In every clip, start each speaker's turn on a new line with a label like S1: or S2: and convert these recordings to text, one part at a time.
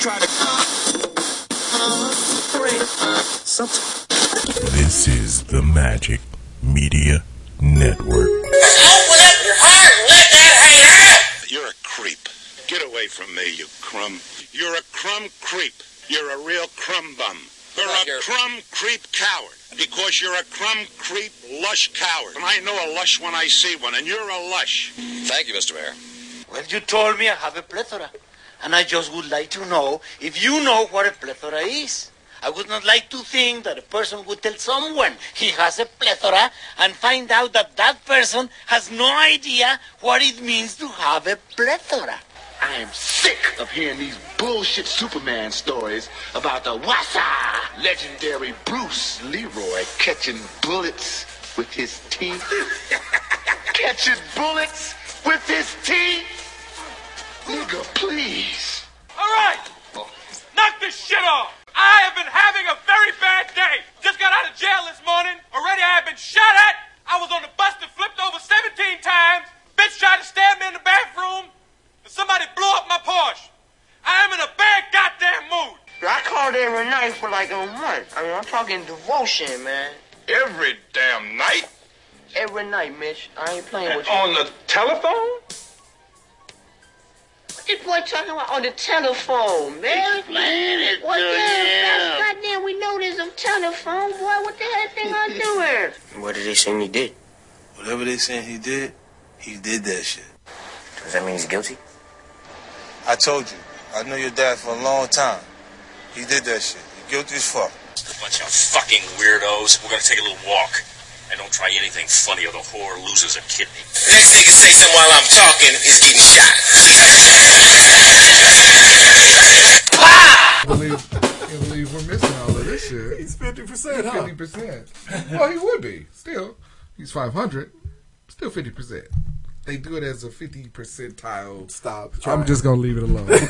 S1: try to.
S2: This is the Magic Media Network.
S3: You're a creep. Get away from me, you crumb. You're a crumb creep. You're a real crumb bum. You're
S1: Right
S3: a
S1: here.
S3: crumb creep coward because you're a crumb creep lush coward. And I know a lush when I see one, and you're a lush.
S1: Thank you, Mr. Mayor.
S4: Well, you told me I have a plethora, and I just would like to know if you know what a plethora is. I would not like to think that a person would tell someone he has a plethora and find out that that person has no idea what it means to have a plethora.
S5: I am sick of hearing these bullshit Superman stories about the Wassa legendary Bruce Leroy catching bullets with his teeth. catching bullets with his teeth? Nigga, please.
S6: All right, knock this shit off. I have been having a very bad day. Just got out of jail this morning. Already I have been shot at. I was on the bus that flipped over 17 times. Bitch tried to stab me in the bathroom. And somebody blew up my Porsche. I am in a bad goddamn mood.
S7: I called every night for like a month. I mean, I'm talking devotion, man.
S8: Every damn night?
S7: Every night, Mitch. I ain't playing with you.
S5: Oh.
S8: On the telephone?
S7: What this boy talking about on the telephone, man?
S5: Explain it
S7: What
S5: to
S7: the hell?
S5: him.
S7: Goddamn, we know there's a telephone, boy. What the hell thing I doing? What did they say he did?
S9: Whatever they saying he did, he did that shit.
S7: Does that mean he's guilty?
S9: I told you, I knew your dad for a long time. He did that shit. He guilty as fuck.
S1: Bunch of fucking weirdos. We're gonna take a little walk. And don't try anything funny or the whore loses a kidney.
S10: Next nigga say something while I'm talking is getting shot.
S11: I believe, I believe we're missing all of this shit.
S12: He's 50%, huh?
S11: 50%. Well, he would be. Still, he's 500. Still 50%. They do it as a 50 percentile.
S12: Stop.
S11: I'm just going to leave it alone. gonna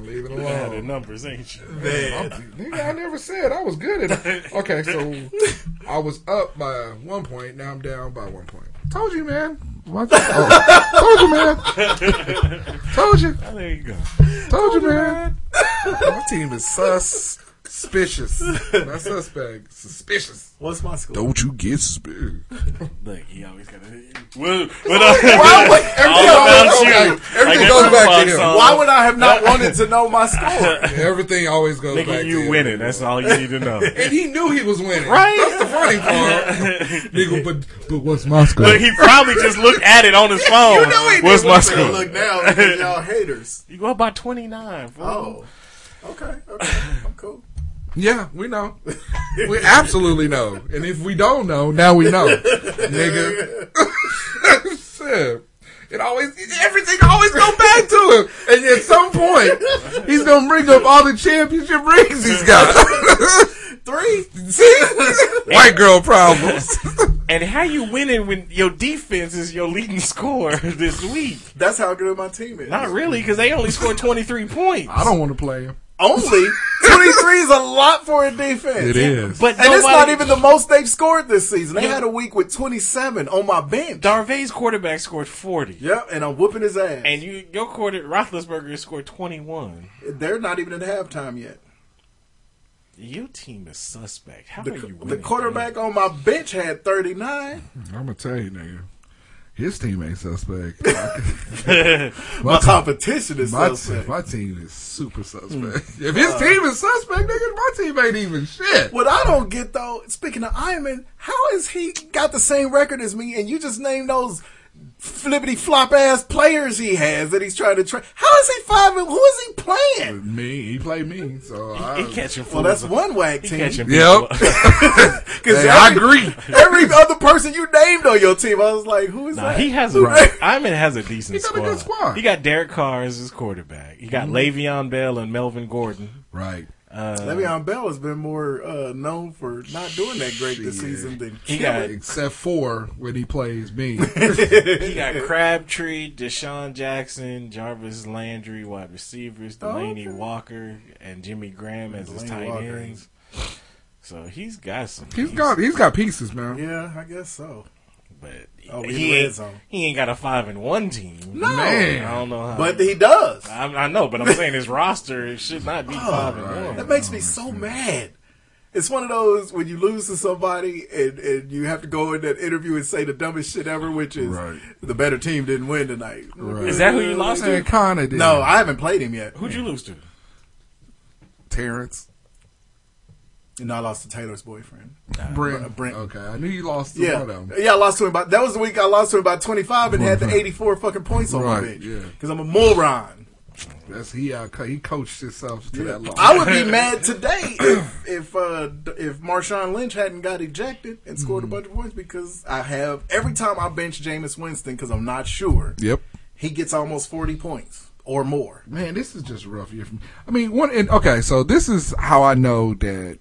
S11: leave it
S12: You had the
S11: alone.
S12: numbers, ain't you?
S11: Man, I'm- nigga, I never said I was good at it. Okay, so I was up by one point. Now I'm down by one point. Told you, man. One- oh, told you, man. told Oh, you.
S12: There you go.
S11: Told you, man. My team is sus. Suspicious. Not suspect. Suspicious.
S12: What's my score?
S11: Don't you get suspicious.
S12: Look, he always gotta. What, what
S11: Why would- everything
S12: all about
S11: goes-
S12: you.
S11: okay, everything
S12: Like
S11: goes
S12: every
S11: back to
S12: pop
S11: him.
S12: song.
S11: Why
S12: would
S11: would
S12: I have not wanted to know my score?
S11: Everything always goes back
S12: Nigga,
S11: to
S12: you
S11: him.
S12: winning. That's all you need to know.
S11: And he knew he was winning.
S12: Right?
S11: That's the funny part. Nigga, but, but what's my score?
S12: Look, he probably just looked at it on his phone.
S11: You know he did.
S12: What's my
S11: Look,
S12: score?
S11: look
S12: now,
S11: y'all haters.
S12: You go up by 29. fool.
S11: Okay, okay. I'm cool. Yeah, we know. We absolutely know. And if we don't know, now we know. Nigga. Shit. It always, everything always go back to him. And at some point, he's going to bring up all the championship rings he's got. Three. See? White girl problems.
S12: And how you winning when your defense is your leading scorer this week?
S13: That's how good my team is.
S12: Not really, because they only scored 23 points.
S11: I don't want to play him.
S13: Only 23 is a lot for a defense.
S11: It is.
S12: But
S13: and it's not
S12: nobody-
S13: even the most they've scored this season. They
S12: Yeah.
S13: had a week with 27 on my bench.
S12: Darvay's quarterback scored 40.
S13: Yep, and I'm whooping his ass.
S12: And you, your quarter, Roethlisberger scored 21.
S13: They're not even in halftime yet.
S12: Your team is suspect. How
S13: The,
S12: are you winning?
S13: the quarterback on my bench had 39.
S11: I'm going to tell you, nigga. His team ain't suspect.
S13: My
S11: team-
S13: competition is Mm.
S11: my
S13: suspect.
S11: Team, my team is super suspect. If his team is suspect, nigga, my team ain't even shit.
S13: What I don't get though, speaking of Ironman, how is he got the same record as me and you just name those flippity flop ass players he has that he's trying to trade? How is he five and who is he playing?
S11: Me, he played me, so I,
S12: He catching
S13: Well,
S12: fools.
S13: that's one whack
S12: He
S13: team.
S12: catching
S11: Yep.
S12: people.
S13: Cause
S11: Hey, I
S13: every-
S11: agree.
S13: Every other person you named on your team, I was like, who is
S12: Nah,
S13: that?
S12: he has a.
S13: Who-
S12: Iman has a decent
S11: He got a good squad.
S12: He got Derek Carr as his quarterback. He
S13: Mm-hmm.
S12: got Le'Veon Bell and Melvin Gordon. Uh,
S11: right.
S13: Le'Veon Bell has been more uh, known for not doing that great this
S11: Shit.
S13: season than
S12: He got
S11: Except for when he plays me.
S12: he got Crabtree, Deshaun Jackson, Jarvis Landry, wide receivers, Delaney Walker, and Jimmy Graham as his
S13: Delaney
S12: tight
S13: Walker.
S12: ends. So he's got some.
S11: he's got he's got pieces, man.
S13: Yeah, I guess so.
S12: but
S13: Oh, in
S12: he
S13: the red
S12: ain't,
S13: zone.
S12: he ain't got a five and one team.
S13: No. Man.
S12: I don't know how.
S13: But he does.
S12: I, I know, but I'm saying his roster should not be five and one.
S13: That makes me so mad. It's one of those when you lose to somebody and, and you have to go in that interview and say the dumbest shit ever, which is the better team didn't win tonight.
S11: Right. Is that who you lost to? And Connor did.
S13: No, I haven't played him yet.
S12: Who'd you lose to?
S11: Terrence.
S13: And I lost to Taylor's boyfriend.
S11: Brent.
S13: Brent.
S11: Okay, I knew you lost to
S13: yeah.
S11: one of them.
S13: Yeah, I lost to him. By, that was the week I lost to him by 25 and had the 84 fucking points on my
S11: Right,
S13: bench.
S11: yeah.
S13: Because I'm a moron.
S11: That's he. Out, he coached himself to that loss.
S13: I would be mad today if if, uh, d- if Marshawn Lynch hadn't got ejected and scored a bunch of points because I have every time I bench Jameis Winston because I'm not sure
S11: Yep.
S13: he gets almost 40 points or more.
S11: Man, this is just rough year for me. I mean, one and okay, so this is how I know that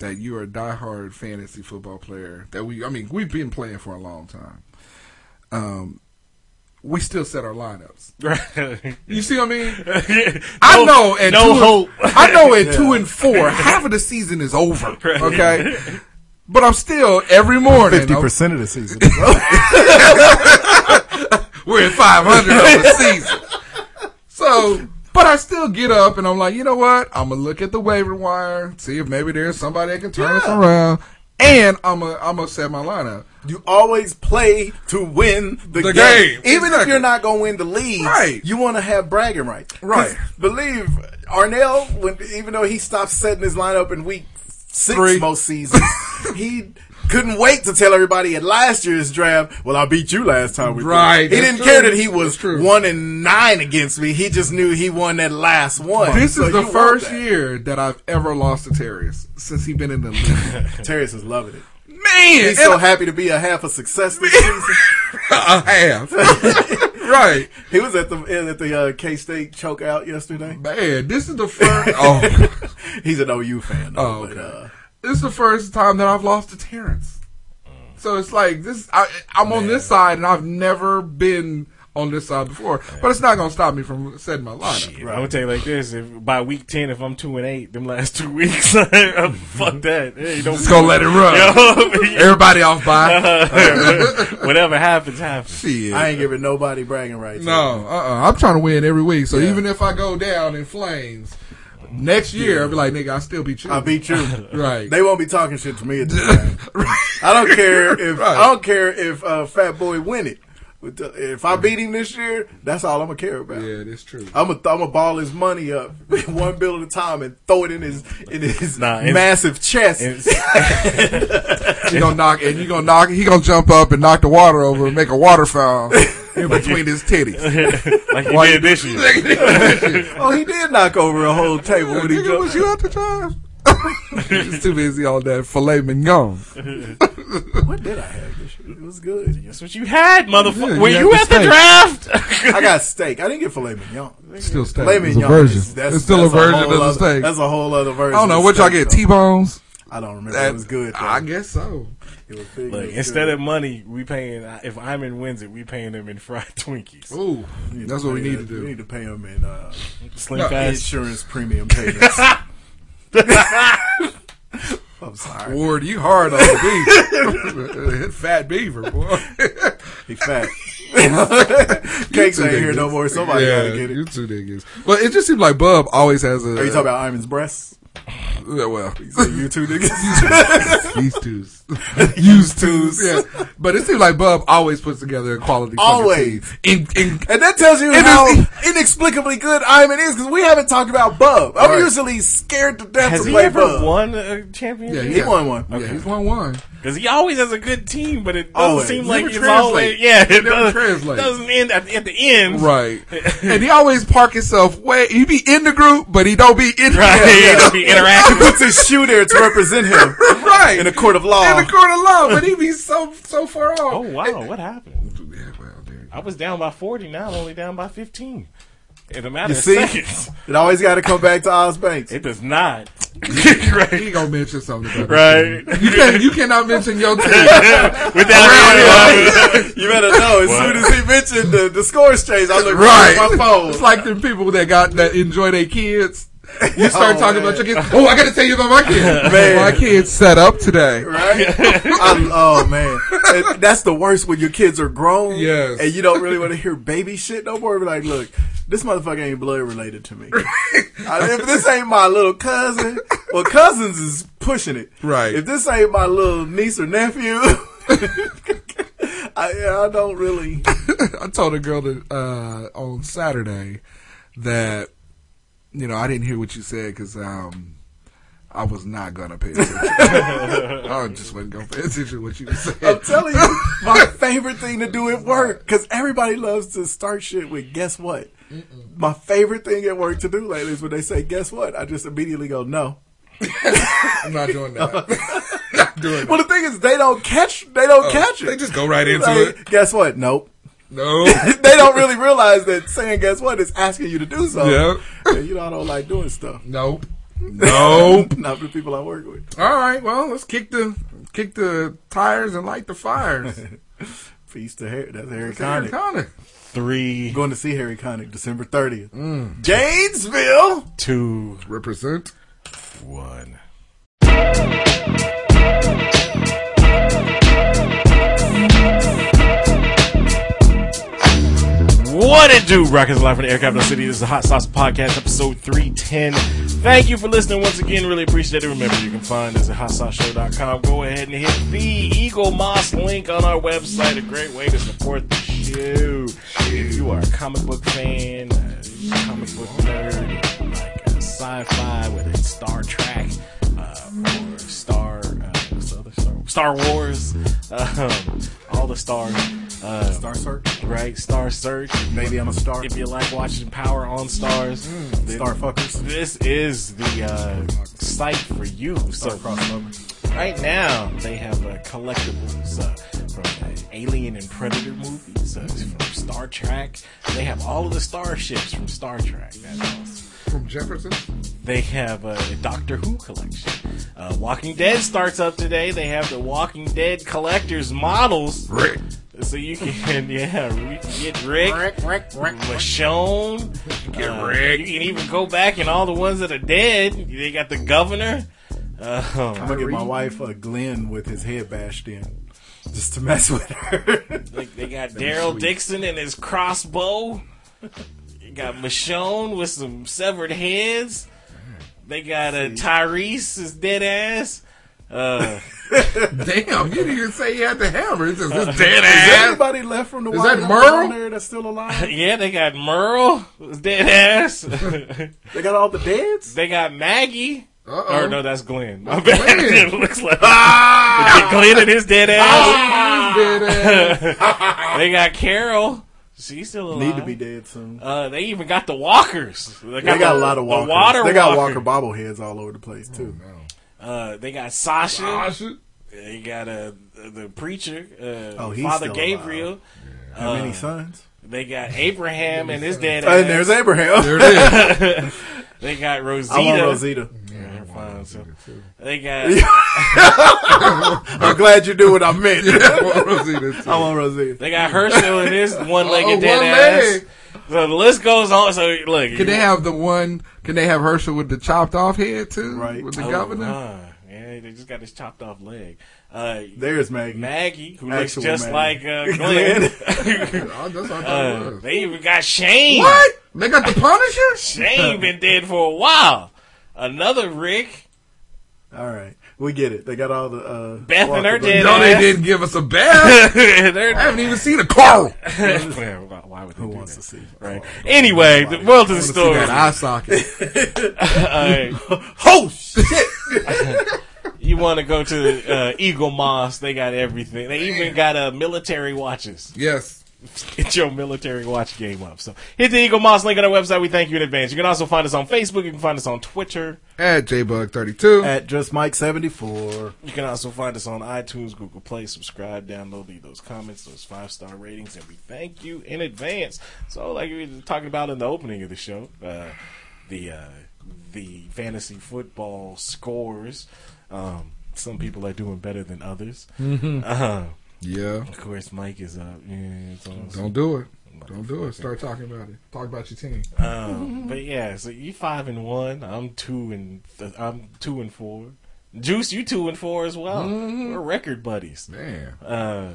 S11: that you are a diehard fantasy football player. That we, I mean, we've been playing for a long time. Um, we still set our lineups.
S12: Right.
S11: You see what I mean? I know at
S12: no
S11: two
S12: hope.
S11: And, I know at
S12: Yeah.
S11: two and four, half of the season is over. Okay, but I'm still every morning.
S13: Fifty
S11: I'm-
S13: percent of the season.
S11: We're at 500 of the season. So, but I still get up and I'm like, you know what? I'm gonna look at the waiver wire, see if maybe there's somebody that can turn us
S13: Yeah.
S11: around, and I'm gonna I'm gonna set my lineup.
S13: You always play to win the,
S11: The
S13: game.
S11: game.
S13: Even if
S11: Exactly.
S13: you're not going to win the league,
S11: Right.
S13: you want to have bragging rights. 'Cause
S11: Right.
S13: Believe Arnell, when, even though he stopped setting his lineup in week six most seasons, he couldn't wait to tell everybody at last year's draft, well, I beat you last time. We played."
S11: Right,
S13: He
S11: that's
S13: didn't
S11: true.
S13: care that he was one and nine against me. He just knew he won that last one.
S11: This
S13: So
S11: is the
S13: you want
S11: first
S13: that.
S11: year that I've ever lost to Terrius since he's been in the league.
S13: Terrence is loving it.
S11: Man,
S13: He's so happy to be a half a success this season.
S11: a half. right.
S13: He was at the at the uh, K State choke out yesterday.
S11: Man, this is the first. Oh,
S13: He's an OU fan. uh,
S11: Oh, okay. this is the first time that I've lost to Terrence. So it's like this. I, I'm on this side, and I've never been on this side before. But it's not gonna stop me from setting my lineup.
S12: I'm gonna tell you like this: if by week ten, if I'm two and eight, them last two weeks, I'm-
S13: Mhm.
S12: fuck that. Hey, don't
S11: Just gonna let it run. Everybody off by.
S12: Whatever happens, happens.
S11: Shit.
S13: I ain't giving nobody bragging rights.
S11: No, uh-uh. I'm trying to win every week. So even if I go down in flames next year, I'll be like, nigga, I still beat you.
S13: I beat you.
S11: right.
S13: They won't be talking shit to me at this time. I don't care if I don't care if uh, Fat Boy win it. With the- If I beat him this year, that's all I'm gonna care about.
S11: yeah, that's true.
S13: I'm gonna I'm gonna ball his money up one bill at a time and throw it in his in his
S12: Nah, it's-
S13: massive chest.
S11: You gonna knock and you gonna knock. He gonna jump up and knock the water over and make a waterfowl in between his titties.
S12: like you
S11: Why
S12: did this year.
S13: oh, he did knock over a whole table when he
S11: Nigga,
S13: jumped.
S11: was you out the drive? He's too busy on that filet mignon.
S13: What did I have this year? It was good.
S12: That's what you had, motherfucker.
S11: Yeah,
S12: Were
S11: you
S12: you
S11: had
S12: at
S11: the
S12: the,
S11: steak.
S12: draft?
S13: I got steak. I didn't get filet mignon.
S11: Still steak.
S13: Filet
S11: It's a
S13: mignon.
S11: version.
S13: is- that's-
S11: it's still a
S13: that's
S11: version of
S13: whole
S11: the
S13: other-
S11: steak.
S13: That's a whole other
S11: I
S13: version.
S11: don't know
S13: of
S11: what y'all
S13: steak,
S11: get.
S13: though.
S11: T bones.
S13: I don't remember.
S11: That-
S13: it was good. Though.
S11: I guess so.
S13: it was big.
S12: Look, instead of money, we paying. uh, If Iman wins it, we paying them in fried Twinkies.
S11: Ooh, that's what we need to
S13: We
S11: do.
S13: need to pay him in uh,
S12: Slim
S11: No,
S12: fast.
S13: insurance premium payments. I'm sorry.
S11: Ward, you hard on the beef. Hit Fat Beaver, boy.
S13: He fat.
S11: You
S13: Cakes
S11: two
S13: ain't here no
S11: niggas.
S13: more. Somebody
S11: yeah,
S13: gotta get it.
S11: You two niggas. Well, it just seems like Bub always has a.
S13: Are you talking about Iman's breasts?
S11: Yeah, well,
S13: So you two niggas.
S11: these twos, used twos. Yeah, but it seems like Bub always puts together a quality. fucking
S13: Always.
S11: team. In, in,
S13: And that tells you
S11: And
S13: how
S11: it's-
S13: inexplicably good Iman is because we haven't talked about Bub. I'm
S11: Right.
S13: usually scared to death
S12: Has
S13: to
S12: he
S13: play
S12: ever
S13: Bub.
S12: won a championship?
S13: He
S11: yeah,
S13: won one.
S11: Yeah, he's won one.
S12: Because he always has a good team, but it doesn't
S13: Always.
S12: seem
S13: Never
S12: like it's
S11: translate.
S12: always. Yeah, it
S11: Never
S12: doesn't,
S11: translate.
S12: doesn't end at, at the end.
S11: Right. and he always park himself way. He be in the group, but he don't be in the
S12: Right.
S11: group.
S12: It'll be interactive.
S13: Puts his shoe there to represent him
S11: right.
S13: in a court of law.
S11: In the court of law, but he be so so far off.
S12: Oh wow, what happened?
S11: Yeah, well, there-
S12: I was down by forty. Now I'm only down by fifteen. In a matter
S13: You
S12: of
S13: see?
S12: seconds,
S13: It always got to come back to Oz Banks.
S12: it does not.
S11: He gonna mention something. About
S12: Right.
S11: that. You can not You cannot mention your team.
S12: Without
S13: You better know. As soon as he mentioned the, the scores change, I look right
S11: right.
S13: at my phone.
S11: It's like the people that got that enjoy their kids. You start
S12: Oh,
S11: talking
S12: man.
S11: about your kids. Oh, I got to tell you about my kids.
S12: Man.
S11: My kids set up today.
S12: Right? I, oh man, And that's the worst when your kids are grown,
S11: Yes.
S12: and you don't really want to hear baby shit no more. Be like, look, this motherfucker ain't blood related to me. I- if this ain't my little cousin, well, cousins is pushing it,
S11: Right.
S12: If this ain't my little niece or nephew, I, I don't really.
S11: I told a girl that uh, on Saturday that you know I didn't hear what you said because um, I was not gonna pay attention. I just wasn't gonna pay attention to what you said.
S12: I'm telling you, my favorite thing to do at work because everybody loves to start shit with guess what. My favorite thing at work to do lately is when they say guess what, I just immediately go no.
S11: I'm not doing that.
S12: Well, the thing is, they don't catch. They don't
S11: Oh,
S12: catch it.
S11: they just go right into it.
S12: Guess what? Nope.
S11: No,
S12: they don't really realize that saying "guess what" is asking you to do something.
S11: Yep.
S12: And, you know, I don't like doing stuff.
S11: Nope. Nope.
S12: Not for the people I work with.
S11: All right, well, let's kick the kick the tires and light the fires.
S12: Feast to Harry. That's Harry
S11: That's Harry
S12: Connick.
S11: Connick.
S12: Three. Going to see Harry Connick December thirtieth. Janesville.
S6: Two.
S11: Represent.
S6: One. What it do, Rockets Live from the Air Capital City. This is the Hot Sauce Podcast, episode 310. Thank you for listening once again. Really appreciate it. Remember, you can find us at hotsauceshow.com. Go ahead and hit the Eagle Moss link on our website. A great way to support the show. If you are a comic book fan, a comic book nerd, like uh, sci-fi, whether it's Star Trek uh, or Star, uh, what's the other Star, Star Wars, um, all the stars. Uh,
S12: Star Search.
S6: right? Star Search.
S12: Maybe I'm a star. Mm.
S6: If you like watching Power on Stars, then
S12: Star fuckers.
S6: This is the uh, site for you. So right now they have uh, collectibles uh, from the Alien and Predator movies, uh, from Star Trek. They have all of the starships from Star Trek. That's awesome.
S11: From Jefferson.
S6: They have a Doctor Who collection. Uh, Walking Dead starts up today. They have the Walking Dead collectors models. Rick. So you can, yeah, you can get Rick, Rick, Rick, Rick Michonne.
S11: Get
S6: Uh,
S11: Rick.
S6: You can even go back and all the ones that are dead. They got the governor. Uh,
S12: I'm gonna get my wife a Glenn with his head bashed in, just to mess with her.
S6: Like they got Daryl Dixon and his crossbow. You got Michonne with some severed heads. They got uh, Tyrese, his dead ass. Uh,
S11: Damn, you didn't even say you had the hammer. It's just
S6: Uh,
S11: this dead
S12: Is
S11: ass.
S12: anybody left from the
S11: Is
S12: Wild
S11: that
S12: Numbers on
S11: Merle?
S12: there that's still alive?
S6: yeah, they got Merle, his dead ass.
S12: They got all the deads.
S6: they got Maggie.
S11: Uh-oh.
S6: Or no, that's Glenn.
S12: Oh,
S6: My
S11: That's
S6: bad.
S11: Glenn.
S6: it looks like
S12: Ah!
S6: Glenn and his dead ass.
S11: Dead ass.
S6: they got Carol. She's still alive.
S12: Ah! Need to be dead soon.
S6: Uh, they even got the walkers.
S12: They got a lot of
S6: the
S12: walkers.
S6: water
S12: they got walker
S6: walker.
S12: bobbleheads all over the place too.
S6: Uh, they got Sasha.
S11: Ah, shit.
S6: They got uh, the preacher, uh,
S12: Oh, he's
S6: Father
S12: still
S6: Gabriel.
S12: How many sons?
S6: They got Abraham and his dad.
S12: Uh, And there's Abraham.
S11: There it is.
S6: they got
S12: I
S6: Rosita.
S12: want Rosita.
S6: They're fine, so-
S11: too.
S6: They got
S12: I'm glad you knew what I meant.
S11: Rosita, too.
S12: I want Rosita.
S6: they got Herschel and his one-legged
S11: Oh,
S6: dead
S11: one
S6: ass.
S11: leg.
S6: So the list goes on. So look,
S11: Can they have the one? Can they have Herschel with the chopped off head too?
S12: Right.
S11: with the
S6: Oh,
S11: governor.
S6: uh, yeah, they just got his chopped off leg. Uh,
S12: There's Maggie.
S6: Maggie, who
S12: Actual
S6: looks just
S12: Maggie.
S6: like uh, Glenn.
S11: Oh, that's what I thought
S6: Uh,
S11: it was.
S6: they even got Shane.
S11: What? They got the Punisher.
S6: Shane been dead for a while. Another Rick.
S12: All right, we get it. They got all the uh,
S6: Beth and her
S12: walker-
S6: dead
S11: No, they
S6: ass.
S11: didn't give us a bad.
S6: They're-
S11: I haven't even seen a Carl.
S6: Why why would they
S12: Who
S6: do
S12: wants
S6: that?
S12: to see?
S6: Right. Anyway, the world of the
S11: See
S6: story.
S11: that eye socket.
S6: Uh,
S12: Oh shit!
S6: you want to go to uh, Eagle Moss? They got everything. They even got uh, military watches.
S11: Yes.
S6: Get your military watch game up. So hit the Eagle Moss link on our website. We thank you in advance. You can also find us on Facebook. You can find us on Twitter.
S11: At JBug32.
S12: At just Mike seventy four.
S6: You can also find us on iTunes, Google Play, subscribe, download, leave those comments, those five star ratings, and we thank you in advance. So, like we were talking about in the opening of the show, uh, the uh, the fantasy football scores. Um, some people are doing better than others. Uh,
S11: Yeah.
S6: of course, Mike is up. Yeah, it's on-
S11: Don't do it. Don't do it. Start talking about it. Talk about your team.
S6: Um, but yeah, so you five and one. I'm two and th- I'm two and four. Juice, you two and four as well. We're record buddies.
S11: Man.
S6: uh,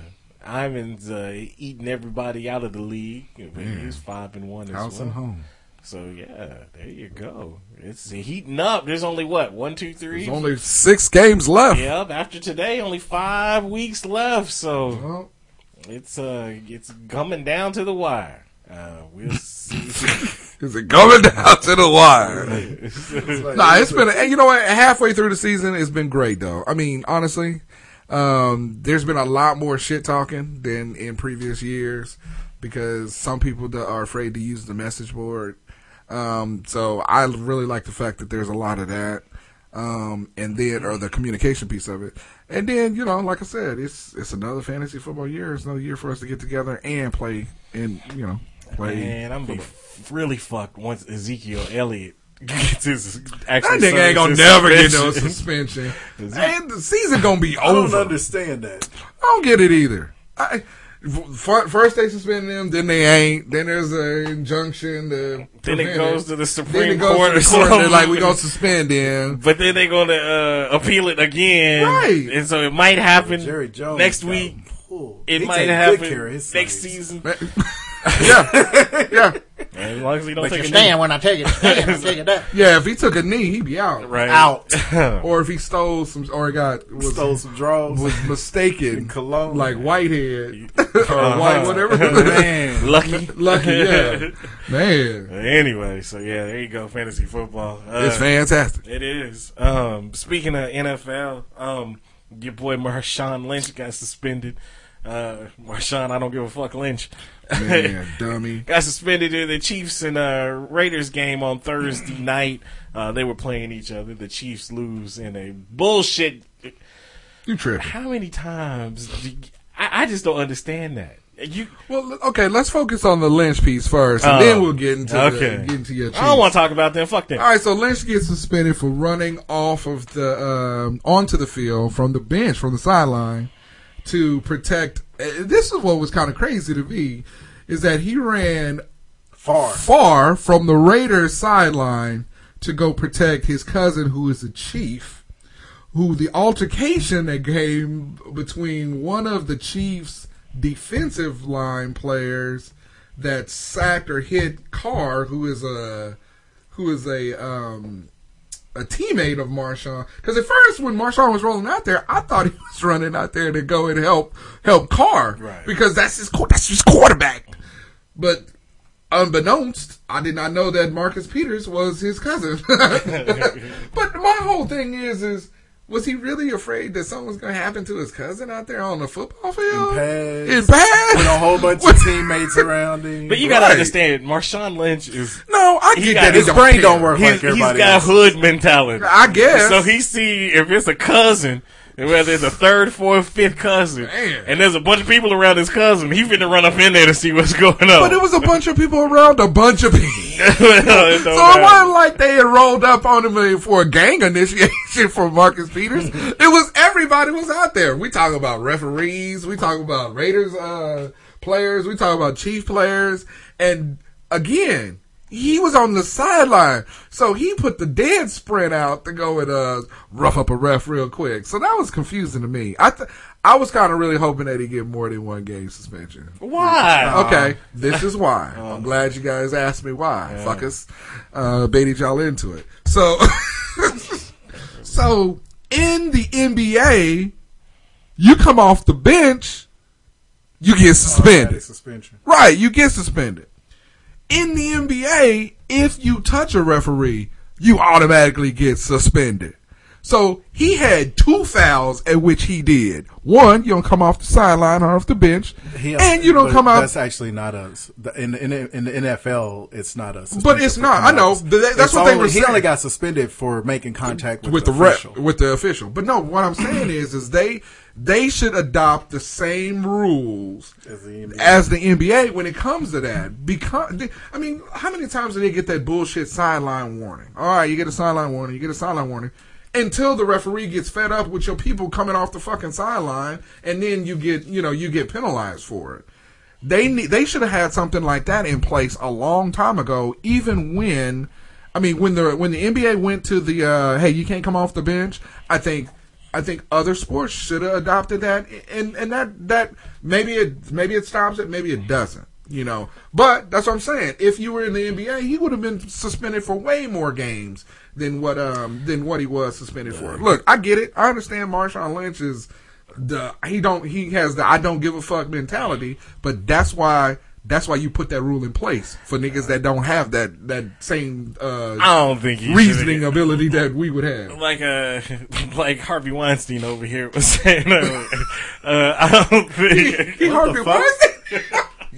S6: I'm in uh, eating everybody out of the league. But
S11: Man.
S6: He's five and one as
S11: House
S6: well.
S11: and home.
S6: So yeah, there you go. It's heating up. There's only what one, two, three.
S11: There's only six games left.
S6: Yep. After today, only five weeks left. So it's uh, it's coming down to the wire. Uh, we'll see.
S11: Is it coming down to the wire? nah, it's been. hey, You know what? Halfway through the season, it's been great though. I mean, honestly, um, there's been a lot more shit talking than in previous years because some people that are afraid to use the message board. Um, so I really like the fact that there's a lot of that. Um, and then, or the communication piece of it. And then, you know, like I said, it's, it's another fantasy football year. It's another year for us to get together and play and, you know, play.
S6: Man, I'm gonna be f- really fucked once Ezekiel Elliott gets his
S11: That
S6: actual
S11: nigga ain't gonna
S6: services
S11: never get no
S6: suspension.
S11: suspension. and the season gonna be
S12: I don't
S11: over. I
S12: understand that.
S11: don't get it either. I, f- first they suspend them, then they ain't. Then there's an injunction. To
S6: Then it
S11: prevent
S6: goes to the Supreme
S11: to
S6: Court or
S11: the and they're
S6: something.
S11: like, we gonna suspend them.
S6: But then they're gonna uh, appeal it again,
S11: Right.
S6: And so it might happen
S12: Jerry Jones
S6: next
S12: got
S6: week.
S12: pulled.
S6: It
S12: He
S6: might
S12: take good
S6: happen
S12: care of his
S6: next season.
S11: yeah, yeah.
S6: As long as he don't
S11: But
S6: take
S11: you
S6: a
S11: stand
S6: knee.
S11: when I tell you to stand, I tell you
S6: that.
S11: Yeah, if he took a knee, he'd be out.
S6: Right. Out.
S11: or if he stole some, or got was,
S12: Stole some drugs.
S11: was mistaken,
S12: cologne,
S11: like Whitehead or
S6: Uh-huh.
S11: White, whatever.
S6: Man. Lucky.
S11: lucky, yeah, man.
S6: Anyway, so yeah, there you go, fantasy football. Uh,
S11: It's fantastic.
S6: It is. Um, speaking of NFL, um, your boy Marshawn Lynch got suspended. Uh, Marshawn, I don't give a fuck, Lynch.
S11: Man, dummy.
S6: got suspended in the Chiefs and uh, Raiders game on Thursday night. Uh, they were playing each other. The Chiefs lose in a bullshit.
S11: You tripping?
S6: How many times? Do you- I, I just don't understand that. You
S11: Well, okay, let's focus on the Lynch piece first, and
S6: Oh,
S11: then we'll get into
S6: okay.
S11: the, get into your. Chiefs.
S6: I don't want to talk about them. Fuck them.
S11: All right, so Lynch gets suspended for running off of the um, onto the field from the bench from the sideline to protect. uh, This is what was kind of crazy to me is that he ran far far from the Raiders sideline to go protect his cousin who is a chief. Who the altercation that came between one of the Chiefs' defensive line players that sacked or hit Carr, who is a who is a um a teammate of Marshawn. Because at first, when Marshawn was rolling out there, I thought he was running out there to go and help help Carr because that's his qu- that's his quarterback. But unbeknownst, I did not know that Marcus Peters was his cousin. but my whole thing is is. Was he really afraid that something was going to happen to his cousin out there on the football field? In pass?
S12: With a whole bunch of teammates around him.
S6: But you gotta
S11: Right.
S6: understand, Marshawn Lynch is
S11: No, I
S6: he
S11: get
S6: got-
S11: that. he
S6: his
S11: don't
S6: brain
S11: care.
S6: don't work He's- like he's everybody got else. hood mentality.
S11: I guess.
S6: So he see if it's a cousin, and whether it's a third, fourth, fifth cousin, and there's a bunch of people around his cousin, he finna run up in there to see what's going on.
S11: But it was a bunch of people around a bunch of people.
S6: Well, it don't
S11: so it
S6: matter.
S11: wasn't like they had rolled up on him for a gang initiation for Marcus Peters. it was everybody was out there. We talk about referees. We talk about Raiders uh, players. We talk about Chief players. And again, he was on the sideline, so he put the dead spread out to go and uh, rough up a ref real quick. So that was confusing to me. I th- I was kind of really hoping that he get more than one game suspension.
S6: Why?
S11: Okay, Uh, this is why. I'm glad you guys asked me why.
S6: Yeah.
S11: Fuckers, uh, baited y'all into it. So, so in the NBA, you come off the bench, you get suspended.
S12: suspension.
S11: Right, you get suspended. In the NBA, if you touch a referee, you automatically get suspended. So he had two fouls at which he did. One, you don't come off the sideline or off the bench,
S12: He-
S11: and you don't
S12: but
S11: come out.
S12: That's actually not a the- in in in the NFL. It's not a. suspension
S11: But it's
S12: for
S11: not. I
S12: coming
S11: know.
S12: out.
S11: Th- that- that's
S12: It's
S11: what they
S12: only-
S11: were
S12: He only
S11: saying.
S12: got suspended for making contact with,
S11: with
S12: the,
S11: the rep
S12: official.
S11: with the official. But no, what I'm saying is, is they they should adopt the same rules
S12: As the NBA.
S11: as the NBA when it comes to that. Because they- I mean, how many times do they get that bullshit sideline warning? All right, you get a sideline warning. You get a sideline warning. Until the referee gets fed up with your people coming off the fucking sideline, and then you get, you know, you get penalized for it. They need, they should have had something like that in place a long time ago. Even when, I mean, when the when the NBA went to the uh, hey, you can't come off the bench. I think I think other sports should have adopted that, and and that that maybe it maybe it stops it, maybe it doesn't. You know, but that's what I'm saying. If you were in the NBA, he would have been suspended for way more games than what um than what he was suspended for. Look, I get it. I understand Marshawn Lynch is the he don't he has the I don't give a fuck mentality, but that's why that's why you put that rule in place for niggas that don't have that that same uh
S6: I don't think he
S11: reasoning
S6: should've-
S11: ability that we would have.
S6: like uh like Harvey Weinstein over here was saying earlier. Uh, I don't think
S11: He- he Harvey Weinstein?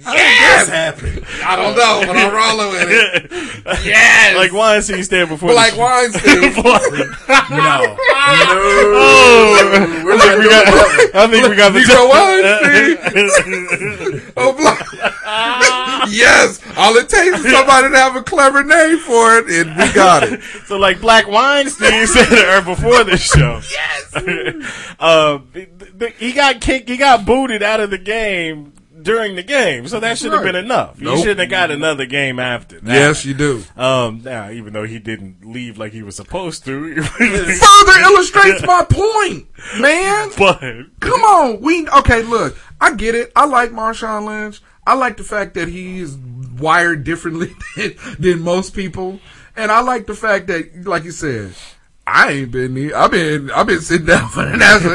S6: How yes!
S11: this happen? I don't know, but I'm rolling with
S6: it. Yes, like Weinstein stand before.
S11: Like
S6: the-
S11: Weinstein.
S6: no, Oh, I think we got. I think we got the
S11: Nico
S6: Weinstein.
S11: oh, black. yes, all it takes is somebody to have a clever name for it, and we got it.
S6: so like Black Weinstein said to her before this show. uh, th- th- he got kicked. He got booted out of the game during the game, so that should have
S11: Right.
S6: been enough.
S11: Nope.
S6: You shouldn't have got another game after. That.
S11: Yes, you do.
S6: Um, now even though he didn't leave like he was supposed to,
S11: Further illustrates my point, man.
S6: but
S11: Come on, we okay. Look, I get it. I like Marshawn Lynch. I like the fact that he is wired differently than, than most people, and I like the fact that, like you said, I ain't been. here. I've been. I've been sitting down for the national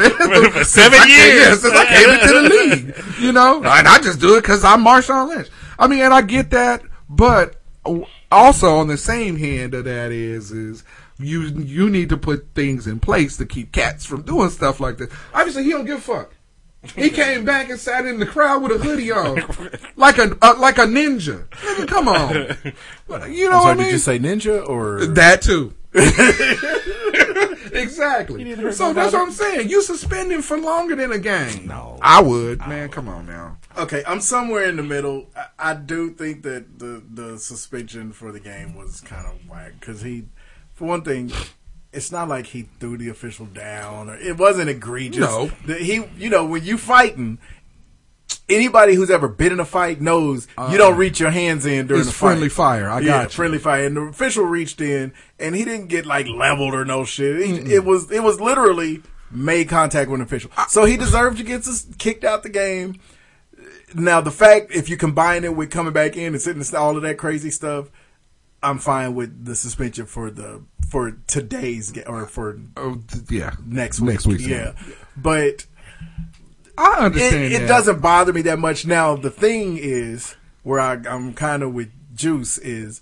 S11: anthem
S6: For seven
S11: since I came-
S6: years.
S11: yeah, since I came into the league, you know, and I just do it because I'm Marshawn Lynch. I mean, and I get that, but also on the same hand of that is is you you need to put things in place to keep cats from doing stuff like this. Obviously, he don't give a fuck. He came back and sat in the crowd with a hoodie on, like a uh, like a ninja. Nigga, come on, you know
S12: I'm sorry,
S11: what I mean?
S12: Did you say ninja or
S11: That too? exactly. So that's what I'm saying. You suspend him for longer than a game. No, I would, man. Come on now.
S12: Okay, I'm somewhere in the middle. I, I do think that the the suspension for the game was kind of whack because he, for one thing, it's not like he threw the official down or it wasn't egregious.
S11: No.
S12: The- he, you know, when you fighting. Anybody who's ever been in a fight knows you don't reach your hands in during
S11: Uh, It's
S12: the fight.
S11: friendly fire. I
S12: yeah,
S11: got you.
S12: friendly fire. And the official reached in, and he didn't get like leveled or no shit. He- it was it was literally made contact with an official, so he deserved to get sus- kicked out the game. Now, the fact if you combine it with coming back in and sitting and all of that crazy stuff, I'm fine with the suspension for the for today's game or for
S11: oh, yeah
S12: next week.
S11: Next week's
S12: yeah.
S11: game.
S12: But
S11: I understand
S12: It, it
S11: that.
S12: doesn't bother me that much. Now, the thing is where I, I'm kind of with Juice is.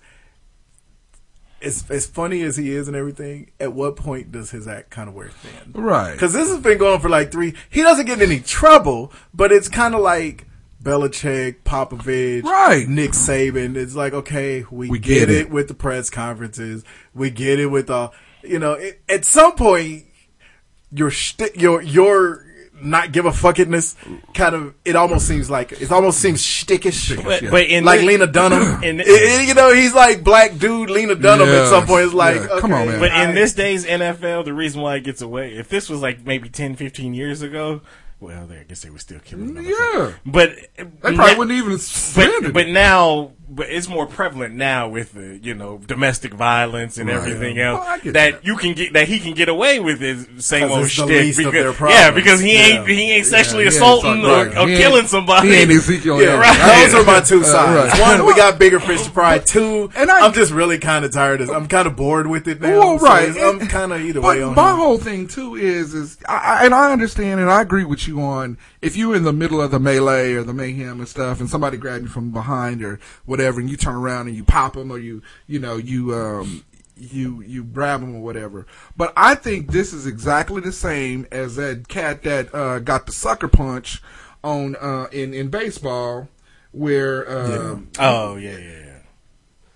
S12: As, as funny as he is and everything, at what point does his act kind of wear thin?
S11: Right.
S12: Because this has been going for like three. He doesn't get in any trouble, but it's kind of like Belichick, Popovich,
S11: Right.
S12: Nick Saban. It's like, okay, we,
S11: We
S12: get,
S11: get
S12: it. with the press conferences. We get it with all, you know, it, at some point, your shtick, your, your, not give a fuckitness, kind of. It almost seems like it almost seems shtickish,
S6: But- yeah. but in
S12: like
S6: the-
S12: Lena Dunham.
S6: in the-
S12: It- it- you know, he's like black dude Lena Dunham at some
S11: Yes,
S12: point. It's like,
S11: yeah. Come on,
S12: okay,
S11: man.
S6: But in
S12: I-
S6: this day's NFL, the reason why it gets away, if this was like maybe 10, 15 years ago, well, I guess they were still killing.
S11: Yeah.
S6: But they
S11: probably wouldn't even suspend
S6: But,
S11: it.
S6: but now, but it's more prevalent now with the you know domestic violence and
S11: Right.
S6: everything
S11: Yeah.
S6: else
S11: Well, I get
S6: that, you can get that he can get away with his same
S12: 'Cause
S6: old
S12: it's the
S6: shit.
S12: least of their problems.
S6: yeah, because he ain't
S12: Yeah.
S6: he ain't sexually
S12: Yeah, he ain't
S6: assaulting
S12: fuck-
S6: or, or
S12: right. He ain't-
S6: killing somebody.
S11: he ain't Ezekiel
S12: Yeah,
S11: Elliott.
S12: right. Those
S11: Oh, Yeah.
S12: are my two
S11: Uh,
S12: sides.
S11: right.
S12: One, we got bigger fish to fry. Two,
S11: And
S12: and
S11: I-
S12: I, am just really kind of tired. Of, I'm kind of bored with it now.
S11: Well,
S12: So
S11: right.
S12: it's- I'm kind of either way
S11: But
S12: on.
S11: my
S12: him.
S11: whole thing too is is I, I- and I understand and I agree with you on if you're in the middle of the melee or the mayhem and stuff and somebody grab you from behind or whatever and you turn around and you pop them or you you know you um you you grab them or whatever. But I think this is exactly the same as that cat that uh, got the sucker punch on uh, in in baseball where. Um,
S6: Oh yeah, yeah, yeah.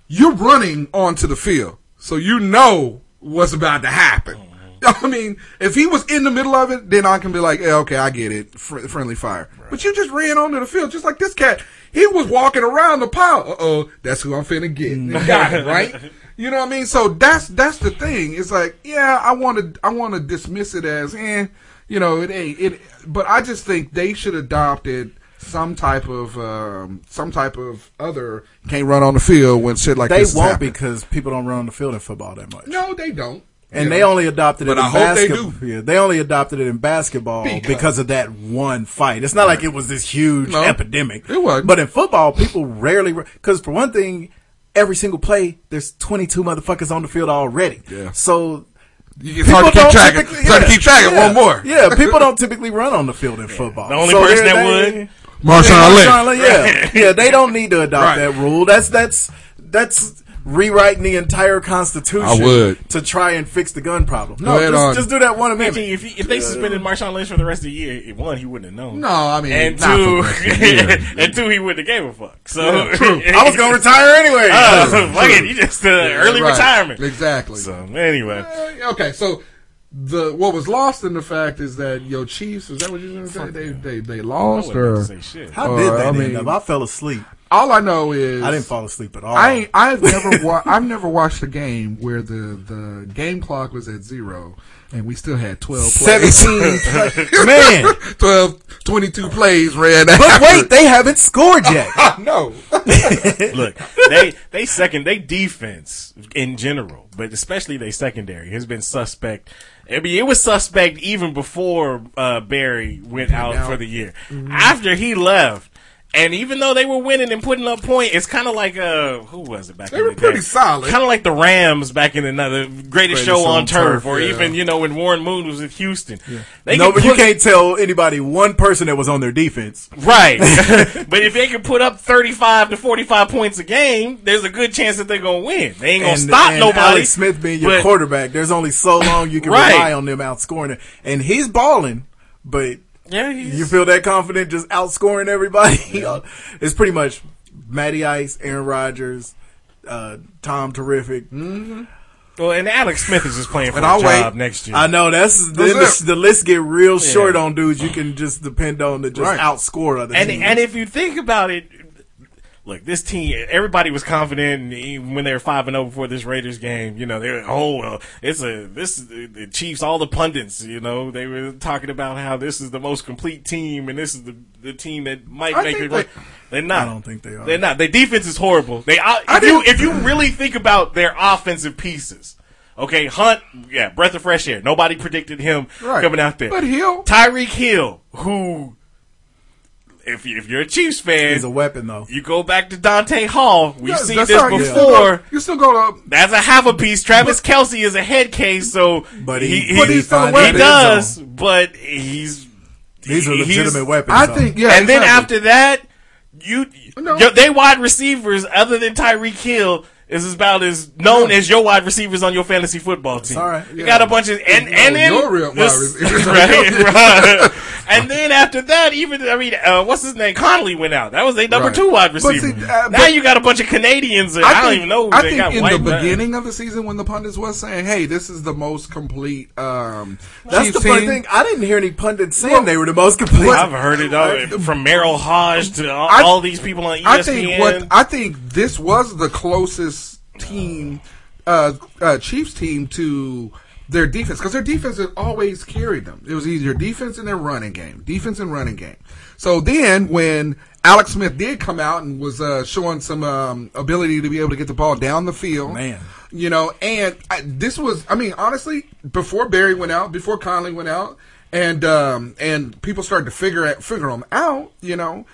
S11: you're running onto the field, so you know what's about to happen. I mean, if he was in the middle of it, then I can be like, yeah, okay, I get it, Fr- friendly fire. But you just ran onto the field, just like this cat. He was walking around the pile. Uh oh, that's who I'm finna get. Got it right. You know what I mean? So that's that's the thing. It's like, yeah, I want to I want to dismiss it as, eh, you know, it ain't it. But I just think they should adopt it some type of um, some type of other can't run on the field when shit like
S12: they
S11: this is
S12: won't
S11: happening.
S12: because people don't run on the field in football that much.
S11: No, they don't.
S12: And
S11: You
S12: they
S11: know.
S12: only adopted
S11: But
S12: it in
S11: I hope they
S12: basketball. Yeah, they only adopted it in basketball because,
S11: Because-
S12: of that one fight. It's not like it was this huge
S11: No.
S12: epidemic. It was. But in football, people rarely because for one thing, every single play there's 22 motherfuckers on the field already.
S11: Yeah.
S12: So
S11: It's hard
S12: people
S11: to keep
S12: don't
S11: track of-
S12: typically-
S11: it's hard to keep track of
S12: yeah,
S11: one more.
S12: Yeah, people don't typically run on the field in football.
S6: The only
S12: So
S6: person
S12: they're-
S6: that
S12: they-
S6: would.
S11: Marshawn
S12: yeah,
S11: Lynch.
S12: Marshawn Lynch, yeah,
S11: Right.
S12: yeah. They don't need to adopt
S11: Right.
S12: that rule. That's that's that's rewriting the entire constitution.
S11: I would.
S12: to try and fix the gun problem.
S11: Go
S12: No,
S11: ahead
S12: just,
S11: on.
S12: just do that one amendment.
S6: If, he- if they suspended Marshawn Lynch for the rest of the year, it- one he wouldn't have known.
S11: No, I mean,
S6: and
S11: not
S6: two,
S11: for the rest of the year.
S6: and two, he wouldn't have gave a fuck. So
S11: Yeah, true.
S12: I was gonna retire anyway.
S6: Uh,
S11: True,
S6: fuck
S11: true.
S6: it, you just uh,
S11: Yeah,
S6: early
S11: right.
S6: retirement.
S11: Exactly.
S6: So anyway,
S11: Uh, okay, so the what was lost in the fact is that your Chiefs is that what you were going to say? They, they they lost
S12: I wasn't about
S11: or
S12: to say shit. How did
S11: or,
S12: that
S11: I
S12: end
S11: mean,
S12: up? I fell asleep.
S11: All I know is
S12: I didn't fall asleep at all.
S11: I ain't, I've never wa- I've never watched a game where the the game clock was at zero and we still had twelve plays.
S12: 17. Man.
S11: 12, 22 plays ran.
S12: but wait, they haven't scored yet.
S11: no.
S6: look, they they second they defense in general, but especially they secondary has been suspect. I mean, it was suspect even before uh, Barry went out,
S11: out.
S6: for the year.
S11: Mhm.
S6: After he left, and even though they were winning and putting up point, it's kind of like uh, who was it back?
S11: They
S6: in
S11: were
S6: the day?
S11: pretty solid.
S6: Kind of like the Rams back in another greatest, show on turf, or
S11: yeah.
S6: even you know when Warren Moon was with Houston. They
S12: no,
S6: could
S12: but you
S6: put-
S12: can't tell anybody one person that was on their defense.
S6: Right. but if they can put up 35 to 45 points a game, there's a good chance that they're going to win. They ain't going to
S12: And-
S6: stop
S12: and
S6: nobody.
S12: Alex Smith being your
S6: but-
S12: quarterback, there's only so long you can
S6: Right.
S12: rely on them outscoring it. And he's balling, but
S6: yeah,
S12: you feel that confident just outscoring everybody. it's pretty much Matty Ice, Aaron Rodgers, uh, Tom Terrific.
S6: Mm. Well, and Alex Smith is just playing for
S12: And
S6: the
S12: I'll
S6: job
S12: wait.
S6: next year.
S12: I know that's then
S6: That's
S12: the, the list get real
S6: Yeah.
S12: short on dudes. You can just depend on to just
S6: Right.
S12: outscore other
S6: and
S12: teams.
S6: and if you think about it, look, this team, everybody was confident even when they were five and zero before this Raiders game. You know, they were oh well, it's a this the Chiefs. All the pundits, you know, they were talking about how this is the most complete team and this is the the team that might
S12: I
S6: make
S12: think
S6: it. They,
S12: they-
S6: they're not.
S12: I don't think they are.
S6: They're not. Their defense is horrible. They I, if you if you really think about their offensive pieces. Okay, Hunt, yeah, breath of fresh air. Nobody predicted him
S11: Right.
S6: coming out there.
S11: But Hill-
S6: Tyreek Hill, who if, you, if you're a Chiefs fan,
S12: He's a weapon, though.
S6: You go back to Dante Hall. We've
S11: Yeah,
S6: seen
S11: that's
S6: this
S11: how you still
S6: before.
S11: go- You still go to
S6: That's a half a piece. Travis Kelsey is a head case, so but
S12: he-
S6: he, he,
S12: but
S6: he,
S12: he's still a weapon.
S6: does, but he's
S12: These are
S6: he's-
S12: legitimate weapons.
S11: I
S12: though.
S11: think yeah.
S6: and then
S11: exactly.
S6: after that, you, your- they wide receivers other than Tyreek Hill is about as known as your wide receivers on your fantasy football team.
S12: all right.
S6: You got a bunch of and and then
S11: your real wide
S6: this-
S11: receivers.
S6: right, right. and then after that, even I mean, uh, what's his name? Connolly went out. That was their number
S11: Right.
S6: two wide
S11: But see,
S6: receiver.
S11: uh,
S6: now
S11: but-
S6: you got a bunch of Canadians. And I, don't even know. Who
S11: I
S6: they
S11: think
S6: got
S11: in
S6: white
S11: the
S6: man.
S11: beginning of the season when the pundits was saying, "Hey, this is the most complete." Um,
S12: that's the
S11: Chiefs
S12: funny
S11: team."
S12: thing. I didn't hear any pundits saying they were the most complete.
S6: I've heard it all, from Merrill Hodge to all,
S11: I-
S6: all these people on E ESPN.
S11: I think what I think this was the closest team, uh, uh, Chiefs team to their defense because their defense had always carried them. It was either defense and their running game, defense and running game. So then when Alex Smith did come out and was uh, showing some um, ability to be able to get the ball down the field,
S12: Man.
S11: you know, and I, this was, I mean, honestly, before Barry went out, before Conley went out, and um, and people started to figure out, figure them out, you know,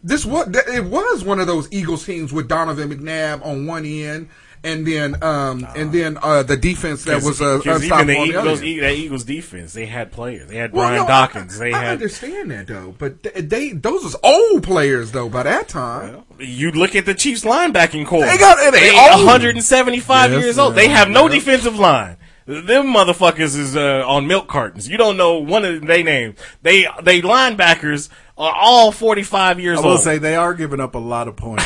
S11: this was that- it was one of those Eagles teams with Donovan McNabb on one end, and then um, and then uh, the defense that was uh,
S6: Because
S11: unstoppable
S6: even the
S11: on the other
S6: Eagles,
S11: end.
S6: e- that Eagles defense, they had players. They had
S11: Well,
S6: Brian
S11: no, I-
S6: Dawkins. They
S11: I,
S6: had.
S11: understand that though, but th- they those was old players though by that time.
S6: You look at the Chiefs linebacking core.
S11: They got- they old.
S6: 175
S11: Yes,
S6: years old.
S11: man.
S6: They have no defensive line. Them motherfuckers is uh, on milk cartons. You don't know one of their names. They they linebackers are all 45 years
S12: I will
S6: old.
S12: say they are giving up a lot of points.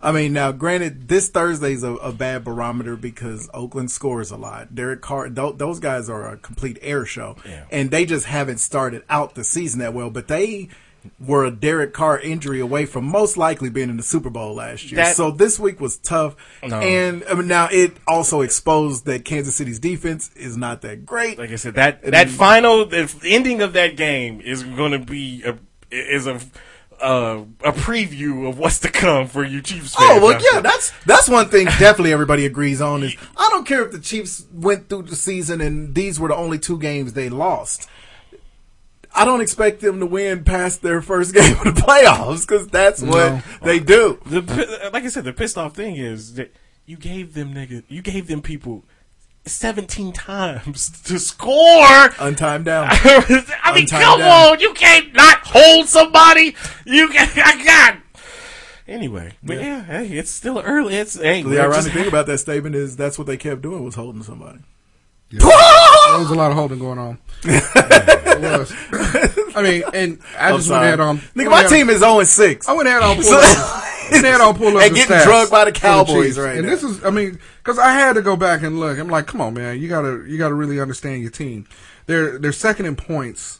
S12: I mean, now granted, this Thursday's a, a bad barometer because Oakland scores a lot. Derek Carr, tho- those guys are a complete air show, and they just haven't started out the season that well. But they were a Derek Carr injury away from most likely being in the Super Bowl last year.
S6: That-
S12: so this week was tough,
S6: No.
S12: and I mean, now it also exposed that Kansas City's defense is not that great.
S6: like I said, that that final the ending of that game is going to be a, is a uh, a preview of what's to come for you Chiefs fans.
S12: Oh well,
S6: out
S12: yeah,
S6: there.
S12: that's that's one thing definitely everybody agrees on is I don't care if the Chiefs went through the season and these were the only two games they lost. I don't expect them to win past their first game of the playoffs because that's what
S6: No.
S12: they do.
S6: The pi- like I said, the pissed off thing is that you gave them nigga, you gave them people seventeen times to score.
S12: Untimed down.
S6: I mean,
S12: Untimed
S6: come
S12: down.
S6: on, you can't not hold somebody. You can, I got. Anyway, but yeah. hey, it's still early. It's hey,
S12: The
S6: we're
S12: ironic
S6: just-
S12: thing about that statement is that's what they kept doing was holding somebody.
S11: there was a lot of holding going on. it was. I mean, and I
S12: I'm
S11: just
S12: sorry.
S11: went ahead on.
S12: Nigga, my team is 0 6.
S11: I went ahead on pull
S12: So-
S11: up. I went ahead on pull up.
S12: And
S11: the
S12: getting
S11: stats
S12: drugged by the
S11: for
S12: Cowboys
S11: Chiefs.
S12: right
S11: And
S12: now.
S11: this is, I mean, because I had to go back and look. I'm like, come on, man, you gotta, you gotta really understand your team. They're they're second in points,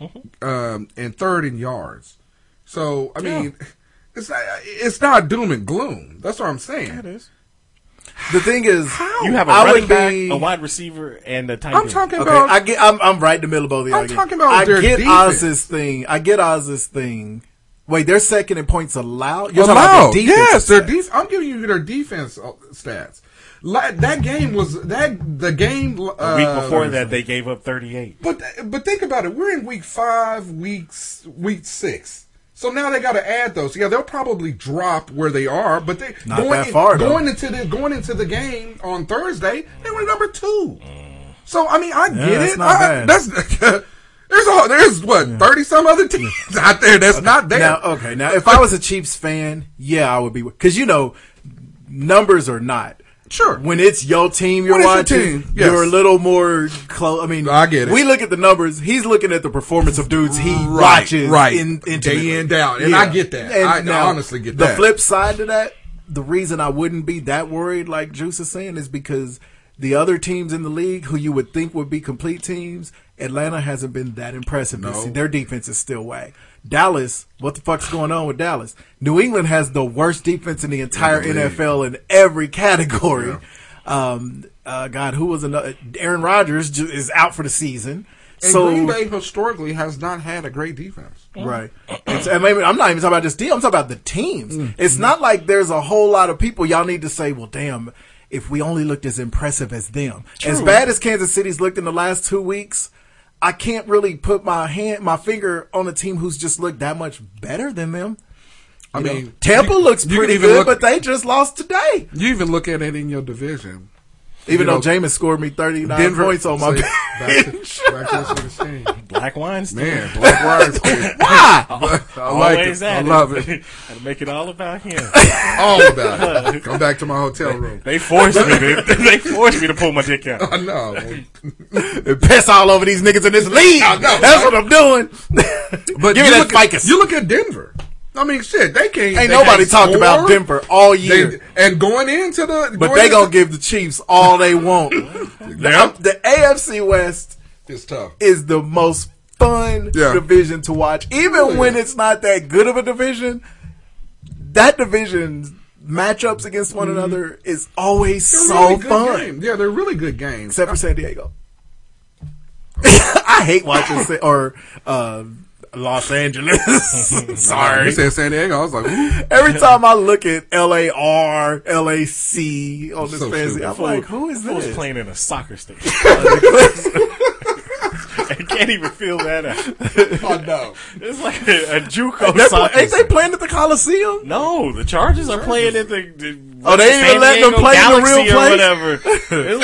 S12: Mm-hmm.
S11: um, and third in yards. So I mean, it's not, it's not doom and gloom. That's what I'm saying.
S6: It is.
S12: The thing is,
S6: You have a
S12: I would
S6: running back,
S12: be-
S6: a wide receiver, and a tight
S11: I'm
S6: end.
S11: talking
S12: Okay,
S11: about-
S12: I get. I'm, I'm right in the middle of both of y'all.
S11: I'm
S12: again.
S11: talking about
S12: I
S11: their
S12: get
S11: defense.
S12: Oz's thing. I get Oz's thing. Wait, they're second in points allowed. You're
S11: allowed.
S12: talking about their
S11: yes,
S12: defense.
S11: their def- I'm giving you their defense uh, stats. Like, that game was that the game uh,
S6: a week before that, they gave up thirty-eight.
S11: But th- but think about it. We're in week five, weeks week six. So now they got to add those. Yeah, they'll probably drop where they are, but they
S12: Not
S11: going
S12: that far, though.
S11: going into the going into the game on Thursday, they were number two. So I mean, I
S12: Mm. Yeah,
S11: get
S12: that's
S11: it.
S12: not
S11: I-
S12: bad.
S11: That's there's a, there's what thirty some other teams out there that's not there.
S12: Now, uh, okay, now if I was a Chiefs fan, yeah, I would be because you know numbers are not.
S11: Sure.
S12: When it's your team you're
S11: When it's your
S12: watching,
S11: team, yes.
S12: you're a little more close. I mean,
S11: I get it.
S12: We look at the numbers. He's looking at the performance of dudes he
S11: Right,
S12: watches
S11: right.
S12: in,
S11: Day
S12: intimately.
S11: in, day out. And I get that. I- I honestly get
S12: the
S11: that.
S12: flip side to that, the reason I wouldn't be that worried, like Juice is saying, is because the other teams in the league who you would think would be complete teams, Atlanta hasn't been that impressive. this
S11: No.
S12: season. Their defense is still whack. Dallas, what the fuck's going on with Dallas? New England has the worst defense in the entire
S11: In the league.
S12: NFL in every category. Um, uh, God, who was another? Aaron Rodgers ju- is out for the season.
S11: And
S12: so
S11: Green Bay historically has not had a great defense.
S12: Right. It's, I mean, I'm not even talking about this deal. I'm talking about the teams.
S11: Mm.
S12: It's not like there's a whole lot of people y'all need to say, well, damn, if we only looked as impressive as them. As
S11: True.
S12: bad as Kansas City's looked in the last two weeks, I can't really put my hand, my finger on a team who's just looked that much better than them.
S11: I
S12: You know,
S11: mean,
S12: Tampa
S11: you-
S12: looks
S11: you can
S12: pretty
S11: even
S12: good,
S11: look-
S12: but they just lost today.
S11: You even look at it in your division.
S12: Even
S11: You
S12: though
S11: know,
S12: Jameis scored me 39
S11: Denver-
S12: points on my
S11: See, back
S12: bench.
S11: to- back to what you were saying.
S6: Black wines,
S11: Man, Black Lives Matter.
S12: Why?
S11: I like it. I love it.
S6: Gotta make it all about him.
S11: All about it. Come back to my hotel room.
S6: They forced me. To, they forced me to pull my dick out.
S11: I know.
S12: Piss all over these niggas in this league.
S11: I know,
S12: That's
S11: right?
S12: what I'm doing.
S11: But
S12: Give
S11: you
S12: me that
S11: look
S12: ficus.
S11: At, you look at Denver. I mean, shit, they can't.
S12: Ain't
S11: they
S12: nobody
S11: can't
S12: talked about
S11: score.
S12: Denver all
S11: They-
S12: year.
S11: and going into the,
S12: but
S11: going
S12: they
S11: into-
S12: gonna give the Chiefs all they want. the, the AFC West
S11: It's tough.
S12: is the most fun
S11: Yeah.
S12: division to watch, even
S11: Oh, yeah.
S12: when it's not that good of a division. That division's matchups against one another is always
S11: Mm-hmm. They're
S12: so
S11: really good
S12: fun,
S11: games. Yeah, they're really good games.
S12: except for San Diego. I hate watching Sa- or uh, Los Angeles. Sorry,
S11: You said San Diego. I was like, ooh.
S12: Every time I look at LAR, LAC on this
S11: So
S12: fancy,
S11: stupid.
S12: I'm like, who is
S6: I was
S12: this?
S6: playing in a soccer stadium. I can't even feel that out.
S11: oh no.
S6: It's like a, a JUCO
S12: They're pla-
S6: soccer.
S12: ain't they
S6: stadium.
S12: playing at the Coliseum?
S6: no, the Chargers are playing at the. the
S12: Oh, they ain't even letting them play in the real
S6: or
S12: place?
S6: whatever. It's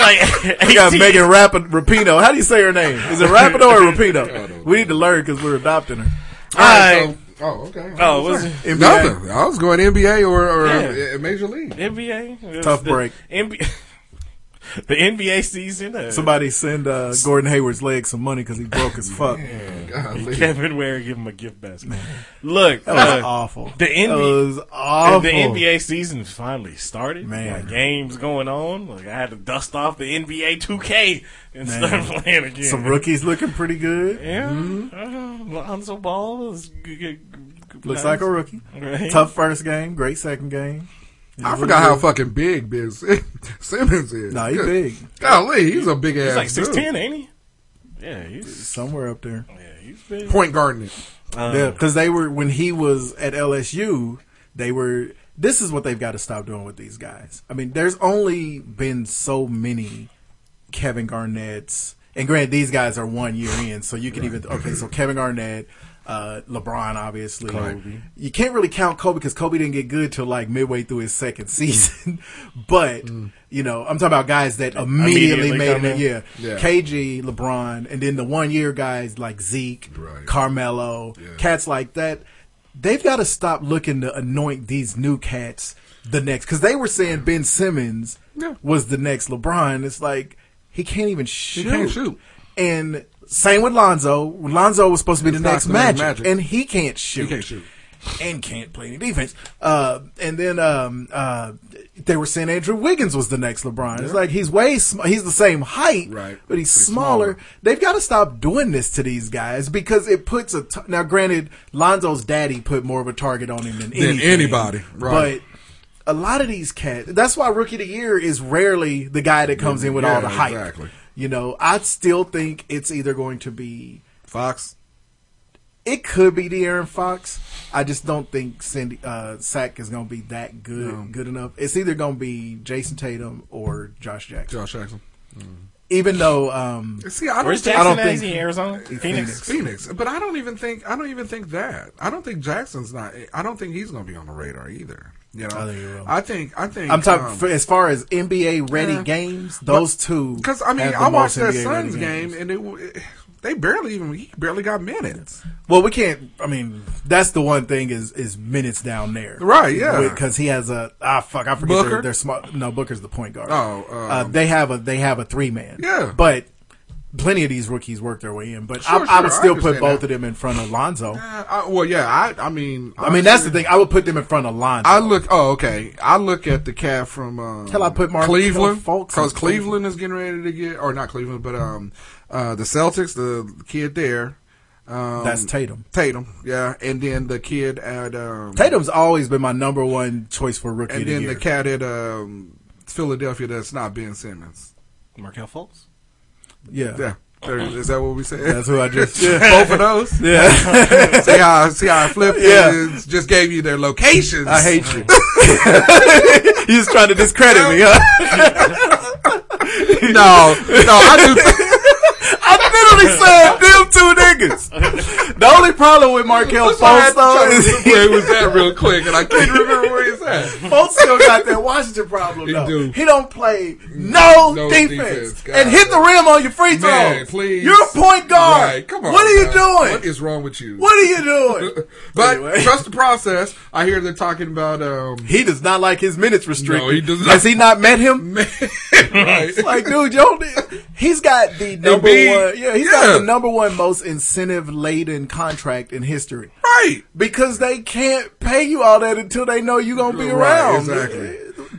S6: like
S12: We got
S6: 18
S12: Megan Rapid Rapino. How do you say her name? Is it Rapido or Rapino? We need to learn because we're adopting her.
S6: All right.
S11: So, oh okay.
S6: Oh, was it
S12: NBA.
S11: Nothing. I was going NBA or, or
S6: Yeah.
S11: uh, Major League.
S6: NBA? It's
S12: Tough
S6: the
S12: break.
S6: NBA, the NBA season. Uh,
S12: Somebody send uh, Gordon Hayward's leg some money because he broke as fuck.
S11: Golly.
S6: Kevin Ware give him a gift basket. Look,
S12: That was
S6: uh,
S12: awful.
S6: The NBA,
S12: That was
S6: And
S12: awful.
S6: the NBA season finally started.
S12: Man.
S6: Like, games going on. Like I had to dust off the NBA 2K and
S12: Man.
S6: start playing again.
S12: Some rookies looking pretty good.
S6: Yeah, uh, Lonzo Ball is g- g- g-
S12: Looks
S6: nice.
S12: like a rookie.
S6: Right.
S12: Tough first game, great second game.
S11: I forgot how fucking big Bill Sim- Simmons is.
S12: Nah, he
S11: Good.
S12: big.
S11: Golly, he's a big ass.
S6: He's like six
S11: dude.
S6: ten, ain't he? Yeah, he's
S12: Somewhere up there.
S6: yeah, he's big.
S11: Point guarding it.
S6: Uh,
S12: Yeah, because they were when he was at LSU, they were. This is what they've got to stop doing with these guys. I mean, there's only been so many Kevin Garnett's, and granted, these guys are one year in, so you can even okay. So Kevin Garnett, uh, LeBron, obviously,
S11: Kobe.
S12: you can't really count Kobe because Kobe didn't get good till like midway through his second season. but you know, I'm talking about guys that immediately,
S11: Mm. Immediately
S12: made
S11: come
S12: it.
S11: in.
S12: Yeah.
S11: Yeah.
S12: KG, LeBron, and then the one year guys like Zeke, Carmelo, cats like that. They've got to stop looking to anoint these new cats the next because they were saying Ben Simmons
S11: Yeah.
S12: was the next LeBron. It's like he can't even shoot.
S11: can't shoot.
S12: And same with Lonzo. Lonzo was supposed to be
S11: He's
S12: the
S11: not
S12: next
S11: the next
S12: Magic,
S11: Magic.
S12: and he can't shoot.
S11: can't shoot.
S12: And can't play any defense. Uh, and then um, uh, they were saying Andrew Wiggins was the next LeBron. It's
S11: Yeah.
S12: like he's way sm- he's the same height,
S11: Right.
S12: but he's smaller. They've got to stop doing this to these guys because it puts a t- now. Granted, Lonzo's daddy put more of a target on him than,
S11: Than
S12: anything,
S11: anybody, right.
S12: But a lot of these cats. That's why rookie of the year is rarely the guy that comes in with
S11: Yeah,
S12: all the hype.
S11: exactly.
S12: You know, I still think it's either going to be
S11: Fox.
S12: It could be De'Aaron Fox. I just don't think Cindy uh, Sack is going to be that good
S11: No.
S12: good enough. It's either going to be Jason Tatum or Josh Jackson.
S11: Josh Jackson.
S12: Even though, um,
S11: See, I don't,
S6: Where's
S11: think-
S6: Jackson at? Is he in Arizona?
S12: Phoenix.
S6: Phoenix?
S11: Phoenix. But I don't even think I don't even think that. I don't think Jackson's not. I don't think he's going to be on the radar either. You know,
S12: I think he will.
S11: I think I think
S12: I'm talking
S11: um,
S12: for, as far as NBA ready
S11: yeah.
S12: games. Those
S11: But-
S12: two,
S11: Because I mean,
S12: have the
S11: I watched
S12: most
S11: that
S12: NBA
S11: Suns
S12: ready
S11: game,
S12: games.
S11: and it, w- it- they barely even he barely got minutes.
S12: Well, we can't. I mean, that's the one thing is is minutes down there,
S11: Right, yeah.
S12: Because he has a ah fuck, I forget
S11: Booker?
S12: they're, smart. No, Booker's the point guard.
S11: Oh,
S12: uh,
S11: um,
S12: they have a they have a three man.
S11: Yeah.
S12: but plenty of these rookies work their way in. But I,
S11: Sure,
S12: I would
S11: sure, I
S12: still put
S11: understand
S12: both
S11: that.
S12: of them in front of Lonzo.
S11: Uh, I, well, yeah, I I mean,
S12: I mean, that's the
S11: honestly,
S12: thing. I would put them in front of Lonzo.
S11: I look. Oh, okay. I look at the cat from um,
S12: Hell, I put Markel
S11: Cleveland
S12: Fultz
S11: because
S12: in Cleveland.
S11: Cleveland is getting ready to get, or not Cleveland, but um, uh, the Celtics, the kid there. Um,
S12: That's Tatum.
S11: Tatum, yeah, and then the kid at um,
S12: Tatum's always been my number one choice for rookie.
S11: and
S12: of the
S11: then
S12: year.
S11: the cat at um, Philadelphia. That's not Ben Simmons.
S6: Markel Fultz.
S12: yeah.
S11: Yeah. There- Is that what we said?
S12: That's who I just-
S11: both of those.
S12: Yeah.
S11: see how see how I flipped.
S12: Yeah.
S11: Yeah, just gave you their locations.
S12: I hate you. you just trying to discredit me, huh?
S11: no, no, I do.
S12: I literally said them two niggas. The only problem with Markel
S11: So I
S12: Fultz
S11: had to
S12: though
S11: try to
S12: is
S11: remember where he was at real quick, and I couldn't remember where he's at.
S12: Fultz still got that Washington problem
S11: He
S12: though.
S11: do.
S12: He don't play no,
S11: No
S12: defense,
S11: defense, God.
S12: and hit the rim on your free throws.
S11: Man, please.
S12: You're a point guard.
S11: Right, come on.
S12: what are you
S11: man.
S12: doing?
S11: What is wrong with you?
S12: what are you doing?
S11: But
S12: Anyway.
S11: trust the process. I hear they're talking about um.
S12: He does not like his minutes restricted.
S11: No, he does not.
S12: Has he not met him?
S11: right.
S12: It's like, dude, yo, he's got the number
S11: Embiid.
S12: one. Yeah, he's
S11: Yeah.
S12: got the number one most incentive laden contract in history
S11: right.
S12: because they can't pay you all that until they know you're gonna be
S11: Right,
S12: around.
S11: exactly.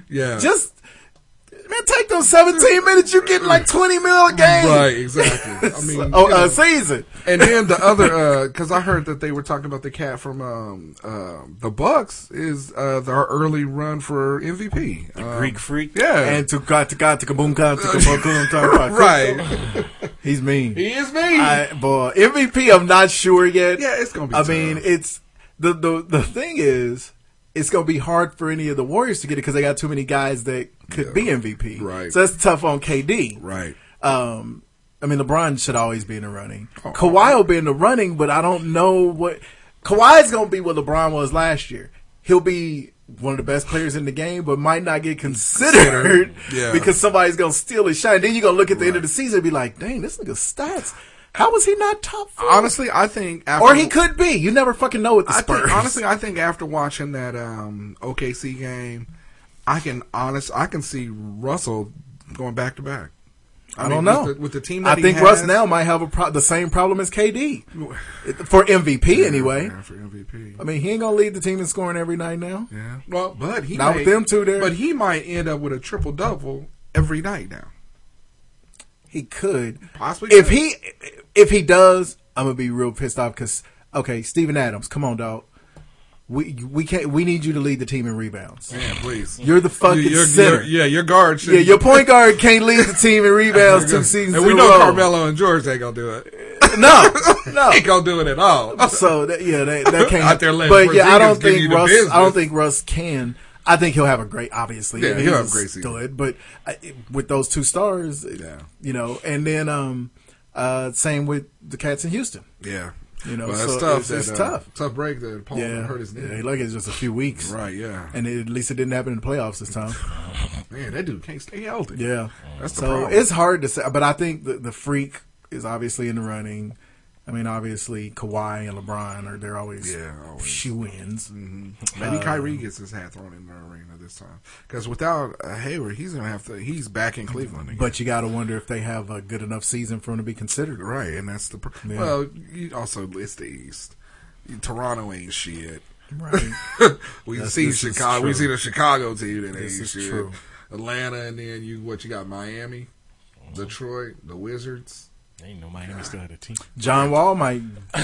S11: Yeah.
S12: Just man, take those 17 minutes. You get like 20 mil a game.
S11: right. Exactly. I mean,
S12: Oh,
S11: you know.
S12: a season.
S11: and then the other because I heard that they were talking about the cat from um, uh, the Bucks is uh, their early run for MVP. Um,
S6: Greek freak.
S11: yeah.
S12: And to God, to God, to kaboom, God, to kaboom, kaboom, talk about-
S11: right.
S12: He's mean.
S11: he is me.
S12: I, boy, MVP, I'm not sure yet.
S11: Yeah, it's gonna be
S12: I
S11: tough.
S12: mean, it's the the the thing is, it's gonna be hard for any of the Warriors to get it because they got too many guys that could be MVP.
S11: Right.
S12: So that's tough on KD.
S11: right.
S12: Um, I mean, LeBron should always be in the running.
S11: Oh.
S12: Kawhi will be in the running, but I don't know what Kawhi's gonna be. What LeBron was last year, he'll be. One of the best players in the game, but might not get considered
S11: Yeah.
S12: because somebody's gonna steal his shine. Then you're gonna look at the end of the season and be like, "Dang, this nigga's stats! How was he not top four?
S11: Honestly, I think after
S12: or he could be. You never fucking know with the
S11: I
S12: Spurs.
S11: think, honestly, I think after watching that um, OKC game, I can honest, I can see Russell going back to back.
S12: I, don't
S11: mean,
S12: know
S11: with the, with the team.
S12: I
S11: That he
S12: think Russ
S11: has-
S12: now might have a pro- the same problem as KD for MVP anyway.
S11: Yeah, for MVP.
S12: I mean, he ain't gonna lead the team in scoring every night now.
S11: Yeah. Well, but he
S12: Not
S11: may-
S12: with them two there.
S11: But he might end up with a triple double every night now.
S12: He could
S11: Possibly
S12: if
S11: could.
S12: he if he does, I'm gonna be real pissed off because okay, Steven Adams, come on, dog. We we can't. We need you to lead the team in rebounds.
S11: Man, please.
S12: You're the fucking
S11: Your- your-
S12: center.
S11: yeah, your guard. Should
S12: yeah, your point guard can't lead the team in rebounds two seasons.
S11: And we
S12: in a
S11: know
S12: row.
S11: Carmelo and George ain't gonna do it.
S12: no, no,
S11: ain't gonna do it at all.
S12: so that, yeah, that, that came
S11: Out there letting
S12: But yeah, I don't
S11: Porzingis give you
S12: think
S11: the
S12: Russ.
S11: business.
S12: I don't think Russ can. I think he'll have a great, obviously.
S11: Yeah,
S12: and
S11: he'll
S12: he's
S11: have a great season.
S12: Stud, but I, with those two stars, you know, and then um, uh, same with the Cats in Houston.
S11: Yeah.
S12: you know,
S11: Well,
S12: so
S11: that's
S12: it's
S11: tough
S12: It's,
S11: that, uh,
S12: tough.
S11: tough break that Paul hurt Oh, his knee.
S12: Yeah, like it's just a few weeks,
S11: Right, yeah.
S12: And it, at least it didn't happen in the playoffs this time.
S11: Man, that dude can't stay healthy.
S12: Yeah,
S11: That's the
S12: so
S11: problem.
S12: it's hard to say, but I think the, the freak is obviously in the running. I mean, obviously Kawhi and LeBron are they're always
S11: Yeah, always.
S12: shoe ins.
S11: Maybe
S12: uh,
S11: Kyrie gets his hat thrown in the arena this time because without uh, Hayward, he's gonna have to. He's back in Cleveland. Again.
S12: But you got to wonder if they have a good enough season for him to be considered.
S11: Right, and that's the pr-
S12: Yeah.
S11: well. You also it's the East. Toronto ain't shit.
S12: Right.
S11: we
S12: That's-
S11: see
S12: this is
S11: Chicago. We
S12: true.
S11: see the Chicago team that
S12: This
S11: ain't
S12: is
S11: shit.
S12: true.
S11: Atlanta, and then you what you got? Miami, Detroit, the Wizards.
S6: Ain't no Miami still had a team.
S12: John Wall might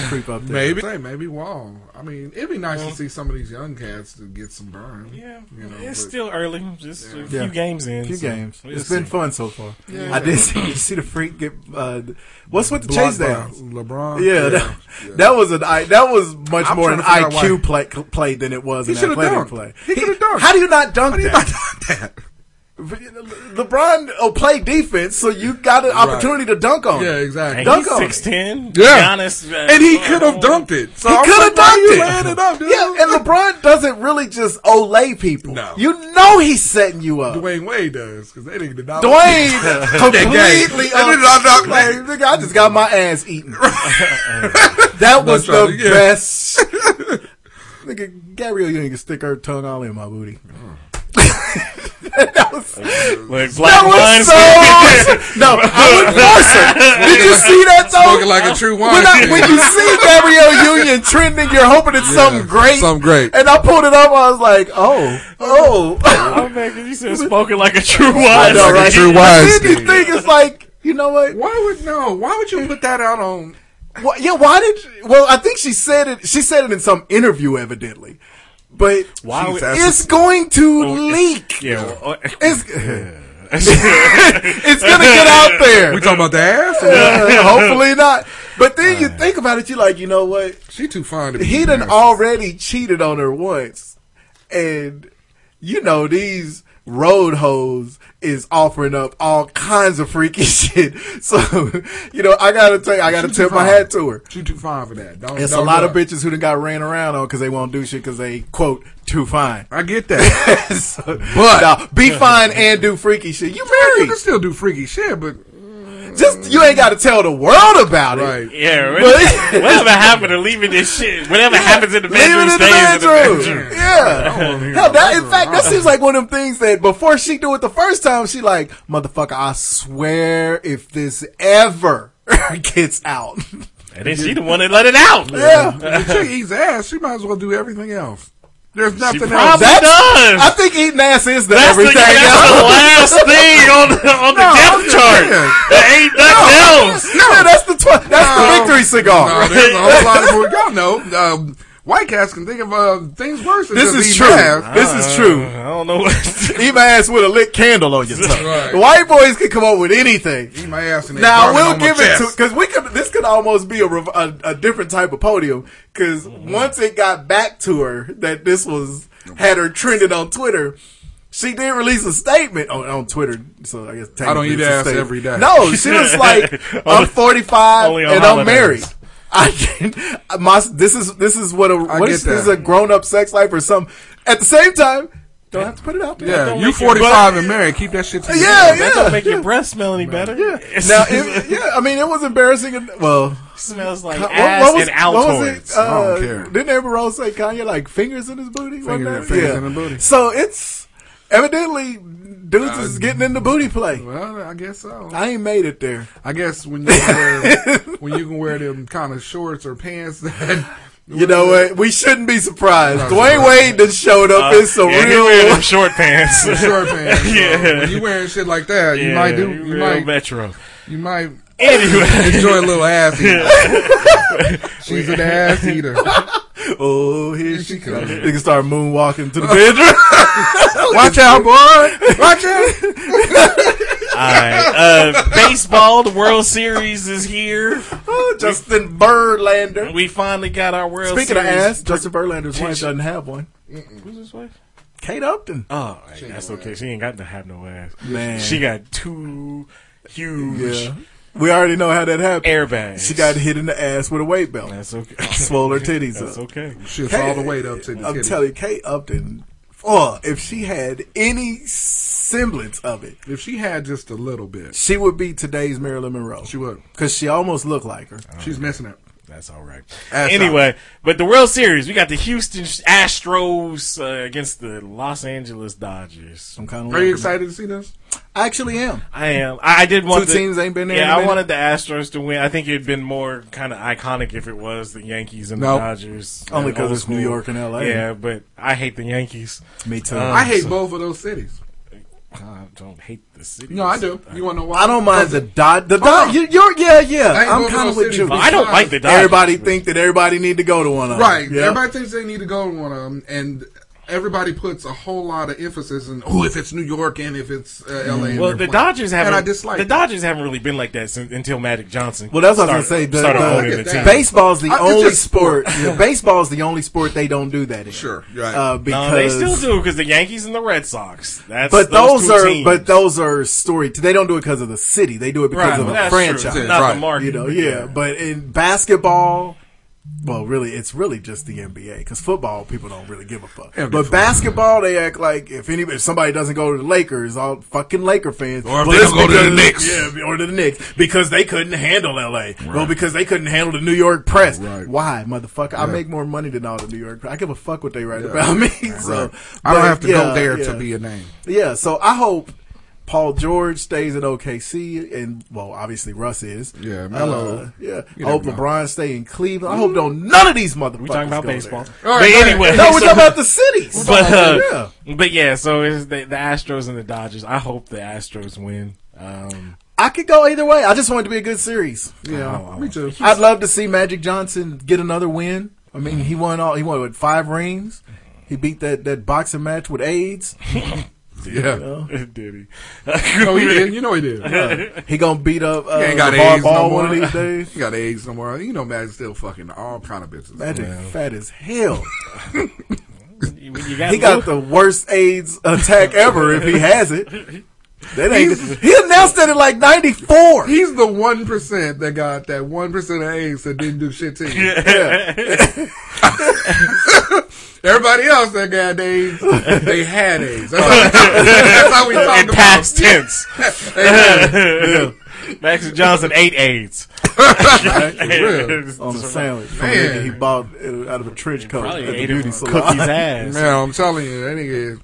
S12: creep up there.
S11: Maybe say, maybe Wall. I mean, it'd be nice to see some of these young cats to get some burn.
S6: Yeah,
S11: you know,
S6: it's
S11: but-
S6: still early. Just a few
S12: Yeah.
S6: games in.
S12: Few
S6: so
S12: games.
S6: we'll
S12: it's been
S6: see.
S12: fun so far.
S11: Yeah.
S12: I did see, you see the freak get. Uh, what's with the
S11: Block
S12: chase down?
S11: by LeBron.
S12: Yeah,
S11: Yeah.
S12: that, that was an I, that was much
S11: I'm
S12: more an
S11: trying to figure out
S12: IQ
S11: why-
S12: play, play than it was
S11: He
S12: an
S11: should've
S12: athletic
S11: dunked.
S12: play.
S11: He could've dunked.
S12: How do you not dunk that?
S11: that?
S12: LeBron will play defense, so you got an
S11: Right.
S12: opportunity to dunk on.
S11: Yeah,
S12: it.
S11: exactly.
S12: Dunk
S6: He's
S12: on. it.
S6: 6'10.
S11: Yeah.
S6: Giannis, uh,
S11: and he
S6: uh,
S11: could have dunked it. So
S12: he
S11: I'm
S12: could have
S11: like, why
S12: dunked
S11: you
S12: it.
S11: laying it up, dude?
S12: Yeah, and LeBron doesn't really just olay people.
S11: No.
S12: You know he's setting you up.
S11: Dwayne Wade does because they didn't deny
S12: Dwayne
S11: They
S12: completely.
S11: did not knock
S12: like,
S11: back.
S12: nigga, I just got my ass eaten. that was the
S11: trying to- yeah.
S12: best. nigga, Gabrielle Union can stick her tongue all in my booty. that was,
S6: Look, black lines.
S12: that was so awesome. No, I would force her. Did you see that though?
S11: Spoken like a true wine.
S12: When, I, when you see Gabrielle Union trending, you're hoping it's something great.
S11: Something great.
S12: And I pulled it up. I was like, oh, oh.
S6: Oh, man, 'cause you said spoken like a
S12: I
S6: true wise.
S12: know,
S11: like a
S12: right?
S11: true
S12: And
S11: wise
S12: Then you
S11: dude.
S12: think it's like, you know what?
S11: Why would no? Why would you put that out on?
S12: Why- yeah, why did? Well, I think she said it. She said it in some interview, evidently. But
S6: Why would-
S12: it's Oh, going to leak.
S6: Yeah. well, uh,
S12: It's it's gonna get out there.
S11: We talking about the ass? Or what?
S12: Uh, hopefully not. But then you think about it. You're like, you know what?
S11: She too fine to be.
S12: He done
S11: nasty.
S12: already cheated on her once, and you know these road hoes is offering up all kinds of freaky shit. So you know I gotta take, I gotta
S11: She too
S12: tip my
S11: fine.
S12: hat to her.
S11: She too fine for that. Don't,
S12: It's a
S11: don't
S12: lot
S11: do
S12: of
S11: it.
S12: bitches who done got ran around on because they won't do shit because they quote too fine.
S11: I get that.
S12: So,
S11: But-
S12: nah, be fine and do freaky shit. You
S11: you
S12: married?
S11: can still do freaky shit, but
S12: Just you ain't got to tell the world about it.
S11: right.
S6: yeah,
S12: But-
S6: whatever happened to leaving this shit, whatever happens in the
S12: Leave
S6: bedroom
S12: it in the
S6: stays in the bedroom.
S12: bedroom.
S11: I don't wanna
S12: Yeah.
S11: hear
S12: Hell, that, in
S11: nothing.
S12: fact, that seems like one of them things that before she do it the first time, she like, motherfucker, I swear if this ever gets out.
S6: And then she the one that let it out.
S12: yeah.
S11: If she eats ass, she might as well do everything else. There's nothing else.
S6: probably-
S12: That's,
S6: does.
S12: I think eating ass is the
S6: That's
S12: everything
S6: the, that's the
S12: else.
S6: last thing on the, on the
S11: No,
S6: death
S11: I'm
S6: chart.
S11: saying.
S6: There ain't nothing else.
S12: Yeah, that's the tw- that's
S11: No.
S12: the victory cigar.
S11: No, there's a whole lot of more. Y'all know, um, white cats can think of uh, things worse. Than
S12: This
S11: just
S12: is
S11: eating
S12: true.
S11: ass.
S12: This is true.
S6: I don't know. What
S12: Eat my ass with a lit candle on your tongue.
S11: Right.
S12: White boys can come up with anything.
S11: Eat my ass and
S12: Now
S11: then burn
S12: we'll
S11: on my
S12: give it to
S11: chest.
S12: because we could. This could almost be a rev- a, a different type of podium because
S11: Mm-hmm.
S12: once it got back to her that this was had her trending on Twitter. She did release a statement on, on Twitter, so I guess
S11: I don't
S12: technically
S11: eat
S12: it's a
S11: ass
S12: statement.
S11: every day.
S12: No, she was like, "I'm 45
S6: only
S12: and
S6: on
S12: I'm
S6: holidays.
S12: married. I can my this is this is what a
S11: I
S12: what
S11: get
S12: is, this is
S11: that.
S12: a grown up sex life or something." At the same time, don't have to put it out there.
S11: Yeah,
S6: Don't
S11: you
S6: make your
S11: 45 and married. Keep that shit to
S12: Yeah,
S11: yourself.
S12: yeah.
S6: that don't make your breath smell any better. Yeah. It
S12: Now, it, yeah, I mean, it was embarrassing. and- Well,
S6: smells like
S12: What- what
S6: ass
S12: was-
S6: and
S12: what was
S6: Altoids.
S12: it? Uh,
S11: I don't care.
S12: Didn't Amber Rose say Kanye like fingers in his booty? Wasn't
S11: Fingers-
S12: that-
S11: fingers in the booty.
S12: So it's evidently dudes is getting in the booty play.
S11: Well, I guess so.
S12: I ain't made it there.
S11: I guess when you can wear, when you can wear them kind of shorts or pants that
S12: You know what? We shouldn't be surprised.
S11: Not
S12: Dwayne
S11: surprised.
S12: Wade just showed up in some
S6: Uh, yeah, he wearing
S12: real.
S6: them short pants.
S11: short pants. so
S6: Yeah.
S11: when you wearing shit like that, you
S6: Yeah,
S11: might do.
S6: you
S11: You
S6: real
S11: might.
S6: metro.
S11: You might
S6: Anyway,
S11: enjoy a little ass eater. She's an ass eater.
S12: Oh, here she
S11: she
S12: comes.
S11: comes.
S12: They can start moonwalking to the bedroom.
S11: Watch out, boy. Watch out.
S6: right. Uh, baseball, the World Series is here.
S12: Justin Birdlander.
S6: We finally got our World
S12: Speaking
S6: Series.
S12: of ass, Justin Birdlander's wife doesn't have one.
S6: Who's his wife?
S12: Kate Upton.
S6: Oh, hey, that's okay. She ain't got to have no ass.
S12: Man.
S6: she got two huge.
S12: Yeah. We already know how that happened.
S6: Airbags.
S12: She got hit in the ass with a weight belt.
S6: That's okay.
S12: Swole her titties
S6: That's
S12: up.
S6: okay.
S11: Shifts
S12: Kate-
S11: all the weight up to the
S12: I'm
S11: titty.
S12: telling you, Kate Upton, oh, if she had any semblance of it,
S11: If she had just a little bit,
S12: she would be today's Marilyn Monroe. She
S11: would.
S12: Because she almost looked like her.
S11: she's missing it.
S12: Oh
S6: That's all right.
S12: That's
S6: anyway, but the World Series, we got the Houston Astros uh, against the Los Angeles Dodgers.
S12: I'm kind
S11: Are you excited to see this?
S12: I actually am.
S6: I am. I, I did want
S12: Two
S6: the,
S12: teams ain't been there in a
S6: Yeah, I
S12: minute.
S6: wanted the Astros to win. I think it'd been more kind of iconic if it was the Yankees and
S12: Nope.
S6: the Dodgers.
S12: Only
S6: Uh,
S12: 'cause
S6: old
S12: it's New
S6: school.
S12: York and LA.
S6: Yeah, but I hate the Yankees.
S12: Me too.
S6: Um,
S11: I hate
S6: so-
S11: both of those cities.
S6: I don't hate the city.
S11: No, I do. You want to know why?
S12: I don't mind the dot. The
S11: Hold
S12: dot.
S11: on.
S12: You, you're yeah, yeah.
S11: Oh. I ain't
S12: I'm
S11: going to
S12: kind of
S11: no
S12: with
S11: city
S12: you.
S11: because- I don't like
S6: the Dodgers,
S12: Everybody
S6: but-
S12: think that everybody need to go to one of them.
S11: Right.
S12: Yeah.
S11: Everybody thinks they need to go to one of them, and everybody puts a whole lot of emphasis on, oh, if it's New York and if it's uh, LA. and
S6: Well, the
S11: they're playing."
S6: Dodgers haven't.
S11: And I dislike
S6: the
S11: it.
S6: Dodgers haven't really been like that since, until Magic Johnson.
S12: Well, that's what I was
S6: started-
S12: gonna say. The,
S6: started
S12: the-
S6: owning the team.
S12: baseball's the
S11: I- it's
S12: only
S11: just sport.
S12: sport. yeah, baseball's the only sport they don't do that in.
S11: Sure, right.
S12: Uh, because
S6: no, they still do because the Yankees and the Red Sox. That's
S12: But those,
S6: two
S12: are
S6: teams.
S12: but those are story. They don't do it because of the city. They do it because
S6: Right,
S12: of the
S6: well, that's true.
S12: franchise.
S6: It's not
S11: right.
S6: the market.
S12: You know,
S6: but
S12: yeah. But in basketball, well, really, it's really just the NBA because football people don't really give a fuck.
S11: Yeah,
S12: but
S11: football.
S12: basketball, they act like if any if somebody doesn't go to the Lakers, all fucking Laker fans,
S2: Or if
S12: "Well,
S2: they
S12: it's
S2: don't go to the
S12: because-
S2: Knicks."
S12: yeah, or to the Knicks because they couldn't handle LA, well, because they couldn't handle the New York press.
S11: Right.
S12: Why, motherfucker? I make more money than all the New York. press. I give a fuck what they write about me. So
S11: I
S12: but,
S11: don't have to
S12: yeah,
S11: go there
S12: yeah.
S11: to be a name.
S12: Yeah, so I hope Paul George stays at OKC, and well, obviously Russ is.
S11: Yeah, Melo.
S12: Uh, yeah,
S11: You
S12: I hope
S11: never know.
S12: LeBron stay in Cleveland. I hope don't none of these motherfuckers.
S6: We're talking about
S12: go there.
S6: baseball.
S11: All
S6: but
S11: right, go ahead.
S6: anyway,
S12: No, we're
S6: so-
S12: talking about the cities.
S6: but uh,
S12: yeah.
S6: but yeah, so it's the, the Astros and the Dodgers. I hope the Astros win. Um,
S12: I could go either way. I just want it to be a good series. Yeah,
S6: oh,
S11: Me too.
S12: I'd love to see Magic Johnson get another win. I mean, he won all. He won with five rings. He beat that, that boxing match with AIDS.
S11: Yeah.
S6: oh, did he?
S11: No, he did. You know he did.
S12: He gonna beat up uh,
S11: He ain't got
S12: LeVar
S11: AIDS
S12: Ball
S11: no more.
S12: one of these days.
S11: He got AIDS somewhere. You know, Magic's still fucking all kind of bitches.
S12: Magic fat as hell.
S6: You- you got
S12: he got
S6: Lou-
S12: the worst AIDS attack ever if he has it. That ain't, he announced that in like '94.
S11: He's the one percent that got that one percent of AIDS that didn't do shit to you. Everybody else that got AIDS, they had AIDS. That's how we, that's how we talk
S6: in
S11: about
S6: past
S11: it.
S6: tense.
S11: They had it.
S6: Max Johnson ate AIDS.
S11: For real.
S12: on a sandwich from
S11: Man.
S12: a nigga he bought uh, out of a trench coat at
S6: Probably
S12: the
S6: ate him
S12: beauty
S6: cookies
S12: salon.
S6: ass.
S11: Man, I'm telling you, that nigga, is-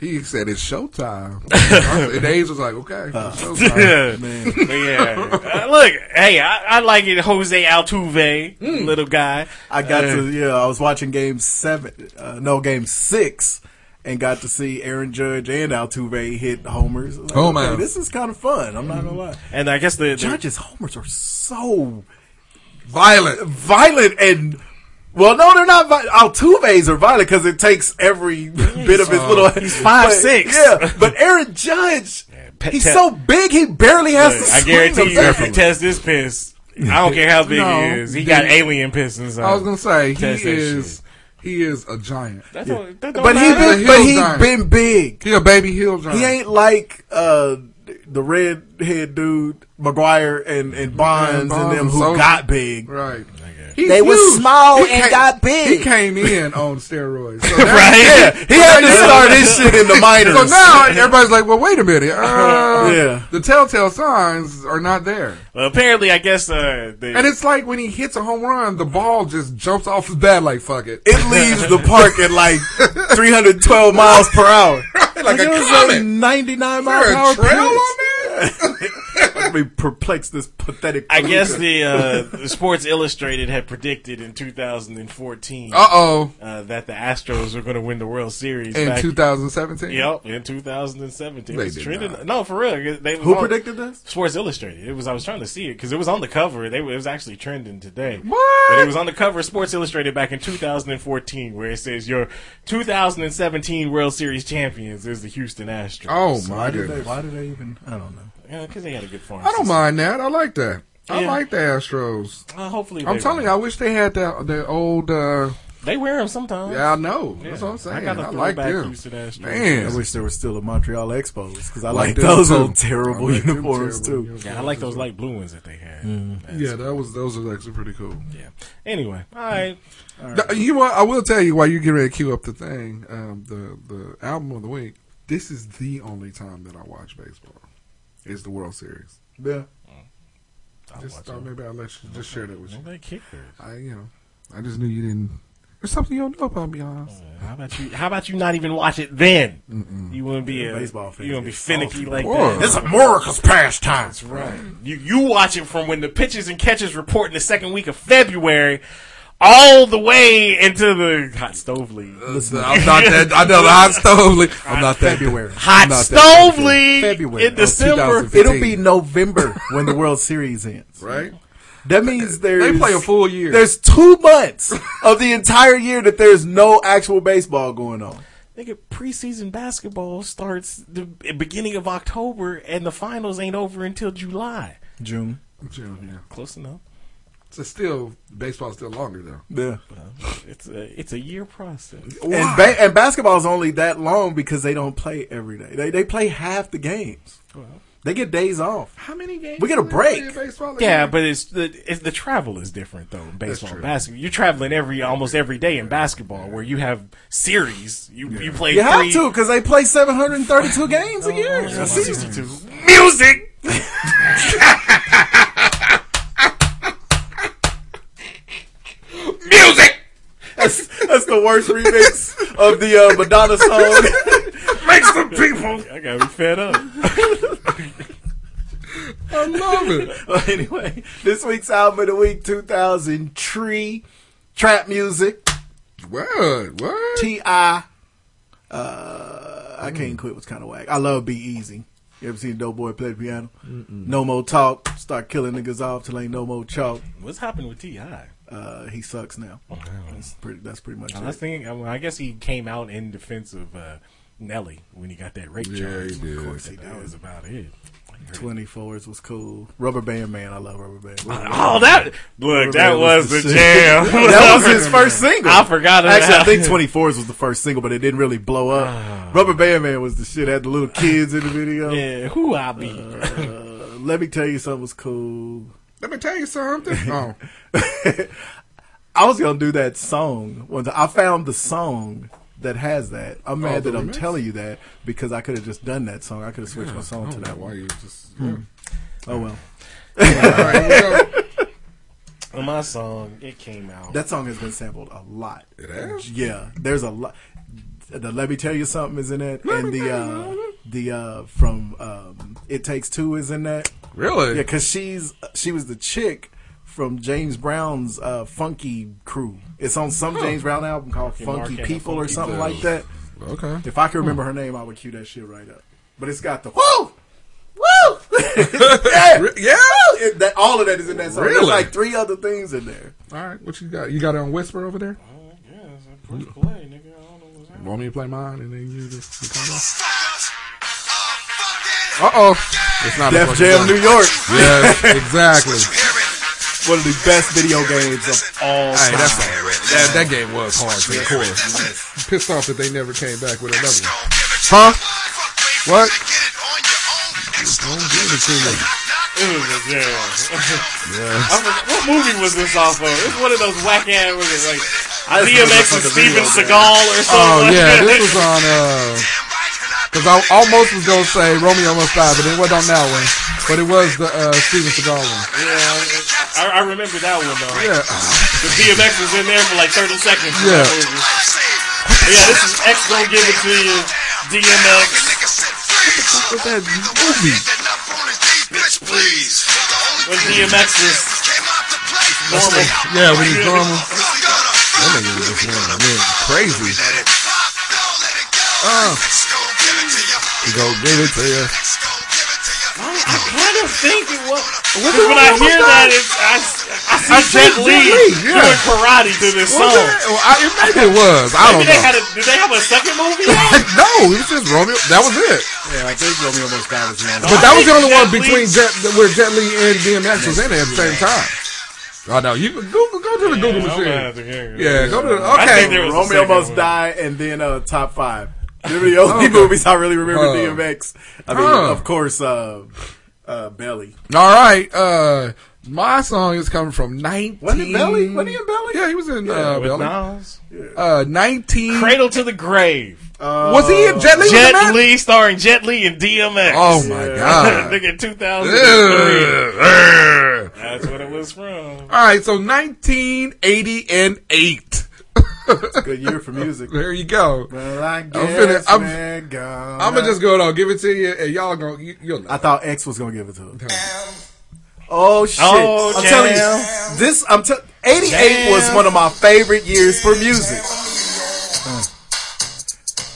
S11: he said it's showtime. I said- and AIDS was like, okay,
S12: Uh.
S11: it's showtime.
S6: Yeah, But yeah. Uh, look, hey, I, I like it. Jose Altuve,
S11: Hmm.
S6: little guy.
S12: I got
S6: Uh,
S12: to yeah. I was watching game seven, uh, no game six, and got to see Aaron Judge and Altuve hit homers. I was like,
S11: Oh, man.
S12: okay, this is kind of fun. I'm not gonna lie.
S6: And I guess the, the-
S12: Judge's homers are so
S11: Violent.
S12: violent and well, no, they're not. Vi- Altuve's are violent because it takes every bit of his little. He's
S6: five, six.
S12: Yeah, but Aaron Judge,
S6: pet-
S12: he's
S6: pet-
S12: so big he barely has to.
S6: I
S12: swing
S6: guarantee you, if
S12: himself.
S6: you test this piss, I don't care how big
S11: No,
S6: he is. He got
S11: dude.
S6: alien piss inside.
S11: I was gonna say he
S6: Test that
S11: is
S6: shit.
S11: he is a giant.
S6: That don't- that don't
S12: But he
S6: matter.
S11: The
S12: been,
S11: hill
S12: but he
S11: giant.
S12: been big.
S11: He a baby heel giant.
S12: He ain't like uh the red head dude McGuire and and Bonds and,
S11: Bonds
S12: them
S11: and
S12: who
S11: Sosa.
S12: got big.
S11: right. He's
S12: They was
S11: huge.
S12: small and
S11: came-
S12: got big.
S11: He came in on steroids. So
S6: Right?
S11: that-
S12: He had to start his shit in the minors.
S11: So now everybody's like, "Well, wait a minute." Uh,
S12: Yeah.
S11: The telltale signs are not there,
S6: Well, apparently, I guess uh, the,
S11: and it's like when he hits a home run, the ball just jumps off his bat like "fuck it."
S12: it leaves the park at like 312 miles per hour.
S11: Like a
S12: it was
S11: comet.
S12: 99 mile
S11: Is
S12: per
S11: there
S12: hour.
S11: a trail
S12: pitch.
S11: on there?
S12: Let me perplex this pathetic.
S6: I guess
S12: loser.
S6: the, uh, the Sports Illustrated had predicted in 2014
S11: Uh oh.
S6: uh, that the Astros were going to win the World Series
S11: In
S6: back-
S11: 2017.
S6: Yep, in 2017.
S11: They
S6: It was
S11: did
S6: trending-
S11: not.
S6: No, for real. They was
S12: who
S6: on-
S12: predicted this?
S6: Sports Illustrated. It was I was trying to see it because it was on the cover. They were- it was actually trending today.
S11: What?
S6: But it was on the cover of Sports Illustrated back in 2014, where it says your 2017 World Series champions is the Houston Astros.
S11: Oh my
S12: Why did they?
S11: Oh goodness.
S12: Why did they even? I don't know.
S6: because they had a good farm.
S11: I don't mind that. I like that. I
S6: Yeah.
S11: like the Astros.
S6: Uh, hopefully,
S11: I'm
S6: they
S11: telling you, I wish they had that the old. Uh,
S6: they wear them sometimes.
S11: Yeah, I know. That's
S6: Yeah.
S11: what I'm saying.
S6: I
S11: I,
S6: got a
S11: like
S6: throwback
S11: them.
S6: Houston Astros.
S11: Man,
S12: I wish there were still a Montreal Expos because I
S11: Like
S12: like
S11: them,
S12: those
S11: too.
S12: old
S11: I
S12: terrible
S11: like them
S12: uniforms
S11: terrible
S12: too.
S11: uniforms.
S6: Yeah, I like those light blue ones that they had.
S11: yeah, that was those are actually pretty cool. Yeah.
S6: Anyway, all right.
S11: You know, what? I will tell you why you get ready to queue up the thing, um, the the album of the week. This is the only time that I watch baseball. Is the World Series.
S12: Yeah.
S11: Just thought maybe I'll let you just share that with you.
S6: They kickers.
S11: I you know I just knew you didn't. There's something you don't know about me, honest.
S6: How about you? How about you not even watch it then? You wouldn't be a baseball
S11: Baseball fan
S6: fan. You wouldn't be
S11: is
S6: finicky
S11: awesome.
S6: like
S11: Whoa.
S6: that.
S11: It's America's pastime.
S6: That's right. You you watch it from when the pitches and catches report in the second week of February, all the way into the hot stove league.
S12: Listen,
S11: I'm not that. I know the hot stove league. I'm not that
S12: February.
S6: Hot
S12: I'm not that
S6: stove league
S12: February
S6: in
S12: of
S6: December.
S12: 2015. It'll be November when the World Series ends.
S11: Right.
S12: That means there's
S11: play a full year.
S12: There's two months of the entire year that there's no actual baseball going on.
S6: Nigga, preseason basketball starts the beginning of October, and the finals ain't over until July.
S12: June.
S11: June, yeah.
S6: Close enough.
S11: So still, baseball's still longer though.
S12: Yeah.
S6: It's a it's a year process.
S12: And, ba- and basketball is only that long because they don't play every day. They they play half the games. They get days off.
S11: How many games?
S12: We get a
S11: do they play
S12: break.
S11: in baseball
S6: Yeah,
S11: again?
S6: but it's the it's, the travel is different though. In baseball,
S11: true.
S6: and basketball, you're traveling every almost every day in basketball, where you have series. You you play
S12: You have
S6: three
S12: to because they play
S11: Oh,
S12: 732 games a year. A season.
S6: music.
S12: Music. That's, that's the worst remix of the uh, Madonna song. Make some people.
S6: I gotta be fed up.
S11: I love
S12: it. well, anyway, this week's album of the week 2000 Tree Trap Music.
S11: Word, word.
S12: T.I. Uh, I Can't Quit was kind of whack. I love Be Easy. You ever seen Dope Boy play the piano? No more talk. Start killing niggas off till ain't no more chalk.
S6: What's happened with Ti?
S12: Uh, he sucks now. That's pretty. That's pretty much
S6: I
S12: it.
S6: think well, I guess he came out in defense of uh, Nelly when he got that rape
S11: Yeah,
S6: charge.
S11: he did.
S6: Of course, he that was about it.
S12: Twenty fours was cool. Rubber Band Man, I love Rubber Band. Man.
S6: Oh, that look! That
S12: Band
S6: was
S12: was
S6: the
S12: the shit.
S6: jam.
S12: that was his first single.
S6: I forgot. about-
S12: Actually, I think Twenty Fours was the first single, but it didn't really blow up. Rubber Band Man was the shit. Had the little kids in the video.
S6: Yeah, who I be?
S12: Uh, let me tell you something was cool.
S11: Let me tell you something. Oh,
S12: I was gonna do that song. Once I found the song that has that. I'm
S11: Oh,
S12: mad
S11: the
S12: that I'm
S11: remix?
S12: telling you that because I could have just done that song. I could have switched my
S11: I
S12: song to
S6: oh,
S11: don't know
S12: that
S11: why
S12: one.
S11: you just.
S12: Oh well.
S11: All right, here we go.
S6: And my song it came out.
S12: That song has been sampled a lot. It
S11: has?
S12: Yeah, there's a lot. The Let me tell you something is in that, and the uh, the uh, from um, It Takes Two is in that.
S11: Really?
S12: Yeah, because she's she was the chick from James Brown's uh, Funky Crew. It's on some James Brown album called
S6: Funky Mark
S12: Funky
S6: and the
S12: People or
S6: Funky
S12: something
S11: Girls.
S12: like that.
S11: Okay.
S12: If I could remember her name, I would cue that shit right up. But it's got the woo, woo, yeah,
S11: yeah.
S12: It- that, all of that is in that song.
S11: Really?
S12: There's like three other things in there.
S11: All right, what you got? You got it on Whisper over there? Want me to play mine and then you just. Uh oh. It's not a
S12: Def
S11: fucking
S12: Jam
S11: song.
S12: New York.
S11: Yes, exactly.
S12: One of the best video games of all
S11: Oh, Hey,
S12: time.
S11: that's that, that game was hard for the course. Pissed off that they never came back with another one. Huh? What? Don't give it to me.
S6: It was a jam.
S11: Yeah.
S6: I forgot- what movie was this off of? It's one of those whack ass movies, like
S12: I just
S6: DMX and
S12: remember the
S6: Steven
S12: video, man.
S6: Seagal or something.
S11: Oh
S6: like
S11: yeah,
S6: that.
S11: this was on. uh 'cause I almost was gonna say Romeo Must Die, but it wasn't on that one. But it was the uh, Steven Seagal one.
S6: Yeah, I, I remember that one though.
S11: Yeah.
S6: The DMX was in there for like 30 seconds. in
S11: Yeah.
S6: that movie. But yeah, this is X gonna give it to you. DMX.
S11: What that movie?
S6: When DMX was normal.
S11: Yeah, with his normal. That nigga was just running, man, crazy. Uh, he go give it to you.
S6: I kind of didn't think it was. Because when I
S11: wrong with
S6: hear that,
S11: that?
S6: it's, I, s- I see Jet Li
S11: yeah.
S6: doing karate to this
S11: Well,
S6: song.
S11: that- well, I- it- maybe it was. I
S6: Maybe
S11: don't
S6: they
S11: know.
S6: had a, did they have a second movie?
S11: no, it was just Romeo. That was it.
S14: Yeah, I think Romeo almost died as well.
S11: But that was the only one between Jet, where Jet Li and DMX was in it at the same time. Oh no, you can Google, go to the
S6: I'm
S11: Google machine.
S6: gonna have to hear it.
S11: yeah, go to the,
S6: I
S11: okay.
S6: think there was a
S12: Romeo
S6: second
S12: Must
S6: one.
S12: Die and then uh, Top Five. They're the only
S11: Okay.
S12: movies I really remember
S11: Huh.
S12: DMX. I mean,
S11: Huh.
S12: of course, uh, uh, Belly.
S11: All right, uh, my song is coming from nineteen.
S12: Wasn't it Belly? Wasn't he in Belly?
S11: Yeah, he was in
S12: Yeah,
S11: uh,
S12: with
S11: Belly.
S6: Nas.
S11: Uh, nineteen. uh,
S6: Cradle to the grave.
S11: Was he in Jet Li? was in
S6: Jet
S11: that?
S6: Li starring Jet Li and DMX.
S11: Oh, my Yeah. God.
S6: Nigga, in 2003.
S11: Ugh.
S6: That's what it was from.
S11: All right, so nineteen eighty and eight.
S12: Good year for music.
S11: There you go.
S12: Well, I guess
S11: I'm finna- I'm-
S12: we're gonna-
S11: I'm gonna just go on, give it to you, and y'all gonna you, you'll know.
S12: I thought X was gonna give it to him. Oh shit!
S11: Oh,
S12: I'm
S11: jam.
S12: telling you, this I'm t- 88 was
S11: Jam.
S12: one of my favorite years for music.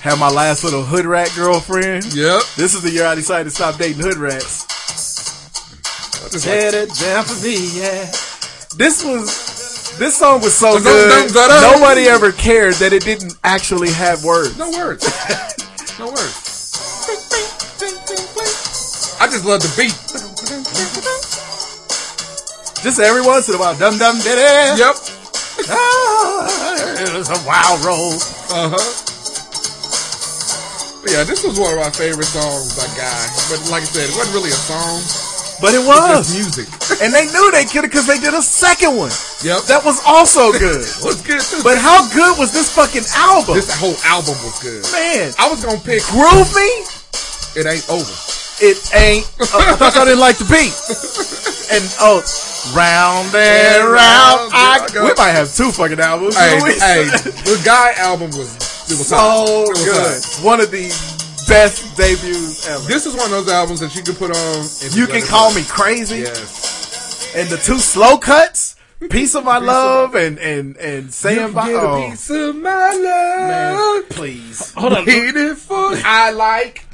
S12: Had my last little hood rat girlfriend.
S11: Yep.
S12: This is the year I decided to stop dating hood rats. Had it down for me, yeah. This was this song was so good. Nobody ever cared that it didn't actually have words.
S11: No words. no words. I just love the beat.
S12: Just every once in a while, dum dum diddy.
S11: Yep.
S12: Ah, it was a wild roll.
S11: Uh huh. But yeah, this was one of my favorite songs by Guy. But like I said, it wasn't really a song.
S12: But it
S11: was
S12: was.
S11: music.
S12: And they knew they could because they did a second one.
S11: Yep.
S12: That was also good.
S11: was good too.
S12: But how good was this fucking album?
S11: This whole album was good.
S12: Man.
S11: I was gonna pick
S12: Groove Me?
S11: It ain't over.
S12: It ain't. Oh, I thought I didn't like the beat. And oh, round and round. I, we might have two fucking albums.
S11: Hey,
S12: Louis.
S11: hey, the Guy album was it was hot.
S12: so
S11: It was
S12: good.
S11: hot.
S12: One of the best debuts ever.
S11: This is one of those albums that you can put on. and
S12: You
S11: let
S12: can
S11: it
S12: call
S11: play.
S12: me crazy.
S11: Yes.
S12: And the two slow cuts, "Piece of My
S11: Piece of
S12: Love" and and and
S11: You
S12: "Saying
S11: can
S12: Bye."
S11: get
S12: Oh,
S11: a piece Oh, of my love.
S12: please.
S6: Hold on.
S11: Beautiful. I like.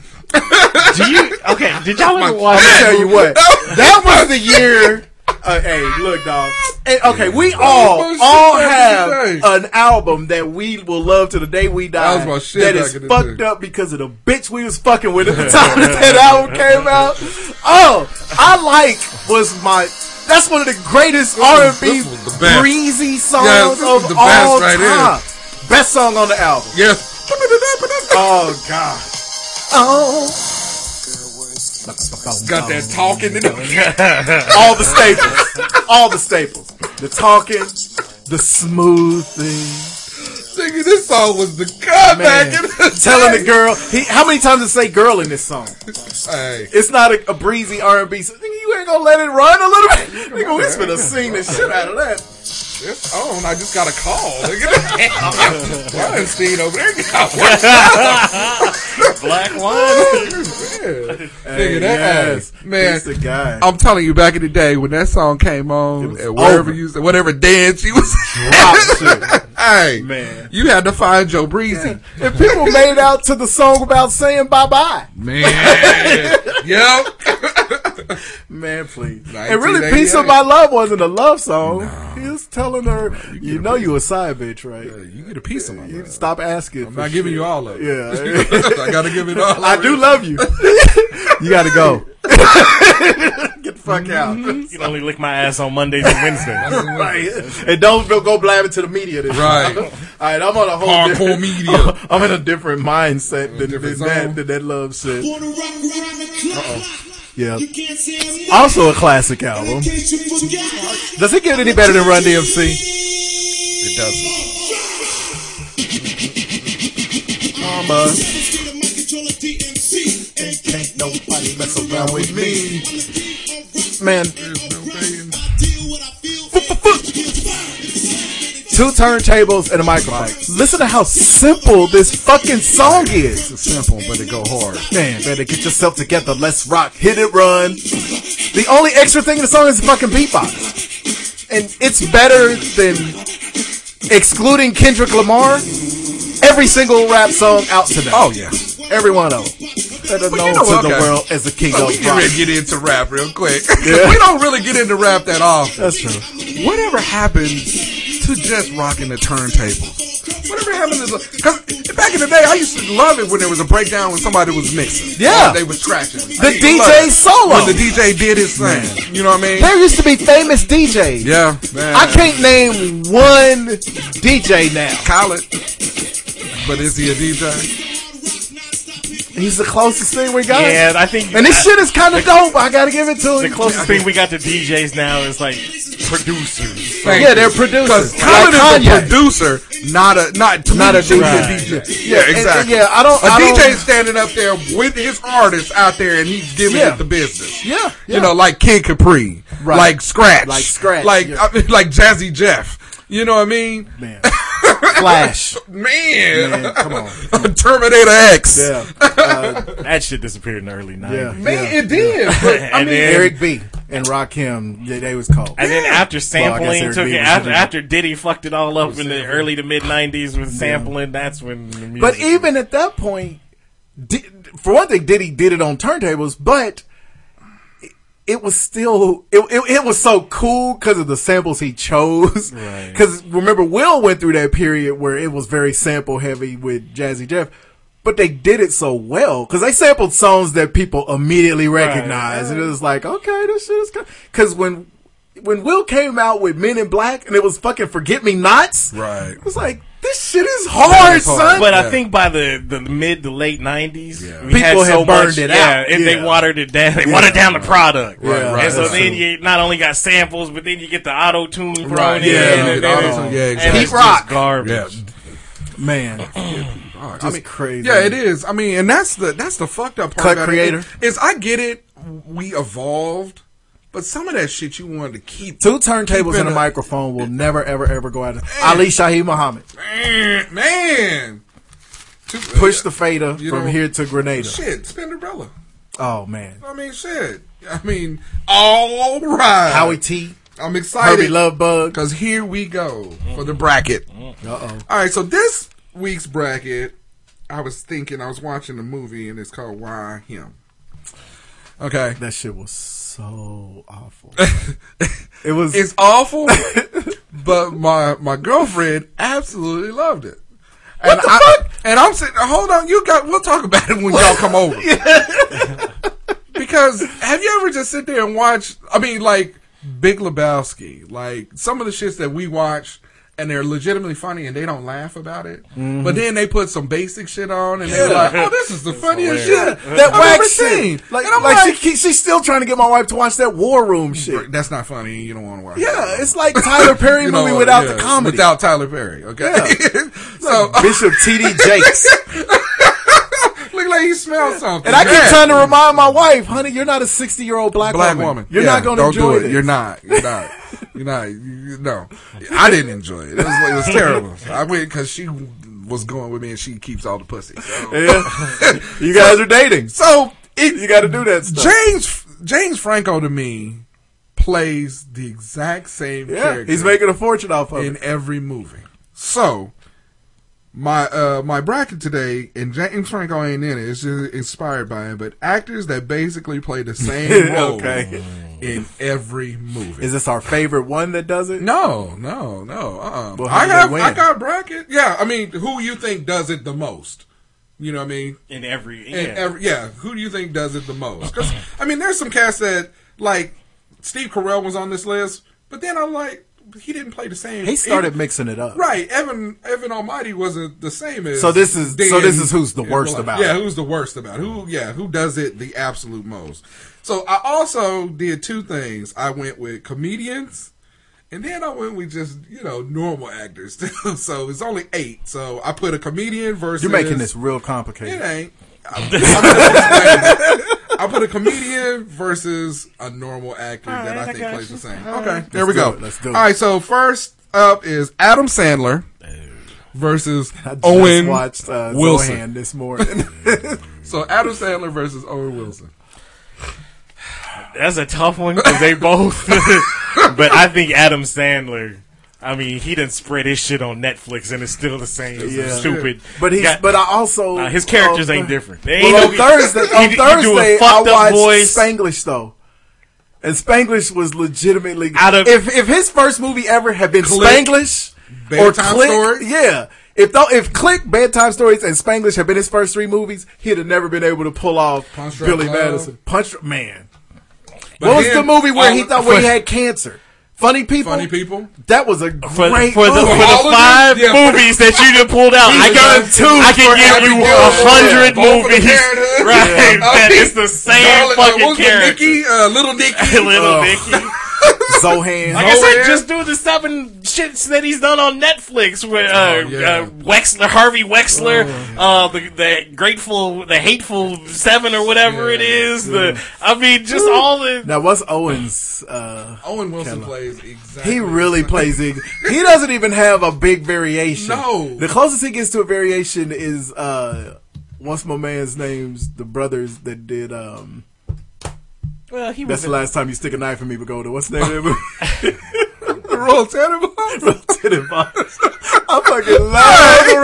S6: Do you okay? Did y'all ever
S12: I'm
S6: watch?
S12: gonna tell you what. That was the year. Uh, hey, look, dog. And, okay, we all all have an album that we will love to the day we die.
S11: That was my shit
S12: that
S11: back
S12: is
S11: in the
S12: fucked
S11: day.
S12: up because of the bitch we was fucking with at the time that that album came out. Oh, I like was my. That's one of the greatest R and B
S11: this was the best.
S12: breezy songs
S11: Yeah, this was
S12: of
S11: the best
S12: all
S11: right here.
S12: time. Best song on the album.
S11: Yes.
S12: Oh God. Oh.
S11: Got that talking in
S12: all the staples. All the staples. The talking, the smooth thing.
S11: Nigga, this song was the comeback.
S12: Man,
S11: in the
S12: telling
S11: day.
S12: the girl. He, how many times does it say girl in this song?
S11: Hey,
S12: It's not a, a breezy R&B. So, nigga, you ain't gonna let it run a little bit. Nigga, we just gonna sing the shit out of that.
S11: it's on. I just got a call. Nigga, Weinstein over there got worked out.
S6: Black wine.
S11: Yeah.
S12: Hey,
S11: Nigga, that
S12: yes.
S11: ass. man.
S12: He's the guy.
S11: I'm telling you, back in the day when that song came on, and wherever
S12: over.
S11: you, whatever dance you was, hey
S12: Man.
S11: you had to find Joe Breezy,
S12: If people made it out to the song about saying bye bye,
S11: man. yep.
S12: man, please. And really, Piece of
S11: 1988.
S12: My Love wasn't a love song. He was telling her, you, know you a side bitch, right?
S11: You get a piece of my
S12: You
S11: love.
S12: stop asking.
S11: I'm not giving you all of it.
S12: Yeah.
S11: I gotta give it all.
S12: I
S11: of
S12: do
S11: it.
S12: love you. you gotta go. Get the
S11: Mm-hmm.
S12: fuck out.
S6: You can only lick my ass on Mondays and Wednesdays.
S12: right. And don't go- go blabbing to the media this
S11: Right.
S12: All right, I'm on a whole
S11: Hardcore
S12: different-
S11: media.
S12: I'm in a different mindset than,
S11: different
S12: than that
S11: zone.
S12: than that love shit.
S15: Wanna rock around the clock.
S12: Yeah.
S15: You can't say I'm not.
S12: Also a classic album.
S15: In case you forgot.
S12: Does it get any better than Run DMC?
S11: It doesn't.
S12: Mama.
S15: Can't nobody mess
S12: around with me. Man.
S15: Man.
S12: Two turntables and a microphone. Listen to how simple this fucking song is.
S14: It's simple, but it go hard.
S12: Man, better get yourself together. Let's rock, hit it, run. The only extra thing in the song is the fucking beatbox, and it's better than excluding Kendrick Lamar. Every single rap song out today.
S11: Oh yeah.
S12: every one of them. better
S11: Well,
S12: known
S11: you know
S12: to
S11: what,
S12: the
S11: okay.
S12: world as the King
S11: So
S12: of
S11: we
S12: Rock.
S11: We get into rap real quick.
S12: Yeah.
S11: we don't really get into rap that often.
S6: That's true.
S11: Whatever happened to just rocking the turntables? Whatever happened to the because back in the day I used to love it when there was a breakdown when somebody was mixing.
S12: Yeah.
S11: Or they was scratching.
S12: The DJ solo.
S11: When the DJ did his thing. You know what I mean?
S12: There used to be famous DJs.
S11: Yeah, man.
S12: I can't name one DJ now.
S11: Khaled. But is he a DJ?
S12: He's the closest thing we got.
S6: Yeah, I think-
S12: And this
S6: I-
S12: shit is kind of dope. I gotta give it to
S6: The
S12: him.
S6: closest thing we got to DJs now is like producers.
S11: Thank
S12: yeah,
S11: you.
S12: they're producers.
S11: 'Cause Khaled
S12: Like
S11: is a
S12: Kanye.
S11: producer, not a not to
S12: Not a
S11: me, should be
S12: DJ.
S11: DJ.
S12: Yeah,
S11: Yeah,
S12: and-
S11: exactly.
S12: and yeah, I don't-
S11: A
S12: I
S11: DJ
S12: don't-
S11: standing up there with his artists out there, and he's giving
S12: Yeah.
S11: it the business.
S12: Yeah,
S11: You know, like Kid Capri,
S12: Right.
S11: like Scratch,
S12: Like Scratch,
S11: like
S12: yeah.
S11: I mean, like Jazzy Jeff. You know what I mean? Man,
S12: Flash.
S11: man,
S12: come on.
S11: Terminator X.
S6: Yeah. Uh, that shit disappeared in the early 90s.
S14: Yeah,
S11: Man, it did. But, I
S6: And
S11: mean,
S6: then-
S14: Eric B. and Rakim, they, they was cold.
S6: And then after sampling took it, after, after Diddy fucked it all up in the early to mid 90s with sampling, that's when the music.
S12: But even at that point, di- for one thing, Diddy did it on turntables, but it- it was still it, it, it was so cool because of the samples he chose. Because remember, Will went through that period where it was very sample heavy with Jazzy Jeff. But they did it so well because they sampled songs that people immediately recognized, and it was like, okay, this shit is good. Because when when Will came out with Men in Black and it was fucking Forget Me Nots,
S11: right?
S12: It was like this shit is hard, son.
S6: But I think by the, the mid to late 90s, we
S12: People
S6: had
S12: had
S6: so
S12: burned
S6: much,
S12: it
S6: yeah,
S12: out.
S6: And they
S12: Yeah.
S6: watered it down. They
S12: Yeah.
S6: watered down the product.
S12: Right,
S6: and
S12: right,
S6: so
S12: that's
S6: then
S12: true.
S6: you not only got samples, but then you get the auto tune thrown
S11: Right,
S6: in.
S11: yeah,
S6: and
S11: you get
S6: then-
S11: auto-tune, yeah,
S6: and
S11: exactly.
S6: it's
S11: Pete Rock.
S6: just garbage.
S11: Yeah.
S12: Man,
S11: Oh, I
S12: just
S11: mean,
S12: crazy.
S11: Yeah, it is. I mean, and that's the that's the fucked up part
S12: Cut
S11: about
S12: creator.
S11: it. Is I get it. We evolved, but some of that shit you wanted to keep.
S12: Two turntables
S11: keep
S12: and a microphone will never, ever, ever go out of Ali Shahi Muhammad.
S11: Man, man. Two-
S12: Push the fader
S11: You
S12: from
S11: know,
S12: here to Grenada.
S11: Shit, Spinderella.
S12: Oh man,
S11: I mean, shit. I mean, all right.
S12: Howie T.
S11: I'm excited.
S12: Herbie Love Bug.
S11: Because here we go for the bracket.
S12: Uh oh.
S11: All right, so this week's bracket, I was thinking, I was watching a movie, and it's called Why Him. Okay.
S12: That shit was so awful. it was.
S11: It's awful, but my my girlfriend absolutely loved it. and
S12: the
S11: I, And I'm sitting. Hold on, you got. We'll talk about it when y'all come over. because have you ever just sit there and watch? I mean, like Big Lebowski, like some of the shits that we watch. And they're legitimately funny, and they don't laugh about it. But then they put some basic shit on, and they're
S12: Mm-hmm. Yeah.
S11: like, "Oh, this is the funniest
S12: Yeah,
S11: shit
S12: that
S11: I've ever
S12: wax
S11: seen."
S12: shit. Like,
S11: and I'm
S12: like, she, keeps- she's still trying to get my wife to watch that War Room shit.
S11: that's not funny. You don't want to watch.
S12: Yeah, it's like Tyler Perry
S11: You know,
S12: movie without
S11: yeah,
S12: the comedy.
S11: Without Tyler Perry, okay? so,
S12: Bishop T.D. Jakes.
S11: look like he smells something.
S12: And I keep
S11: Yeah.
S12: trying to remind my wife, honey, you're not a 60 year old black,
S11: Black
S12: woman.
S11: woman.
S12: You're
S11: Yeah,
S12: not going to
S11: don't
S12: enjoy
S11: do
S12: it.
S11: it. You're not. You're not. You're not. You, you- no, I didn't enjoy it. It was, it was terrible. I went because she was going with me, and she keeps all the pussy. so.
S12: Yeah. You guys are dating.
S11: So it,
S12: You got to do that stuff.
S11: James James Franco to me plays the exact same
S12: yeah,
S11: character.
S12: he's making a fortune off of
S11: in
S12: it.
S11: every movie. So my uh my bracket today and James Franco ain't in it. It's just inspired by it, but actors that basically play the same role
S12: Okay.
S11: in every movie.
S12: Is this our favorite one that does it?
S11: no, no, no. Uh-uh.
S12: But how
S11: I
S12: do
S11: got
S12: they win?
S11: I got bracket. Yeah, I mean, who you think does it the most? You know what I mean?
S6: In every.
S11: And
S6: yeah.
S11: every, yeah, who do you think does it the most? 'Cause, I mean, there's some cats that like Steve Carell was on this list, but then I'm like, he didn't play the same.
S12: He started
S11: he-
S12: mixing it up.
S11: Right, Evan Evan Almighty wasn't the same as.
S12: So this is- so this is who's the
S11: and
S12: worst
S11: Blanc.
S12: about
S11: Yeah,
S12: it.
S11: who's the worst about it. who? Yeah, who does it the absolute most? So I also did two things. I went with comedians, and then I went with just you know normal actors too. So it's only eight. So I put a comedian versus.
S12: You're making this real
S11: It
S12: complicated.
S11: ain't. I, I'm just explaining. I put a comedian versus a normal actor that I think plays the same. Okay, there we
S12: do
S11: go.
S12: it. Let's do it.
S11: All right, so first up is Adam Sandler versus
S12: I just
S11: Owen
S12: watched uh,
S11: Wilson.
S12: Zohan this morning.
S11: So Adam Sandler versus Owen Wilson.
S6: That's a tough one because they both. but I think Adam Sandler. I mean, he didn't spread his shit on Netflix, and it's still the same
S12: Yeah.
S6: stupid.
S12: But he's- but I also-
S6: Nah, his characters
S12: uh,
S6: ain't different. They
S12: Well,
S6: ain't
S12: on
S6: no-
S12: Thursday,
S6: he-
S12: on
S6: he do a
S12: Thursday, I
S6: fucked up
S12: watched
S6: voice.
S12: Spanglish though, and Spanglish was legitimately
S6: Out of-
S12: if if his first movie ever had been
S6: Click,
S12: Spanglish or
S6: Bedtime
S12: Click,
S6: Stories?
S12: yeah. If though if Click, Bedtime Stories, and Spanglish had been his first three movies, he'd have never been able to pull off
S11: Punch Drunk
S12: Billy
S11: Love.
S12: Madison. Punch Dr- man.
S11: But
S12: what was
S11: then-
S12: the movie where he
S11: oh,
S12: thought where he
S11: for-
S12: had cancer? Funny people.
S11: Funny people.
S12: That was a great
S6: for,
S12: movie. Oh,
S6: for the, for the five movies that you done pulled out, I got
S12: two.
S6: I can give you a hundred
S11: Both for the
S6: movies,
S11: Parenthood.
S6: right?
S11: Yeah.
S6: That is the same
S11: Darling, uh, what
S6: fucking
S11: was the
S6: character.
S11: Nicky, uh, little Nicky,
S12: Oh.
S6: Little
S11: Uh,
S6: Nicky.
S12: Zohan.
S6: Like I
S11: Oh,
S6: said, just do the seven shits that he's done on Netflix with uh,
S11: Oh,
S6: uh, Wexler, Harvey Wexler, uh, the, the grateful, the hateful seven or whatever it is. The I mean, just all the
S12: Now what's Owens? Uh,
S11: Owen Wilson
S12: Kelly?
S11: plays exactly.
S12: He really plays it. He doesn't even have a big variation.
S11: No.
S12: the closest he gets to a variation is uh, once my man's names the brothers that did. Um,
S6: Well, he
S12: that's
S6: was
S12: the last time you stick a knife in me, Pagoda. What's the name of that movie?
S11: the Royal Tenenbaums.
S12: Royal Tenenbaums. I fucking love the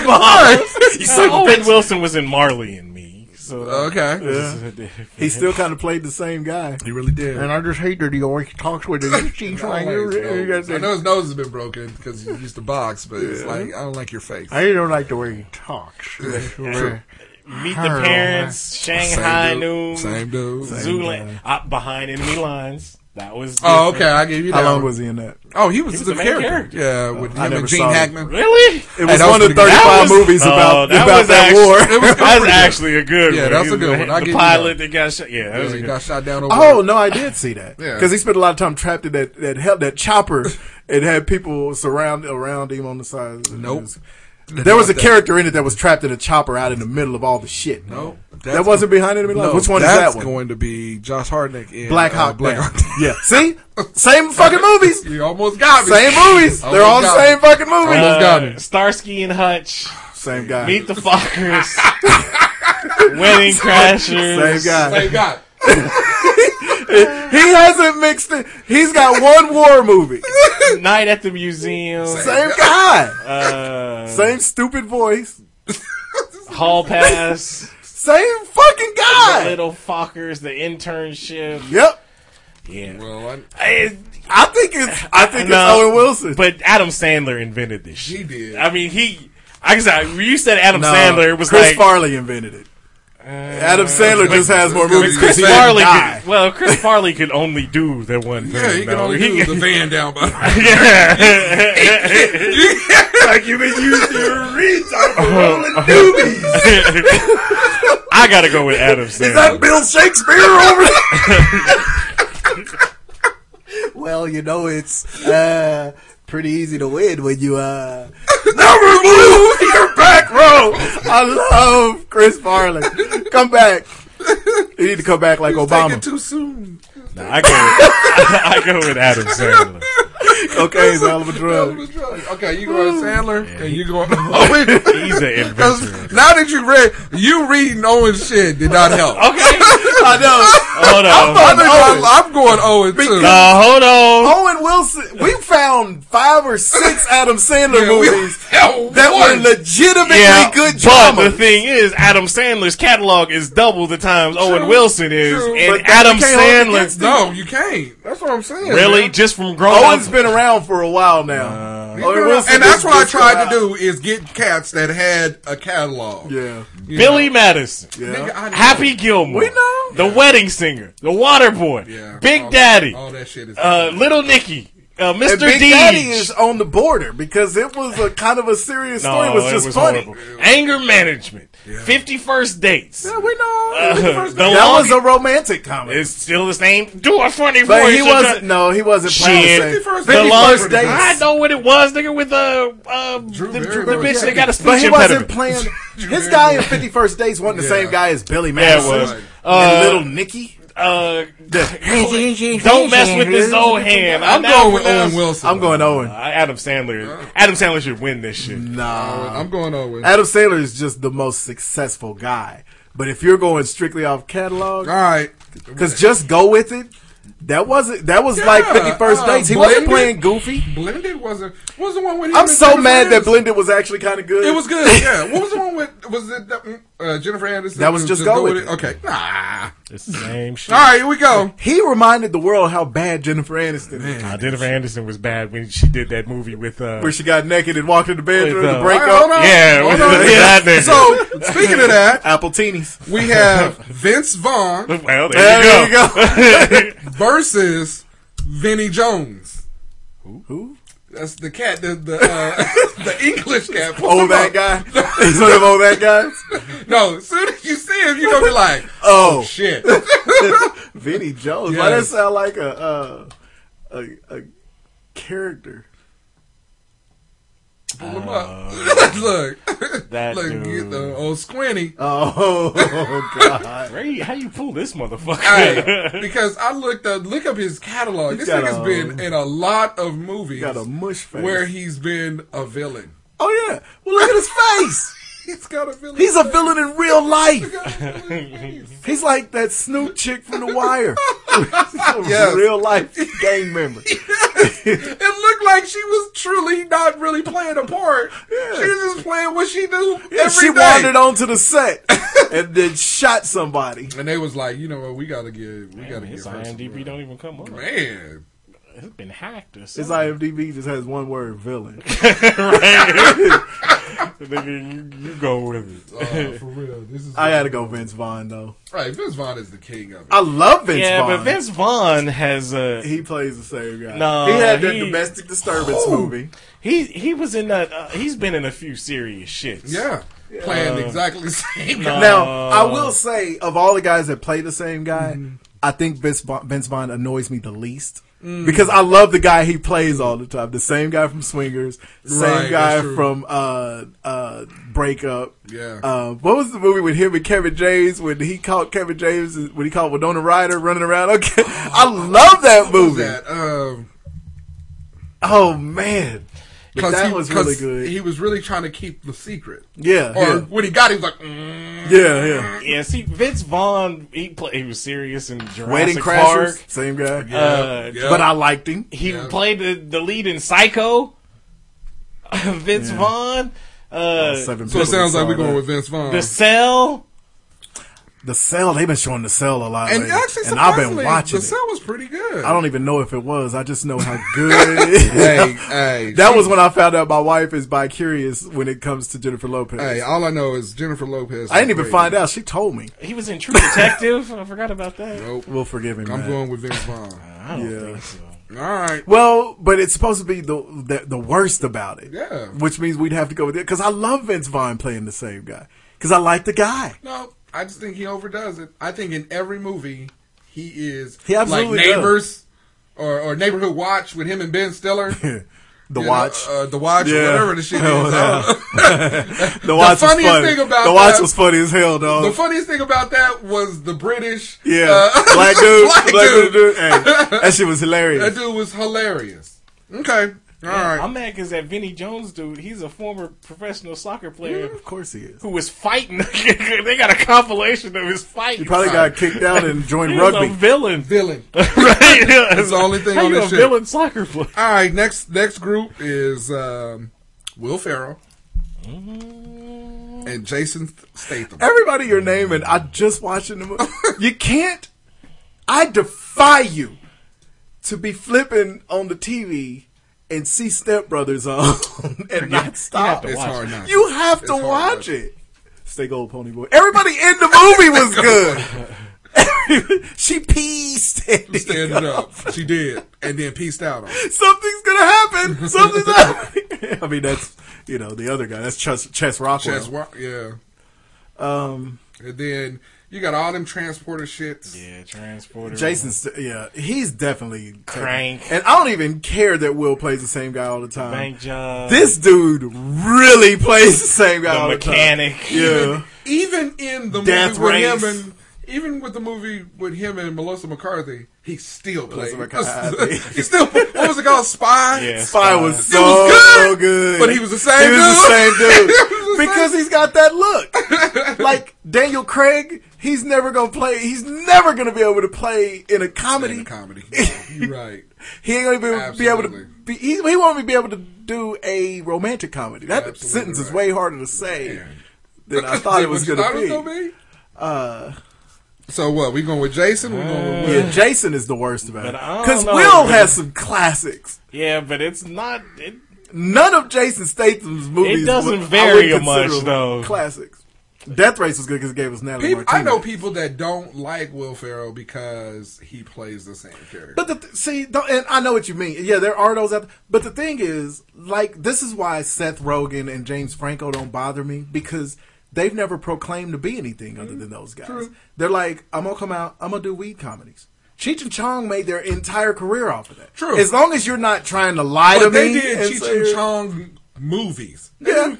S12: Royal Tenenbaums. You son of a
S6: Owen
S12: bitch.
S6: Wilson was in Marley and Me. So uh,
S11: Okay.
S12: Yeah. He still kind of played the same guy.
S11: He really did.
S12: And I just hate that he always talks with his cheeks
S11: I
S12: like
S11: know his nose has been broken because he used to box, but it's like I don't like your face.
S12: I don't like the way he talks. That's where-
S6: Meet the
S11: uh,
S6: Parents, Shanghai
S11: Same dude.
S6: Noon,
S11: Same dude. Same
S6: Zoolander, uh, Behind Enemy Lines. That was
S11: Oh,
S6: different.
S11: okay, I give you that.
S12: How long
S11: one.
S12: was he in that?
S11: Oh, he was,
S6: He was
S11: the,
S6: the main
S11: character.
S6: character.
S11: Yeah, with
S12: I
S11: him
S12: never
S11: and Gene
S12: saw it.
S11: Hackman.
S6: Really?
S12: It
S11: Hey,
S12: was
S11: that
S12: one
S11: was
S12: of
S11: pretty good.
S12: 35
S11: That was-
S12: movies about,
S6: Oh, that
S12: about
S6: was
S12: that
S6: actu-
S12: war.
S6: It was that was actually a good
S11: Yeah,
S6: one.
S11: that's
S6: He
S11: a
S6: was
S11: good one. I give
S6: The
S11: you
S6: pilot that got shot. Yeah, that
S11: Yeah,
S6: was a
S11: he
S6: good
S11: got shot down over.
S12: Oh no, I did see that
S11: Yeah.
S12: because he spent a lot of time trapped in that that hell, that chopper and had people surround around him on the sides. And
S11: Nope.
S12: it was- There was a
S11: Not that.
S12: character in it that was trapped in a chopper out in the middle of all the shit.
S11: Nope.
S12: that wasn't behind enemy lines.
S11: No,
S12: Which one is
S11: that's
S12: that one?
S11: going to be Josh Hartnett in
S12: Black
S11: uh,
S12: Hawk.
S11: Black
S12: Down.
S11: Hawk.
S12: yeah. See, same fucking movies.
S11: You almost got me.
S12: Same movies. They're all
S11: Almost
S12: the
S11: got
S12: same
S11: me.
S12: fucking movies.
S11: Oh Almost got me.
S6: one. Uh, Starsky and Hutch,
S12: Same guy.
S6: Meet the Fockers, Wedding Crashers.
S12: Same guy.
S11: Same guy.
S12: He hasn't mixed it. He's got one war movie.
S6: Night at the Museum.
S12: Same guy.
S6: Uh,
S12: Same stupid voice.
S6: Hall Pass.
S12: Same fucking
S6: the
S12: guy.
S6: Little Fockers. The Internship.
S12: Yep.
S6: Yeah.
S11: Well, I,
S6: I-
S12: I think it's I think
S6: No,
S12: it's Owen Wilson.
S6: But Adam Sandler invented this shit.
S11: he did.
S6: I mean, he. I guess I, when you said Adam
S12: No,
S6: Sandler. It was
S12: Chris
S6: like Uh,
S12: Farley invented it. Adam Sandler just has more
S11: but
S12: movies. because
S11: Chris
S12: he didn't
S6: Farley.
S12: die.
S6: Could, well, Chris Farley could only do that one. Thing,
S11: yeah, he can
S6: though.
S11: only
S6: He-
S11: do the van down by.
S6: yeah.
S11: like you've been used to your reads on rolling doobies.
S6: I gotta go with Adam
S12: Is that
S6: Sandler.
S12: Bill Shakespeare over there? well, you know it's uh, pretty easy to win when you uh never move your back row. I love Chris Farley. Come back. You need to come back like
S11: Take it
S12: Obama.
S11: too soon.
S6: Nah, I go. With, I go with Adam Sandler.
S12: Okay, it's a hell of a
S11: Hell of
S12: drug.
S11: a drug. Okay, you go on Sandler and you go on Owen.
S6: He's an inventor.
S11: 'Cause now that you read, you reading Owen's shit did not help.
S6: Okay,
S12: I know.
S6: hold
S11: I
S6: on.
S11: think
S12: Owen.
S11: I, I'm going Owen too.
S6: Uh, hold on.
S12: Owen Wilson. We found five or six Adam Sandler
S11: Yeah, we-
S12: movies
S11: hell,
S12: that
S11: one.
S12: were legitimately
S6: Yeah,
S12: good
S6: but
S12: drama.
S6: the thing is, Adam Sandler's catalog is double the times Owen Wilson is,
S11: true.
S6: and
S12: But that
S6: Adam
S12: we can't hold it
S6: Sandler's
S12: against
S11: No, you can't. That's what I'm saying.
S6: really
S11: man.
S6: just from growing
S12: Owen's
S6: up.
S12: been around for a while now.
S11: He's
S12: Owen
S11: been around-
S12: Wilson
S11: and that's
S12: is
S11: what I
S12: just
S11: tried to
S12: about-
S11: do is get cats that had a catalog.
S12: Yeah.
S11: You
S6: Billy Madison,
S11: know? Nigga, I know.
S6: Happy Gilmore,
S12: We know.
S6: the Wedding Singer, the Water Boy,
S11: Yeah,
S6: Big
S11: all-
S6: Daddy,
S11: All that shit is.
S6: uh, Little Nicky, uh, Mr.
S12: And Big
S6: Deej.
S12: Daddy is on the border because it was a kind of a serious
S6: No,
S12: story. It was just funny.
S6: horrible. Anger management, fifty first dates.
S12: Yeah, we know.
S6: Uh, the
S12: that was
S6: longest-
S12: a romantic comedy.
S6: It's still the same. Do a funny
S12: but
S6: voice.
S12: he wasn't. No, he wasn't.
S6: Shit.
S12: Shit.
S11: 51st
S6: The longest
S11: dates.
S6: I know what it was, nigga, with the uh, the,
S11: Barrymore.
S6: the bitch that got a speech
S12: But he wasn't
S6: impediment.
S12: playing. His guy in Fifty First Dates wasn't the same guy as Billy
S6: Yeah, it
S12: Madison
S6: was.
S12: and
S6: Uh,
S12: Little Nicky.
S6: Uh, don't mess with this old hand.
S11: I'm
S6: now
S11: going with Owen
S6: pronounce-
S11: Wilson.
S12: I'm going Owen.
S6: Uh, Adam Sandler. Adam Sandler should win this shit.
S12: Nah,
S11: Uh, I'm going Owen. All
S12: Adam Sandler is just the most successful guy. But if you're going strictly off catalog,
S11: right.
S12: because just go with it. That wasn't. That was like
S11: Yeah,
S12: Fifty First
S11: uh,
S12: Dates. He wasn't
S11: Blended-
S12: playing Goofy.
S11: Blended wasn't was the one with. him
S12: I'm
S11: and
S12: so
S11: Jennifer
S12: mad that
S11: Aniston.
S12: Blended was actually kind of good.
S11: It was good. Yeah. What was the one with? Was it that, uh, Jennifer Anderson?
S12: That was just go with it.
S11: Okay. Nah.
S6: It's the same shit.
S11: All right, here we go.
S12: He reminded the world how bad Jennifer Aniston is.
S6: Nah, Uh, Jennifer Anderson was bad when she did that movie with uh,
S12: Where she got naked and walked in the bedroom
S6: Wait,
S12: to
S6: uh,
S12: break
S6: all
S11: right,
S12: up.
S11: hold on.
S6: Yeah,
S11: Hold
S6: with
S11: on.
S6: the- that nigga.
S11: So speaking of that,
S12: Apple teenies.
S11: we have Vince Vaughn.
S6: Well, there,
S11: There
S6: you go.
S11: versus Vinnie Jones. Who?
S12: Who?
S11: That's the cat, the the, uh, the English cat.
S12: Oh, that guy. He's one of all that guys.
S11: No, as soon as you see him, you're gonna be like,
S12: Oh.
S11: "Oh shit!"
S12: Vinny Jones. Why that
S11: Yes.
S12: sound like a uh, a, a character?
S11: Pull him up. Look,
S6: that
S11: look, get the old squinty.
S12: Oh, God.
S6: Ray, how you pull this
S11: Hey,
S6: motherfucker?
S11: because I looked up, look up his catalog.
S12: He's
S11: This
S12: got
S11: nigga's
S12: a-
S11: been in a lot of movies
S12: Got a mush face.
S11: where he's been a villain.
S12: oh yeah. Well, look at his face.
S11: He's got a villain.
S12: He's a villain in real life. He's like that Snoop chick from The Wire.
S11: Yes.
S12: Real life gang member.
S11: It looked like she was truly not really playing a part. She was just playing what she do
S12: Yeah,
S11: every
S12: she
S11: day.
S12: wandered onto the set and then shot somebody.
S11: And they was like, you know what, we gotta get, we gotta
S6: His
S11: get her some-
S6: IMDb don't even come up.
S11: Man,
S6: It's been hacked or
S12: His
S6: something.
S12: IMDb just has one word: villain.
S6: Nigga, you, you go with it.
S11: uh, for real, this is.
S12: I gotta go Vince Vaughn though.
S11: Right, Vince Vaughn is the king of it.
S12: I love Vince
S6: yeah,
S12: Vaughn.
S6: but Vince Vaughn has uh,
S12: he plays the same guy.
S6: No,
S12: he had that
S6: he-
S12: domestic disturbance
S6: Oh.
S12: movie.
S6: he he was in that. Uh, he's been in a few serious shits.
S11: yeah, playing
S6: Uh,
S11: exactly the same.
S6: no.
S12: Now, I will say, of all the guys that play the same guy, I think Vince Vaughn, Vince Vaughn annoys me the least.
S6: Mm.
S12: Because I love the guy he plays all the time. The same guy from Swingers, same
S11: Right,
S12: guy
S11: that's true.
S12: from uh, uh, Breakup.
S11: Yeah.
S12: Uh, what was the movie with him and Kevin James when he caught Kevin James when he caught Winona Ryder running around? Okay, I love that
S11: Who's
S12: movie.
S11: that? Um,
S12: Oh man, But
S11: 'cause
S12: that
S11: he-
S12: was really
S11: 'cause
S12: good.
S11: He was really trying to keep the secret.
S12: yeah,
S11: Or
S12: yeah,
S11: when he got, it, he was like, mm.
S12: yeah, yeah.
S6: Yeah, see, Vince Vaughn, he play, he was serious in Jurassic
S12: Wedding Crashers,
S6: Park.
S12: same guy.
S6: Uh,
S11: Yeah.
S12: But I liked him.
S6: He
S11: Yeah.
S6: played the, the lead in Psycho. Vince Vaughn. Uh,
S12: Seven
S11: So it
S12: people
S11: sounds like
S12: saw
S11: we're going
S12: that.
S11: with Vince Vaughn.
S6: the Cell.
S12: The Cell, they've been showing The Cell a lot.
S11: and
S12: lately,
S11: actually,
S12: and I've been
S11: surprisingly,
S12: watching
S11: the
S12: it.
S11: cell was pretty good.
S12: I don't even know if it was. I just know how good.
S11: Hey, hey,
S12: that
S11: she-
S12: was when I found out my wife is bi curious when it comes to Jennifer Lopez.
S11: Hey, all I know is Jennifer Lopez.
S12: I didn't even
S11: Great.
S12: find out. She told me.
S6: He was in True Detective. I forgot about that.
S11: Nope.
S12: Well, forgive him.
S11: I'm
S12: man.
S11: going with Vince Vaughn.
S6: I don't
S12: Yeah.
S6: think so.
S11: All right.
S12: Well, but it's supposed to be the the, the worst about it.
S11: Yeah.
S12: Which means we'd have to go with it because I love Vince Vaughn playing the same guy because I like the guy.
S11: No, I just think he overdoes it. I think in every movie he is
S12: He absolutely
S11: like
S12: does.
S11: neighbors or, or neighborhood watch with him and Ben Stiller.
S12: the
S11: You know,
S12: watch.
S11: uh, the watch, or
S12: Yeah.
S11: whatever the shit is.
S12: Hell,
S11: I don't-
S12: the watch was
S11: funniest
S12: funny.
S11: thing about
S12: the watch
S11: that-
S12: was funny as hell, dog.
S11: Uh, the funniest thing about that was the British.
S12: Yeah,
S11: uh,
S12: black dude,
S11: black
S12: black,
S11: dude.
S12: dude. Hey, that shit was
S11: That
S12: hilarious.
S11: dude was hilarious. Okay. All
S6: Yeah,
S11: right.
S6: I'm mad because that Vinny Jones dude, he's a former professional soccer player
S12: Of course he is.
S6: who was fighting. they got a compilation of his fight.
S12: He probably got kicked out and joined
S6: He was a
S12: rugby.
S6: villain.
S11: villain.
S6: right? That's
S11: the only thing
S6: How
S11: on
S6: you
S11: this
S6: a
S11: shit.
S6: villain soccer player?
S11: All right. Next next group is um, Will Ferrell
S12: Mm-hmm.
S11: and Jason Statham.
S12: Everybody you're naming, I just watching the movie. you can't. I defy you to be flipping on the TV and see Step Brothers on and not stop.
S11: It's hard not.
S12: You have to
S11: hard
S12: watch
S11: not.
S12: it. Stay gold, pony boy. Everybody in the movie was good. she peed standing,
S11: standing
S12: up.
S11: up. She did, and then peaced out on. it.
S12: Something's gonna happen. Something's happening. I mean, that's you know the other guy. That's Chess, Chess Rockwell.
S11: Chess Wa- yeah.
S12: um,
S11: And then you got all them transporter shits.
S6: Yeah, transporter.
S12: Jason's yeah, he's definitely taken.
S6: Crank.
S12: and I don't even care that Will plays the same guy all the time.
S6: bank job.
S12: This dude really plays the same guy.
S6: the
S12: all
S6: mechanic.
S12: The time.
S11: Even in the
S12: Death
S11: movie
S12: Race.
S11: with him and even with the movie with him and Melissa McCarthy, he still played.
S12: McCarthy.
S11: he still what was it called? Spy.
S12: Yeah,
S6: Yeah.
S12: Spy was so
S11: was good,
S12: so good,
S11: but he was the
S12: He
S11: same
S12: was the
S11: dude.
S12: same dude
S11: was the
S12: because he's got that look, like Daniel Craig. He's never gonna play. He's never gonna be able to play in a comedy.
S11: comedy. You're right.
S12: He ain't gonna be, be able to. Be, he, he won't even be able to do a romantic comedy. That sentence is way harder to say than I thought it was
S11: Than
S12: gonna
S11: what you
S12: be.
S11: thought it was gonna
S12: Uh,
S11: so what? We going with Jason? We going with
S12: yeah, Jason is the worst about it
S11: But I don't
S12: because
S11: know,
S12: Will
S11: man.
S12: has some classics.
S6: Yeah, but it's not. It,
S12: None of Jason Statham's movies.
S6: It doesn't
S12: would- I
S6: vary
S12: would
S6: much,
S12: consider
S6: though.
S12: Classics. Death Race was good because it gave us Natalie
S11: People,
S12: Martinez.
S11: I know people that don't like Will Ferrell because he plays the same character.
S12: But the th- see, don't, and I know what you mean. Yeah, there are those out. There. But the thing is, like, this is why Seth Rogen and James Franco don't bother me because they've never proclaimed to be anything other than those guys.
S11: Mm-hmm. True.
S12: They're like, I'm gonna come out, I'm gonna do weed comedies. Cheech and Chong made their entire career off of that.
S11: True.
S12: As long as you're not trying to lie
S11: But
S12: to
S11: they
S12: me.
S11: did Cheech
S12: say-
S11: and Chong movies.
S12: Yeah.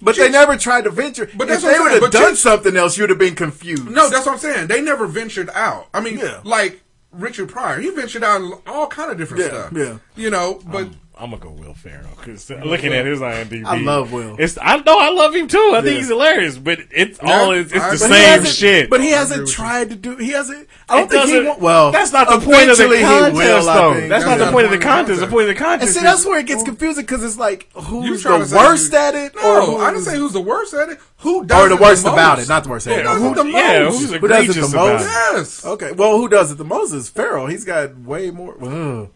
S12: But they never tried to venture.
S11: But
S12: But if
S11: that's what
S12: they
S11: I'm
S12: would
S11: saying,
S12: have
S11: but
S12: done
S11: Cheech-
S12: something else, you'd have been confused.
S11: No, that's what I'm saying. They never ventured out. I mean, like Richard Pryor, he ventured out in all kind of different
S6: Yeah,
S11: stuff.
S6: yeah.
S11: you know. But
S12: Um,
S6: I'm gonna go Will Ferrell because looking at his IMDb,
S11: I love Will.
S6: It's I know I love him too. I think
S11: Yeah.
S6: he's hilarious, but it's
S11: Yeah,
S6: all it's,
S11: I-
S6: it's the
S11: but he
S6: same
S11: hasn't-
S6: shit.
S12: But he hasn't tried to do. He hasn't. I
S6: It
S12: don't think he
S6: doesn't-
S12: won't. Well,
S6: that's not the point of the
S12: eventually he
S6: contest,
S12: will, I
S6: though.
S12: think.
S6: That's not the point of the contest. The point of the contest
S12: And see,
S6: is-
S12: that's where it gets confusing because it's like who's
S11: trying
S12: the
S11: to say
S12: worst
S11: who-
S12: at it,
S11: No,
S12: or who-
S11: I didn't say who's the worst at it. Who does
S12: or the
S11: it
S12: worst
S11: most?
S12: about it, not the worst at it.
S11: Who does it the most?
S12: Who does it the most?
S11: Yes.
S12: Okay. Well, who does it the most is Farrell. He's got way more. Ugh.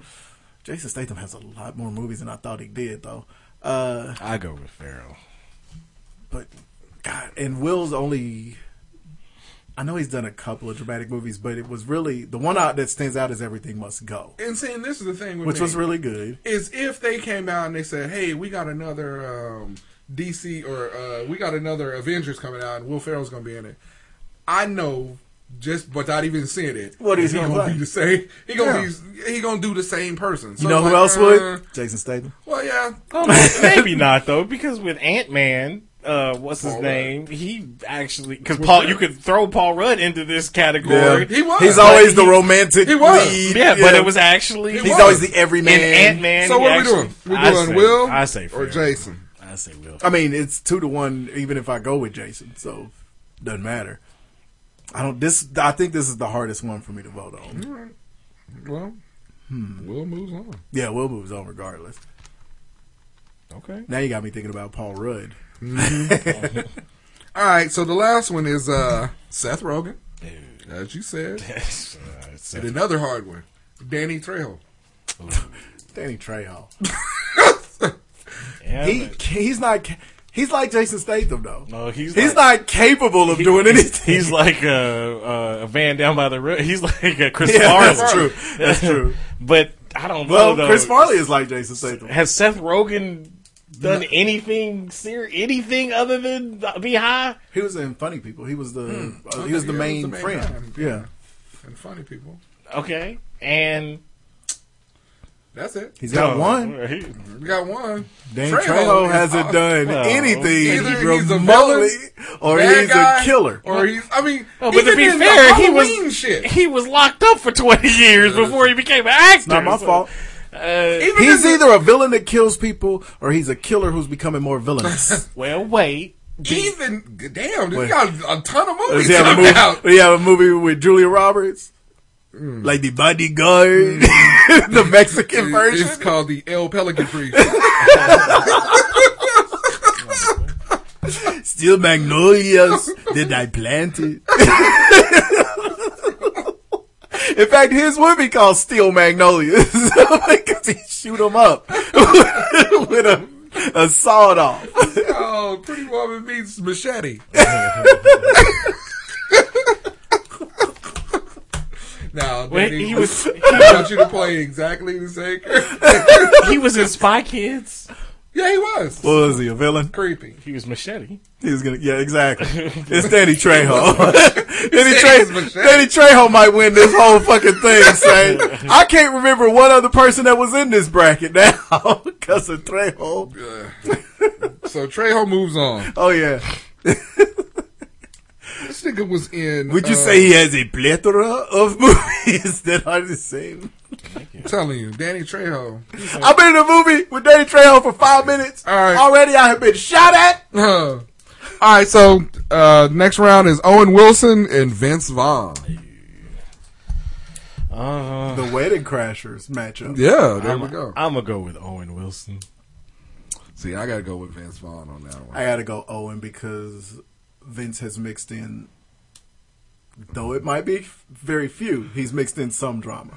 S12: Jason Statham has a lot more movies than I thought he did, though. Uh,
S6: I go with Farrell.
S12: But God, and Will's only. I know he's done a couple of dramatic movies, but it was really the one out that stands out is Everything Must Go,
S11: And seeing this is the thing, with
S12: which
S11: me.
S12: was really good.
S11: is if they came out and they said, "Hey, we got another um, DC or uh, we got another Avengers coming out, and Will Ferrell's going to be in it." I know just without even seeing it,
S12: What he's
S11: he
S12: gonna
S11: gonna
S12: play.
S11: be the same. He gonna
S12: Yeah.
S11: be he gonna do the same person.
S12: You know
S11: it's
S12: who
S11: like,
S12: else
S11: uh,
S12: would? Jason Statham.
S11: Well, yeah,
S6: Oh, maybe not though, because with Ant Man, uh, what's his
S11: Paul
S6: name? He actually because Paul, you could throw Paul Rudd into this category.
S12: Yeah. He was. He's always the
S6: he-
S12: romantic He was. lead.
S6: Yeah, but
S12: Yeah.
S6: it was actually
S12: He's always the everyman.
S6: Ant Man.
S11: So what are we doing? We doing Will?
S6: I say
S11: or
S6: Ferrell.
S11: Jason?
S6: I say Will.
S12: I mean, it's two to one, even if I go with Jason, so doesn't matter. I don't. This I think this is the hardest one for me to vote on.
S11: Well,
S12: Hmm.
S11: Will moves on.
S12: Yeah, Will moves on regardless.
S6: Okay.
S12: Now you got me thinking about Paul Rudd.
S11: All right, so the last one is uh, Seth Rogen, as you said, and another hard one, Danny Trejo.
S12: Danny Trejo.
S6: Yeah,
S12: he he's not. ca- He's like Jason Statham though.
S6: No, he's
S12: he's not capable of doing anything.
S6: He's like a, a van down by the road. He's like a Chris
S12: Yeah,
S6: Farley.
S12: that's true. That's true.
S6: but I don't
S11: Oh,
S12: well,
S6: know. Though.
S12: Chris Farley is like Jason Statham.
S6: Has Seth Rogen done
S12: No.
S6: anything ser- anything other than be high?
S12: He was in Funny People. He was the uh,
S11: Okay,
S12: he was the
S11: yeah,
S12: main friend.
S11: guy.
S12: Yeah,
S11: and funny people.
S6: Okay, and
S11: That's it.
S12: he's got
S6: No.
S12: one.
S6: Oh, He-
S11: We got one.
S12: Dan Trejo hasn't done
S6: Well,
S12: anything
S11: Either he's a
S12: remotely,
S11: villain,
S12: or
S11: bad
S12: he's
S11: guy,
S12: a killer.
S11: or he's. I mean,
S6: Oh,
S11: he
S6: but to
S11: did
S6: be
S11: it in the
S6: fair, he
S11: Halloween
S6: was
S11: shit.
S6: he was locked up for twenty years before he became an actor.
S12: not my
S6: so,
S12: fault.
S6: Uh,
S12: he's either a villain that kills people, or he's a killer who's becoming more villainous.
S6: well, wait.
S11: Even damn,
S12: Wait.
S11: he got a ton of
S12: Does
S11: movies
S12: he have a
S11: coming
S12: movie?
S11: out.
S12: does he have a movie with Julia Roberts, like the bodyguard, the Mexican version.
S11: It's called the El Pelican Priest.
S12: Still magnolias that I planted. In fact, his would be called Steel Magnolias because he shoot them up with a, a sawed off.
S11: oh, Pretty Woman meets Machete. Now,
S6: Wait,
S11: Danny,
S6: he was-
S11: I want you to play exactly the same. character.
S6: he was in Spy Kids.
S11: yeah, he was
S12: What was he, a villain?
S11: creepy.
S6: He was Machete.
S12: He was gonna, yeah, exactly. It's Danny Trejo. Danny,
S11: Danny's
S12: Tre- Danny Trejo might win this whole fucking thing, say. I can't remember one other person that was in this bracket now because of Trejo.
S11: So Trejo moves on.
S12: Oh yeah.
S11: This nigga was in.
S12: Would you
S11: uh,
S12: say he has a plethora of movies that are the same?
S11: I'm telling you, Danny Trejo.
S12: I've been in a movie with Danny Trejo for five minutes.
S11: right.
S12: Already I have been shot at.
S11: Huh. All right, so uh, next round is Owen Wilson and Vince Vaughn.
S12: the Wedding Crashers matchup.
S11: Yeah, there we
S6: I'm-
S11: go.
S6: I'm gonna go with Owen Wilson.
S11: See, I gotta go with Vince Vaughn on that one.
S12: I gotta go Owen because Vince has mixed in, though it might be f- very few. He's mixed in some drama.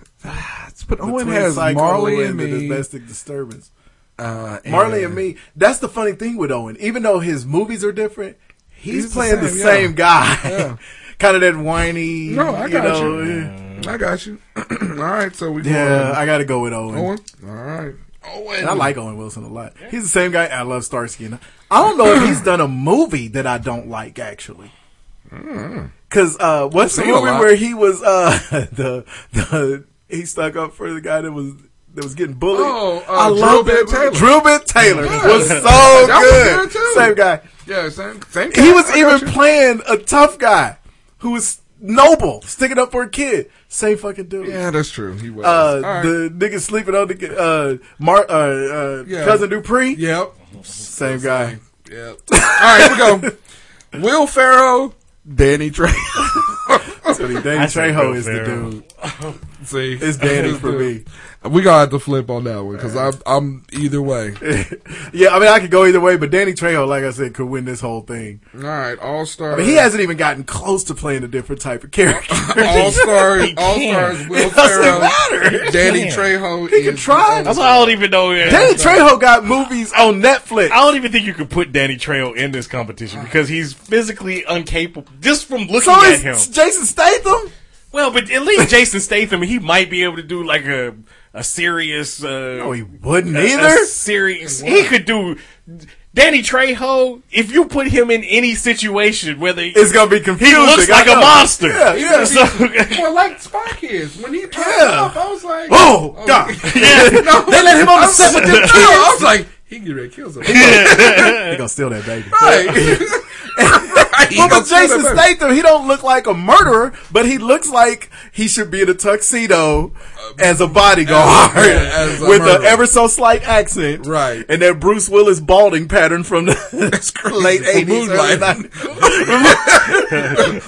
S11: But
S12: The
S11: Owen
S12: Twin
S11: has
S12: Psycho
S11: Marley and me.
S12: The domestic disturbance.
S11: Uh, and-
S12: Marley and me. That's the funny thing with Owen. Even though his movies are different, he's,
S11: He's the
S12: playing the
S11: same,
S12: same,
S11: yeah.
S12: guy.
S11: Yeah.
S12: kind of that whiny.
S11: No, I got
S12: know, eh.
S11: you. I got you. All right, so we.
S12: Yeah,
S11: going-
S12: I gotta go with Owen.
S11: Owen. All right. Owen.
S12: And I like Owen Wilson a lot. He's the same guy. I love Starsky. And I don't know if he's done a movie that I don't like actually. Because uh, what's the
S11: Mm. Seen a
S12: movie
S11: lot.
S12: where he was uh, the the he stuck up for the guy that was that was getting bullied?
S11: Oh, uh,
S12: I
S11: Drill
S12: love
S11: Bit
S12: that movie.
S11: Taylor.
S12: Drill Bit Taylor
S11: Yeah.
S12: was so
S11: That was
S12: good.
S11: good, too.
S12: same guy.
S11: Yeah, same. Same.
S12: He
S11: guy.
S12: was
S11: I got
S12: even
S11: you.
S12: playing a tough guy who was noble, sticking up for a kid. Same fucking dude.
S11: Yeah, that's true. He was.
S12: Uh,
S11: All right.
S12: the nigga sleeping on the uh, Mar- uh, uh,
S11: Yeah.
S12: cousin Dupree.
S11: Yep,
S12: same guy.
S11: Yep. All right, here we go. Will Farrow, Danny Trejo.
S12: So Danny Trejo is the dude.
S11: See,
S12: It's Danny for me.
S11: We gotta have to flip on that one because I'm I'm either way.
S12: yeah, I mean I could go either way, but Danny Trejo, like I said, could win this whole thing.
S11: All right, All Star.
S12: I mean, he hasn't even gotten close to playing a different type of character.
S11: All Stars. All Stars. Will
S12: It doesn't
S11: Ferrell,
S12: matter.
S11: Danny
S12: He
S11: Trejo.
S12: He can
S11: is-
S12: try.
S6: That's why I don't even know. Yeah.
S12: Danny Trejo got movies on Netflix.
S6: I don't even think you could put Danny Trejo in this competition because he's physically incapable. Just from looking
S12: So
S6: at
S12: is
S6: him,
S12: Jason Statham.
S6: well, but at least Jason Statham, he might be able to do like a a serious. Uh,
S12: No, he wouldn't
S6: a-
S12: either.
S6: A serious. He could do. Danny Trejo, if you put him in any situation, whether
S12: It's gonna be confusing.
S6: He looks
S12: I
S6: like a
S12: know.
S6: monster.
S12: Yeah, yeah.
S6: So-
S11: Well, like Spock is when he came up, I was like,
S12: Oh, God.
S11: they
S12: let him on the set with them kids.
S11: I was like, he get ready to kill somebody.
S12: He gonna steal that baby.
S11: He
S12: But
S11: gonna
S12: with
S11: steal
S12: Jason
S11: that baby.
S12: Statham, he don't look like a murderer, but he looks like he should be in a tuxedo as a bodyguard
S11: Uh, as- yeah, as a
S12: with an
S11: murderer.
S12: ever so slight accent,
S11: Right.
S12: And that Bruce Willis balding pattern from the late
S11: From
S12: eighties,
S11: Moonlight.
S12: Hudson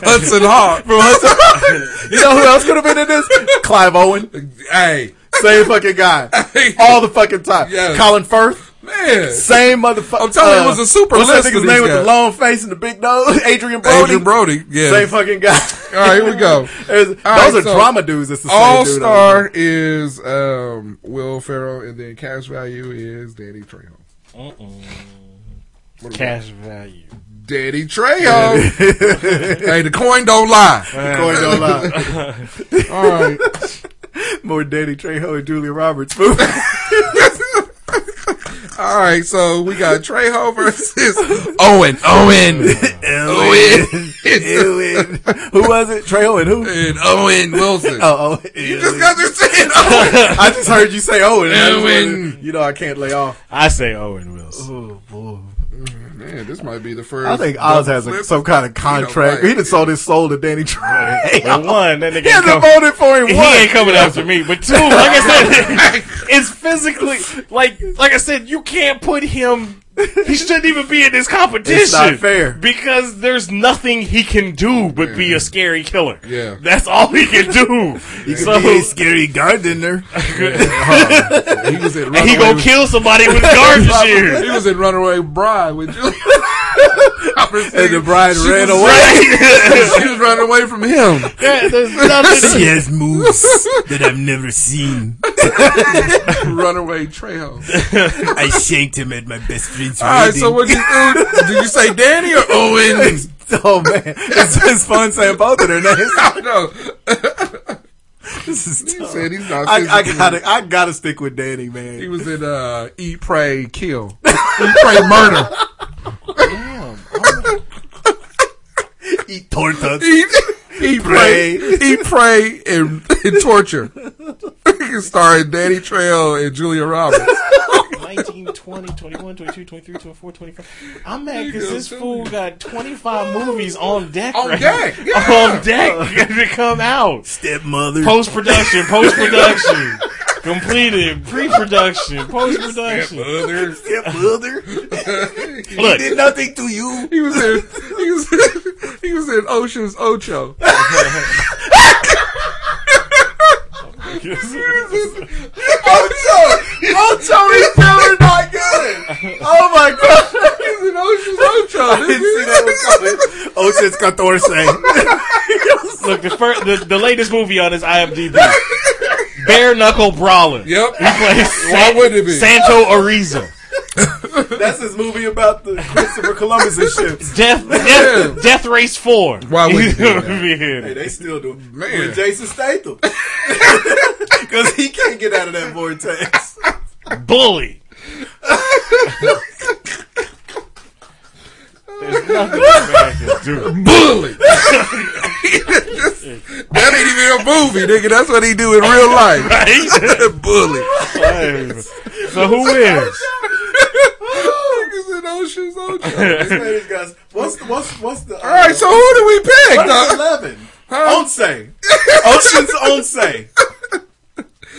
S11: Hudson Hawk.
S12: From Hudson, you know who else could have been in this? Clive Owen,
S11: Hey,
S12: same fucking guy,
S11: Hey.
S12: all the fucking time.
S11: Yes.
S12: Colin Firth.
S11: man.
S12: Same motherfucker.
S11: I'm telling you, it was a super
S12: what's that
S11: list
S12: nigga's
S11: of
S12: name
S11: these
S12: with the
S11: guys.
S12: long face and the big nose? Adrian Brody.
S11: Adrian Brody. Yeah.
S12: Same fucking guy.
S11: All right, here we go.
S12: There's-
S11: All
S12: those
S11: right,
S12: are
S11: so
S12: drama dudes. It's the
S11: All
S12: same dude.
S11: Star is um, Will Ferrell, and then Cash Value is Danny Trejo. What do we
S6: Cash value.
S11: got? Danny Trejo. hey, the coin don't lie.
S12: Corey don't lie.
S11: All right.
S12: More Danny Trejo and Julia Roberts movie.
S11: All right, so we got Trejo versus Owen. Owen. Owen.
S12: Ewan. Who was it? Trejo and who?
S11: and Owen Wilson.
S12: Oh, oh,
S11: You just oh. got to say it, Owen.
S12: I just heard you say Owen. I just
S11: Ewan.
S12: wanted- You know I can't lay off.
S6: I say Owen Wilson.
S12: Oh boy.
S11: Man, this might be the first.
S12: I think Oz has
S11: double
S12: a,
S11: flip.
S12: some kind of
S11: You
S12: contract.
S11: know,
S12: He done sold his soul to Danny Trejo.
S6: But one, that nigga
S12: He
S6: ain't
S12: hasn't
S6: come-
S12: voted for him
S6: he
S12: once.
S6: ain't coming after me. But two, like I said, it's physically like like I said, you can't put him. He shouldn't even be in this competition.
S12: It's not fair.
S6: because there's nothing he can do but be a scary killer.
S11: Yeah.
S6: that's all he can do. so
S12: Be a scary gardener.
S11: He was in
S6: and he
S11: Runaway
S6: gonna
S11: with-
S6: kill somebody with garbage here.
S11: He was in Runaway Bride with Julia. Roberts.
S12: And the bride
S11: She
S12: ran
S11: was-
S12: away.
S11: she was running away from him.
S6: Yeah, there's nothing.
S12: She has moves that I've never seen.
S11: Runaway Trejo.
S12: I shanked him at my best friend's
S11: All right, so what you do? Did you say Danny or Owen?
S12: oh man, it's just fun saying both of their names.
S11: no,
S12: This is
S11: he
S12: tough.
S11: said he's not.
S12: I, I
S11: physically-
S12: gotta, I gotta stick with Danny, man.
S11: He was in uh, Eat, Pray, Kill. Eat, Pray, Murder.
S12: Eat tortas.
S11: Eat, eat pray. Eat, pray, and, and torture. Starring Danny Trejo and Julia Roberts.
S6: 19, 20, 21, 22, 23, 24, 25. I'm mad
S11: You
S6: because
S11: go,
S6: this
S11: too.
S6: fool got 25 movies on deck.
S11: On
S6: right
S11: deck,
S6: now.
S11: yeah.
S6: On deck to come out.
S12: Stepmother.
S6: Post production, post production. completed pre-production, post-production.
S11: Stepmother.
S12: Stepmother.
S11: He did nothing
S12: to you.
S11: He was in. He was. In, he was in Ocean's Ocho.
S12: Ocho! Ocho is never not good! Oh my god! He's an Ocean's Ocho! I didn't see that one coming. Ocean's Catorce.
S6: Look, the, fir- the the latest movie on his IMDb, Bare Knuckle Brawling.
S11: Yep,
S6: he plays.
S11: Why wouldn't it be?
S6: Santo Ariza?
S12: That's his movie about the Christopher Columbus and shit.
S6: Death, death, death Race Four.
S11: Why would you do that?
S12: Hey, they still do.
S11: Man.
S12: With Jason Statham. Because he can't get out of that vortex.
S6: Bully. There's nothing this man can do.
S11: Bully. that ain't even a movie, nigga. That's what he do in real life.
S6: Right?
S11: Bully.
S6: So who wins?
S11: Niggas in Ocean's Ocho.
S12: This man has got. What's the. What's, what's the. uh,
S11: All right, so who do we pick?
S12: What's
S11: dog?
S12: 11?
S11: Huh?
S12: Onse. Ocean's Onse.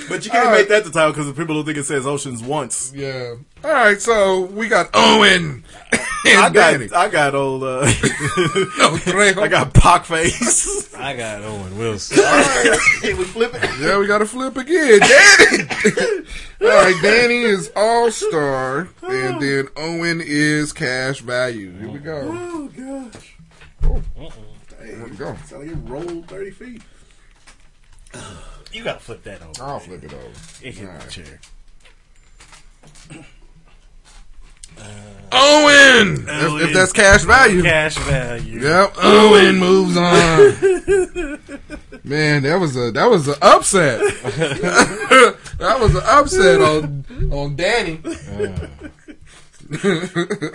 S12: But you can't make that the title because people don't think it says Oceans once.
S11: Yeah. All right, so we got Owen and
S12: I
S11: Danny.
S12: got, I got old, uh,
S11: Trejo.
S12: I got Pock Face.
S6: I got Owen Wilson.
S12: we flip it.
S11: Yeah, we got to flip again. Danny. All right, Danny is All Star,
S12: Oh.
S11: and then Owen is Cash Value. Here we go.
S12: Oh gosh!
S11: Here we go.
S12: Sound like it rolled thirty feet.
S6: You gotta flip that over.
S11: I'll flip it over.
S6: It hit the chair.
S11: Owen. If, if that's Cash Value.
S6: Cash value.
S11: Yep. Owen moves on. Man, that was a that was an upset. that was an upset on on Danny.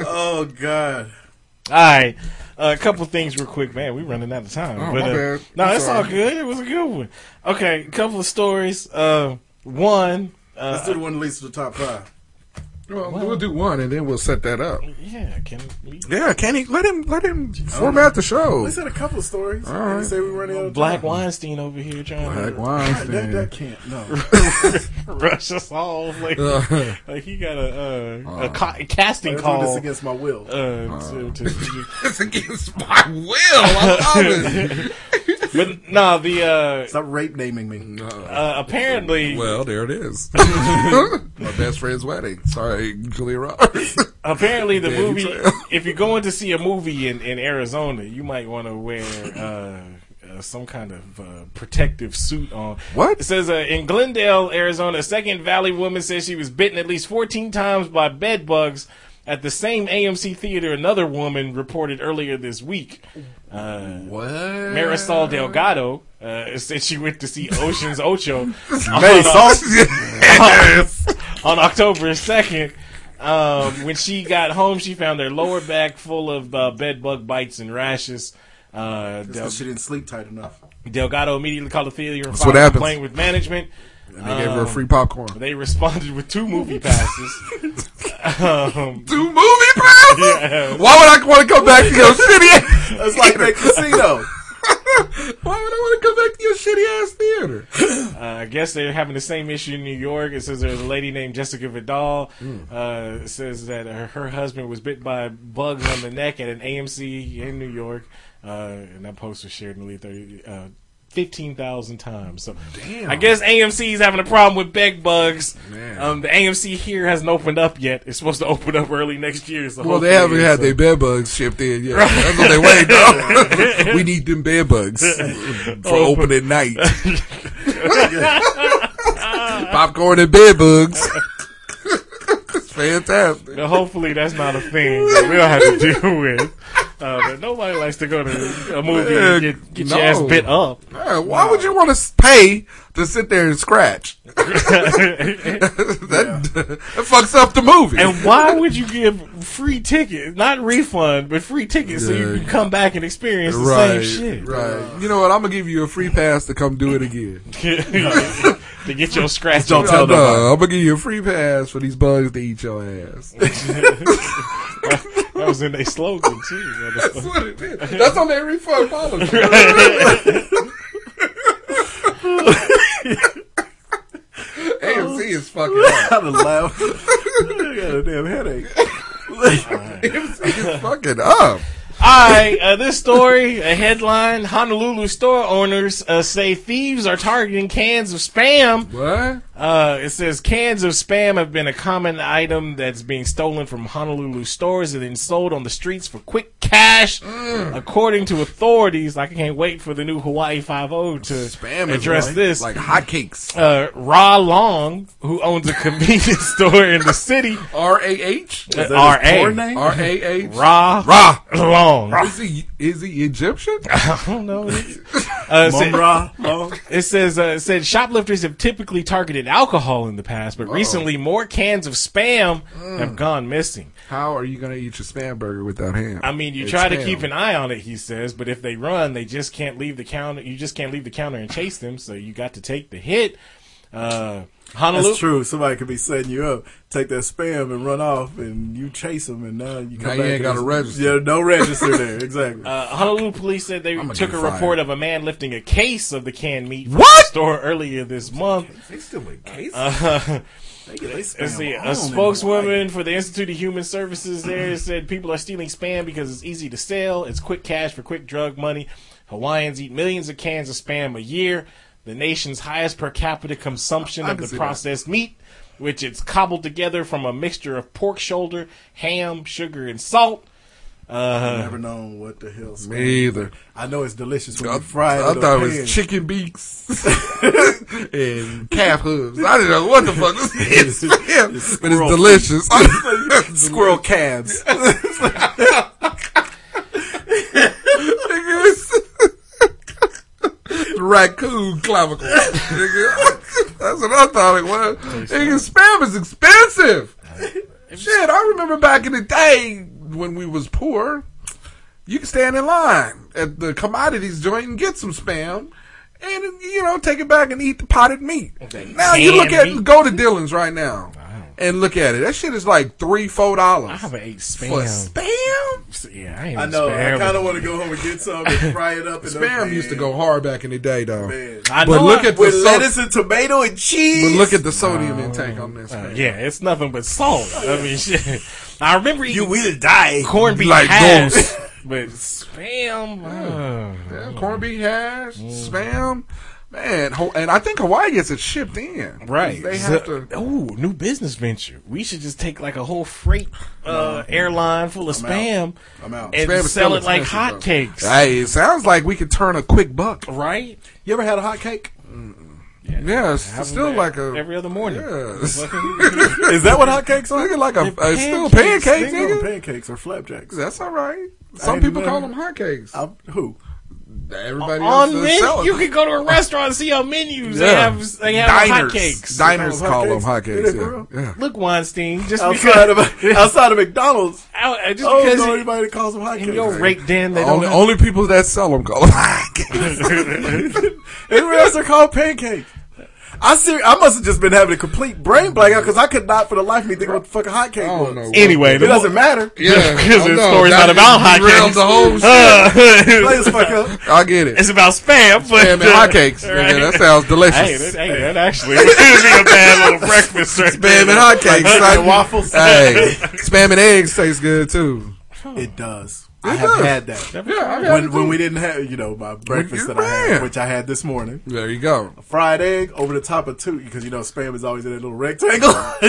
S12: Oh god!
S6: All right. a couple things real quick, man. We're running out of time.
S11: Oh,
S6: but,
S11: my
S6: uh,
S11: bad.
S6: No,
S11: I'm
S6: that's all
S11: sorry.
S6: good. It was a good one. Okay, a couple of stories. Uh, one.
S12: Let's do
S6: Uh,
S12: the one that leads to the top five.
S11: Well, we'll do one and then we'll set that up.
S6: yeah, can we
S11: Yeah, can he let him let him format the show?
S12: We said a couple of stories.
S11: All right.
S12: They say we run out of
S6: Black Weinstein over here trying
S11: Black
S12: time. That, that
S11: Weinstein.
S12: can't. No.
S6: to rush us all. Like,
S11: Uh.
S6: like he got a, uh, a ca- casting
S12: They're doing this
S6: call.
S12: against my will.
S6: Uh, to, to,
S11: It's against my will. I love it.
S6: but no, the
S12: Stop rape naming me.
S6: uh, uh, apparently
S11: Well, there it is. my best friend's wedding. Sorry, Julia Roberts.
S6: Apparently, the
S11: Danny
S6: movie.
S11: Trejo.
S6: If you're going to see a movie in, in Arizona, you might want to wear uh, uh, some kind of uh, protective suit on.
S11: What?
S6: It says uh, in Glendale, Arizona, a Second Valley woman says she was bitten at least 14 times by bed bugs. At the same AMC theater, another woman reported earlier this week. Uh,
S11: What?
S6: Marisol Delgado uh, said she went to see Ocean's Ocho. on October 2nd, um, when she got home, she found her lower back full of uh, bed bug bites and rashes. Uh, Del-
S12: 'Cause she didn't sleep tight enough.
S6: Delgado immediately called the theater and
S11: what
S6: filed a
S11: happens.
S6: complaint with management.
S11: And they gave her a free popcorn.
S6: They responded with two movie passes. um,
S11: Two movie passes?
S6: Yeah.
S11: Why would I want to come back to your shitty ass?
S12: It's like that casino.
S11: Why would I want to come back to your shitty ass theater?
S6: Uh, I guess they're having the same issue in New York. It says there's a lady named Jessica Vidal.
S11: Hmm.
S6: Uh, says that her, her husband was bit by bugs on the neck at an AMC in New York. Uh, and that post was shared nearly 30, uh, 15,000 times. So I guess AMC is having a problem with bed bugs.
S11: Man.
S6: Um, the AMC here hasn't opened up yet. It's supposed to open up early next year. So
S11: Well, they haven't
S6: hopefully
S11: had
S6: it's,
S11: their bed bugs shipped in yet. That's what they wait though. we need them bed bugs for opening night. Popcorn and bed bugs. it's fantastic.
S6: Now, hopefully that's not a thing that we'll have to deal with. Uh, but nobody likes to go to a movie and get, get your ass
S11: Uh, No.
S6: bit up.
S11: Man, why would you want to pay to sit there and scratch? that, that fucks up the movie.
S6: And why would you give free tickets, not refund, but free tickets so you
S11: Yeah.
S6: can come back and experience the same shit?
S11: Right. You know what? I'm gonna give you a free pass to come do it again.
S6: to get your scratch.
S12: Don't
S11: No,
S12: tell them.
S11: I'm gonna give you a free pass for these bugs to eat your ass.
S6: That was in their slogan too.
S11: That's
S6: motherfucker.
S11: what it is. That's on every fuck policy. AMC is fucking up.
S12: I done laughed. I got a damn headache.
S6: Uh,
S11: AMC is fucking up.
S6: All right, uh, this story, a headline: Honolulu store owners uh, say thieves are targeting cans of spam.
S11: What?
S6: Uh, it says cans of spam have been a common item that's being stolen from Honolulu stores and then sold on the streets for quick cash,
S11: Mm.
S6: according to authorities. I can't wait for the new Hawaii Five O to
S11: Spam is
S6: address
S11: like-
S6: this
S11: like hotcakes.
S6: Uh, Ra Long, who owns a convenience store in the city,
S11: R A H?
S6: Uh, R A
S11: R A H?
S6: Ra
S11: Ra.
S6: Long.
S11: Is he, is he Egyptian?
S6: I don't know. Uh, it said-
S11: Mumra,
S6: It says uh, it said shoplifters have typically targeted alcohol in the past, but recently more cans of spam
S11: Mm.
S6: have gone missing.
S11: How are you going to eat your spam burger without ham?
S6: I mean, you
S11: It's
S6: try to
S11: ham.
S6: keep an eye on it, he says, but if they run, they just can't leave the counter. You just can't leave the counter and chase them, so you got to take the hit. Uh, Honolulu.
S12: That's true. Somebody could be setting you up, take that spam and run off, and you chase them, and now you come
S11: Now
S12: back
S11: you ain't
S12: and
S11: gotta
S12: it's-
S11: register.
S12: Yeah, no register there. Exactly.
S6: Uh, Honolulu police said they
S12: gonna
S6: took a
S12: get fired.
S6: report of a man lifting a case of the canned meat from the store earlier this month.
S11: They still make cases.
S6: Uh,
S11: They get- they
S6: let's
S11: spam
S6: see,
S11: on in
S6: a spokeswoman for the Institute of Human Services there said people are stealing spam because it's easy to sell, it's quick cash for quick drug money. Hawaiians eat millions of cans of spam a year, the nation's highest per capita consumption
S11: I- I
S6: of
S11: can
S6: the
S11: see that.
S6: processed meat, which it's cobbled together from a mixture of pork shoulder, ham, sugar, and salt. Uh,
S12: I've never known what the hell. Spam
S11: Me
S12: is.
S11: either.
S12: I know it's delicious when
S11: I,
S12: you fry it.
S11: I
S12: in a
S11: thought it
S12: pan.
S11: was chicken beaks and calf hooves. I didn't know what the fuck this is. Spam, but
S12: squirrel.
S11: it's delicious.
S12: Squirrel calves.
S11: Raccoon clavicle. Nigga, That's what I thought it was. Nigga, spam is expensive. Shit, I remember back in the day when we was poor, you could stand in line at the commodities joint and get some spam. And you know, take it back and eat the potted meat. Now you look at go to Dillon's right now and look at it. That shit is like three, four dollars. I
S6: haven't ate spam.
S11: For spam?
S6: Yeah, I, ain't
S12: I know. I kind of want to go home and get some and fry it up. And
S11: Spam used to go hard back in the day, though.
S6: I
S11: but
S6: know
S11: look
S6: I-
S11: at the
S12: with
S11: so-
S12: lettuce and tomato and cheese.
S11: But look at the sodium intake on this. man.
S6: uh, Yeah, it's nothing but salt. I mean, shit. I remember eating
S12: You will die.
S6: corned beef
S11: Like
S6: hash,
S11: ghosts.
S6: but spam. uh,
S11: Damn, corned beef hash, spam, man, ho- and I think Hawaii gets it shipped in.
S6: Right.
S11: They
S6: So-
S11: have to.
S6: Ooh, new business venture. We should just take like a whole freight uh, airline full of
S12: I'm
S6: spam
S12: out. I'm out.
S6: and
S11: Spam is
S6: sell
S11: still
S6: it like
S11: expensive, though.
S6: hotcakes.
S11: Hey, it sounds like we could turn a quick buck.
S6: Right?
S12: You ever had a hot cake?
S11: Yeah, it's
S6: Have 'em
S11: still
S6: there
S11: like a.
S6: every other morning.
S11: Yes.
S12: Is that what hot cakes are?
S11: Nigga, like a,
S6: They're
S11: it's still
S6: pancakes,
S11: pancakes,
S12: They call them
S11: nigga.
S12: pancakes or flapjacks.
S11: That's all right.
S12: I
S11: Some
S12: ain't
S11: people
S12: never-
S11: call them hotcakes.
S12: I, who?
S11: Everybody else
S6: On
S11: does
S6: menu,
S11: sell
S6: you
S11: it.
S6: can go to a restaurant and see our menus. They
S11: Yeah.
S6: have they have hotcakes.
S11: Diners call them
S12: hotcakes?
S11: hotcakes.
S12: Yeah, for real.
S11: yeah. yeah.
S6: Look, Weinstein, just
S12: Outside
S6: because,
S12: of outside of McDonald's, Oh,
S6: out- uh, just
S12: I
S11: Oh,
S12: don't
S6: because
S12: know
S6: you-
S12: anybody that calls them hot
S6: in your
S12: cakes.
S6: rake den, they don't.
S11: Only, only people that sell them call them hotcakes.
S12: Everywhere else are called pancakes. I see. I must have just been having a complete brain blackout because I could not for the life of me think of what the fuck a hotcake
S11: I
S12: was.
S11: don't know.
S6: anyway,
S12: It
S6: the
S12: doesn't matter.
S11: Yeah, Oh,
S6: because
S11: I
S6: this
S11: know.
S6: story's
S11: Now
S6: not
S11: you
S6: about
S11: just derailed
S6: hotcakes.
S11: The whole shit.
S12: Play this fuck up.
S11: I get it.
S6: It's about spam, but
S11: Spam and hotcakes.
S6: Right.
S11: Nigga, that sounds delicious.
S6: Hey, that, hey, that actually would be a bad little breakfast right
S11: Spam and hotcakes. son.
S12: waffles.
S11: Hey, spam and eggs taste good too.
S12: It does.
S11: It
S12: I
S11: does.
S12: have had that.
S11: Yeah, I
S12: When, when we didn't have, you know, my breakfast
S11: you
S12: that I had,
S11: ran.
S12: which I had this morning,
S11: there you go.
S12: fried egg over the top of two, because you know spam is always in that little rectangle.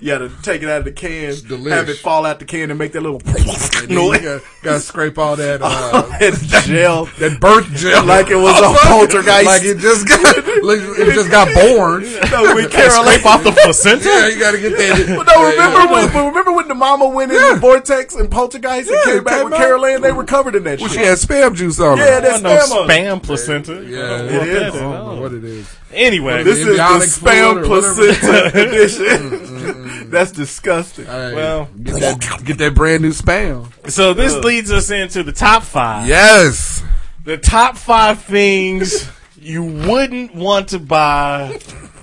S12: you got to take it out of the can,
S11: Delish.
S12: have it fall out the can, and make that little
S11: And then you
S12: noise.
S11: gotta, gotta scrape all that uh,
S12: and gel.
S11: that birth gel Oh,
S12: Like it was a poltergeist.
S11: Like it just got, like it just got born.
S12: No, we Carolina.
S6: off the placenta.
S11: Yeah, you gotta get that.
S12: But no, remember when? But remember when the mama went in
S11: Yeah.
S12: the vortex and poltergeist and
S11: Yeah,
S12: came
S11: it
S12: back
S11: came
S12: with
S11: out.
S12: Carolyn? They were covered in that
S11: Well, she
S12: shit.
S11: had spam juice on
S12: Yeah,
S11: her.
S12: that's
S6: No
S12: spam.
S6: spam placenta.
S11: Yeah,
S6: I don't
S11: it
S6: want
S12: is.
S6: that at
S11: I don't know
S6: all.
S11: what it is.
S6: Anyway,
S12: This is the
S11: Amniotic
S12: spam
S11: fluid or whatever. Mm,
S12: placenta edition. That's disgusting.
S11: Hey,
S6: Well-
S11: get that, get that brand new spam.
S6: so this leads us into the top five.
S11: Yes.
S6: The top five things you wouldn't want to buy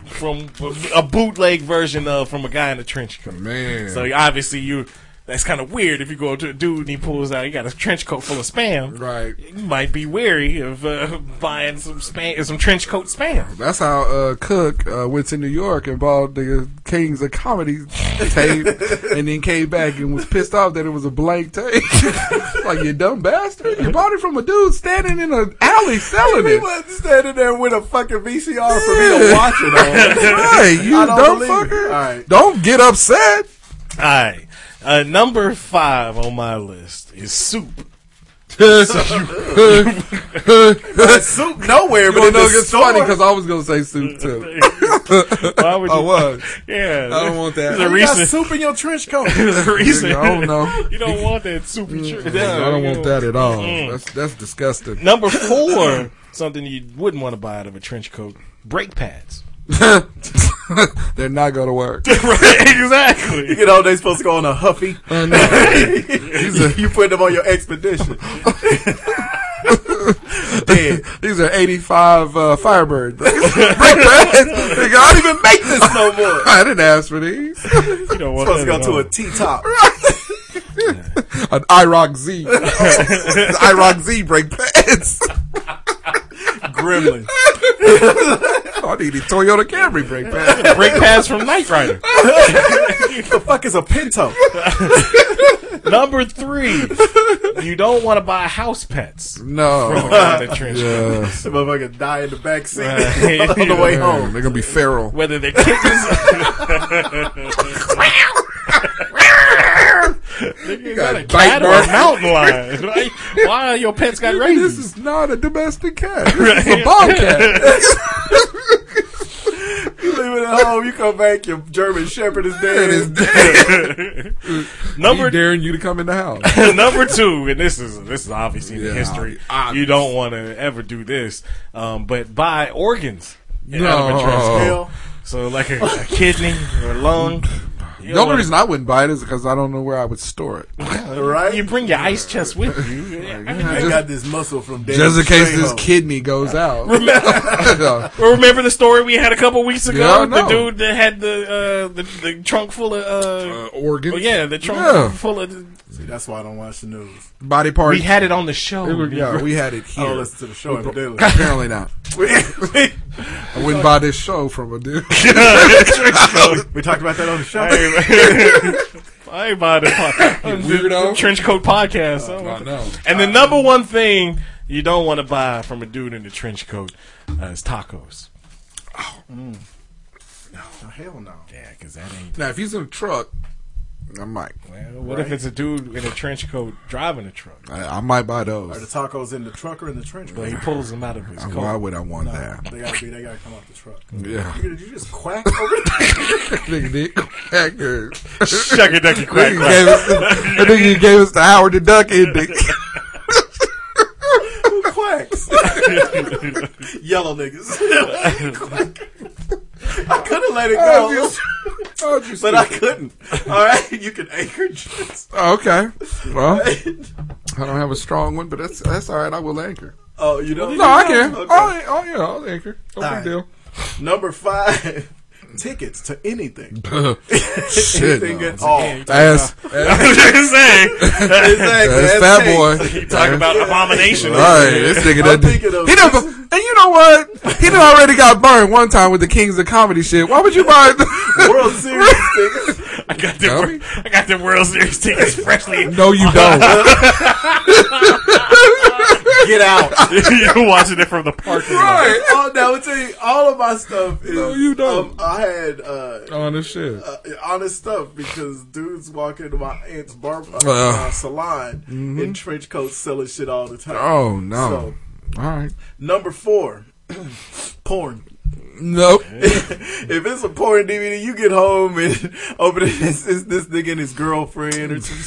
S6: from a bootleg version of from a guy in a trench coat.
S11: Man.
S6: So obviously you. That's kind of weird if you go up to a dude and he pulls out, he got a trench coat full of spam. Right. You might be wary of uh, buying some spam, some trench coat spam.
S11: That's how uh, Cook uh, went to New York and bought the Kings of Comedy tape, and then came back and was pissed off that it was a blank tape. like you dumb bastard, you bought it from a dude standing in an alley selling
S12: We
S11: it.
S12: wasn't standing there with a fucking VCR for me to watch it on.
S11: right, you
S12: I don't
S11: dumb
S12: believe it.
S11: fucker.
S12: All right.
S11: Don't get upset.
S6: All right. Uh, number five on my list is soup. soup
S11: You wanna know it's funny because I was gonna say soup too.
S6: Why would
S11: I
S6: you-
S11: was.
S6: Yeah.
S11: I don't want that.
S6: There's a
S11: You got
S6: reason-
S12: Soup in your trench coat.
S6: There's a reason.
S11: I don't know.
S6: You don't want that soupy church.
S11: I don't want that at all.
S6: Mm.
S11: That's that's disgusting.
S6: Number four, something you wouldn't want to buy out of a trench coat: brake pads.
S11: They're not gonna work.
S6: exactly.
S12: You know they supposed to go on a huffy. you put them on your expedition.
S11: Dead. These are 85 uh, Firebird. Break bread. Nigga, I don't even make this no more. I didn't ask for these.
S6: You don't want
S12: supposed to go
S6: that at
S12: to
S6: all.
S12: a T top.
S11: An IROC Z. The IROC Z break pads.
S12: Gremlin.
S11: I need the Toyota Camry brake pads.
S6: Brake pads from Knight Rider.
S12: the fuck is a Pinto?
S6: Number three, you don't want to buy house pets.
S11: No.
S6: From around the trench coat.
S11: Yeah.
S12: The motherfucker die in the back seat
S6: Right.
S12: on the way
S6: Yeah.
S12: home.
S11: They're gonna be feral.
S6: Whether they're kittens. you got a cat
S11: bite
S6: or a
S11: marks.
S6: mountain lion. Why- Why are your pets got
S11: Nigga,
S6: rabies?
S11: This is not a domestic cat. This is a bobcat.
S12: You leave it at home. You come back. Your German Shepherd is dead.
S6: Number
S11: He daring you to come in the house.
S6: number two, and this is this is obviously in
S11: Yeah,
S6: the history.
S11: ob-
S6: You don't want to ever do this, um, but buy organs in
S11: No.
S6: no. So like a, a kidney or a lung. You
S11: The
S6: don't
S11: only
S6: wanna-
S11: reason I wouldn't buy it is because I don't know where I would store it.
S12: right?
S6: You bring your ice chest with you. I mean,
S12: I
S11: Just-
S12: got this muscle from David
S11: Just in case
S12: Trejo.
S11: this kidney goes out.
S6: Well, remember the story we had a couple weeks ago?
S11: Yeah, I
S6: the
S11: know.
S6: dude that had the uh, the, the trunk full of uh,
S11: organs?
S6: oh, yeah, the trunk
S11: Yeah.
S6: full of.
S12: See, that's why I don't watch the news.
S11: Body part.
S6: We had it Oh, on the show.
S11: It was- yeah, we had it
S12: I
S11: here.
S12: don't Oh, listen to the show.
S11: We
S12: every
S11: bro-
S12: day.
S11: Apparently not. I wouldn't buy this show from a dude.
S12: we talked about that on the show.
S6: I ain't buying the, po-
S11: Weirdo. Oh,
S6: the trench coat podcast. I don't want
S11: I
S6: that.
S11: know.
S6: And the number one thing you don't want to buy from a dude in a trench coat uh, is tacos.
S12: Oh, Hell no.
S6: Yeah, because that ain't.
S11: Now, if he's in a truck, I might.
S6: Well, Uh, what if
S12: Right.
S6: it's a dude in a trench coat driving a truck?
S11: I, I might buy
S12: Are the
S11: those.
S12: tacos in the truck or in the trench?
S6: But he pulls them out of his
S11: Why
S6: coat.
S11: would I want that?
S12: They gotta be. They gotta come off the truck.
S11: Yeah.
S12: You, you just quack over the
S11: Nigga did quack good.
S6: Shuck a ducky quack.
S11: Nigga
S6: quack.
S11: gave us the- I think he gave us the Howard the Duck ending.
S12: Who quacks? Yellow niggas. Quack. I could have let it
S11: How'd
S12: go,
S11: you- how'd you
S12: but I
S11: speak?
S12: couldn't. All right, you can anchor. just-
S11: Oh, okay. Well, I don't have a strong one, but that's that's all right. I will anchor.
S12: Oh, you know.
S11: No, I can. Oh,
S12: Okay.
S11: I'll, I'll, yeah, I'll anchor. No
S12: All
S11: big
S12: right.
S11: deal.
S12: Number five. Tickets to anything,
S11: Shit,
S12: anything
S11: no.
S12: at all.
S11: Ass.
S6: I was just saying.
S12: Exactly.
S11: That's
S12: that's
S11: that
S12: cake.
S11: boy.
S6: you talk about abomination.
S11: All right, this nigga
S12: I'm
S11: done.
S12: thinking of-
S11: He done, bu- and you know what? He done already got burned one time with the Kings of Comedy shit. Why would you buy?
S12: World Series tickets.
S6: I got the
S11: Dummy.
S6: I got the World Series tickets freshly.
S11: no, you don't.
S12: Get out.
S6: You're watching it from the parking lot.
S12: Oh, now I tell you, all of my stuff is.
S11: No, you don't.
S12: Um, I had uh,
S11: On this shit.
S12: uh, honest stuff because dudes walk into my aunt's barber uh,
S11: Well. Mm-hmm.
S12: my salon in trench coats selling shit all the time.
S11: Oh no.
S12: So,
S11: All right.
S12: number four, porn.
S11: Nope.
S12: if it's a porn DVD, you get home and open it. It's, it's this nigga and his girlfriend or some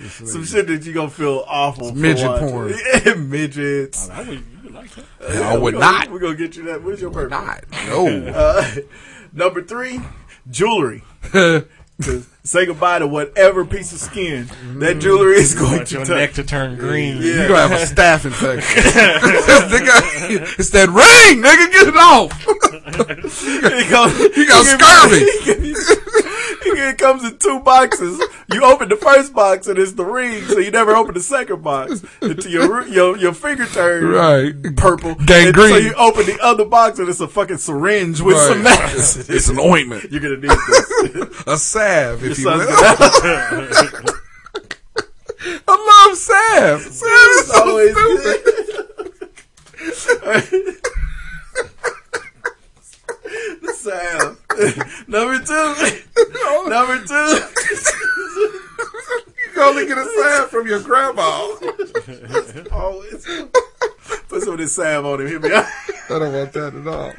S12: shit, some shit that you gonna feel awful. for
S11: midget
S12: watching.
S11: porn.
S12: Yeah, midgets.
S6: I would, you would like that.
S11: I would
S12: We gonna-
S11: not.
S12: We gonna get you that. What's your purpose?
S11: Not. No.
S12: Uh, number three, jewelry. To say goodbye to whatever piece of skin that jewelry
S11: Mm.
S12: is
S6: I
S12: going
S6: want
S12: to
S6: your neck
S12: touch.
S6: to turn green.
S11: You gonna have a staph infection. Nigga, it's that ring, nigga. Get it off.
S12: It comes,
S11: You got scurvy.
S12: it comes in two boxes. You open the first box and it's the ring, so you never open the second box until your your your finger turns
S11: Right.
S12: purple. And
S11: Gangrene.
S12: so you open the other box and it's a fucking syringe with
S11: Right.
S12: some medicine.
S11: It's an ointment.
S12: You're gonna need this.
S11: a salve, if
S12: Your
S11: you
S12: son's
S11: will. I love salve. Salve is so
S12: always
S11: stupid.
S12: The sound. Number two. Number two.
S11: You can only get a salve from your grandma.
S12: Always. Put some of this salve on him. He'll be all right.
S11: I don't want that at all.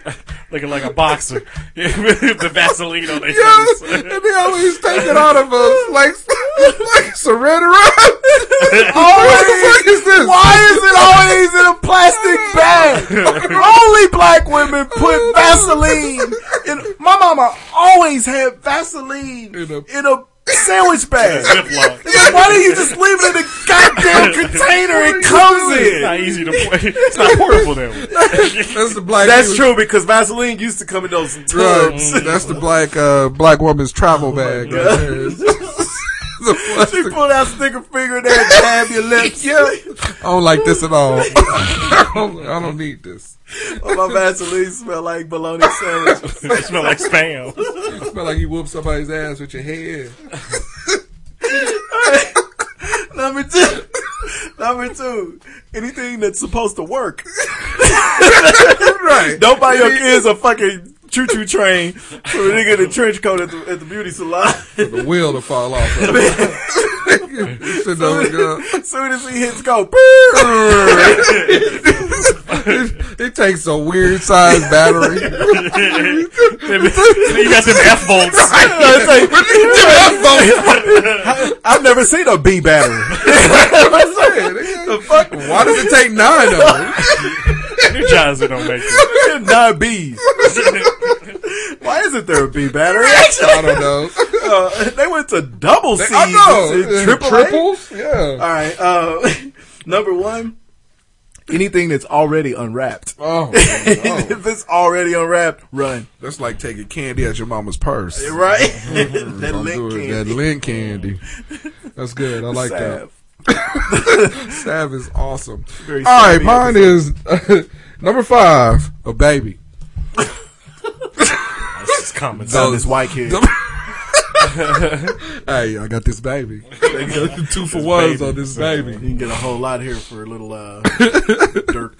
S6: Looking like a boxer. With the Vaseline on their
S11: Yes,
S6: face.
S11: and they always take it out of us like like surrender up. what the fuck is this?
S12: Why is it always in a plastic bag? Only black women put Vaseline. In, my mama always had Vaseline in a, sandwich bag.
S6: Ziploc.
S12: Like, Why do you just leave it in a goddamn container it comes
S6: It's
S12: in?
S6: not easy to play. It's not portable that way.
S11: That's the black.
S12: That's true because Vaseline used to come in those tubs.
S11: Right. That's the black uh, black woman's
S12: Oh
S11: travel bag. right there.
S12: she pulled out sticker finger in there and dabbed your lips.
S11: I don't like this at all. I don't, I don't need this.
S12: Oh, my Vaseline smell like bologna sandwiches.
S6: It smell like spam.
S11: It smell like you whooped somebody's ass with your head.
S12: Number two. Number two. Anything that's supposed to work.
S11: right.
S12: Don't buy your kids a fucking choo choo train for a nigga in a trench coat at the, at the beauty salon.
S11: The wheel to fall off. Of. You should know, girl.
S12: soon as he hits go, brrr.
S11: it takes a weird size battery.
S6: you got them F bolts.
S12: It's like,
S11: That's
S12: I've never seen a B battery.
S11: what I'm saying.
S12: the fuck?
S11: Why does it take nine of them?
S6: Energizer don't make it.
S12: Nine B's. Why isn't there a B battery?
S11: I don't know.
S12: Uh, they went to double C's.
S11: I know.
S12: It's Triple A?
S11: Triples? Yeah.
S12: All right. Uh, number one, anything that's already unwrapped.
S11: Oh,
S12: if it's already unwrapped, run.
S11: that's like taking candy out your mama's purse.
S12: Right?
S11: Don't
S12: that
S11: do
S12: link
S11: it.
S12: candy.
S11: That lint candy. That's good. I like that.
S12: Salve.
S11: Sav is awesome.
S12: Very
S11: All right,
S12: savvy
S11: mine is number five. A baby.
S6: That's just common
S12: Found
S6: sense.
S12: this white kid.
S11: Hey, I got this baby. Two for
S12: This
S11: ones
S12: baby.
S11: on this
S12: You
S11: baby.
S12: can get a whole lot here for a little uh, dirt.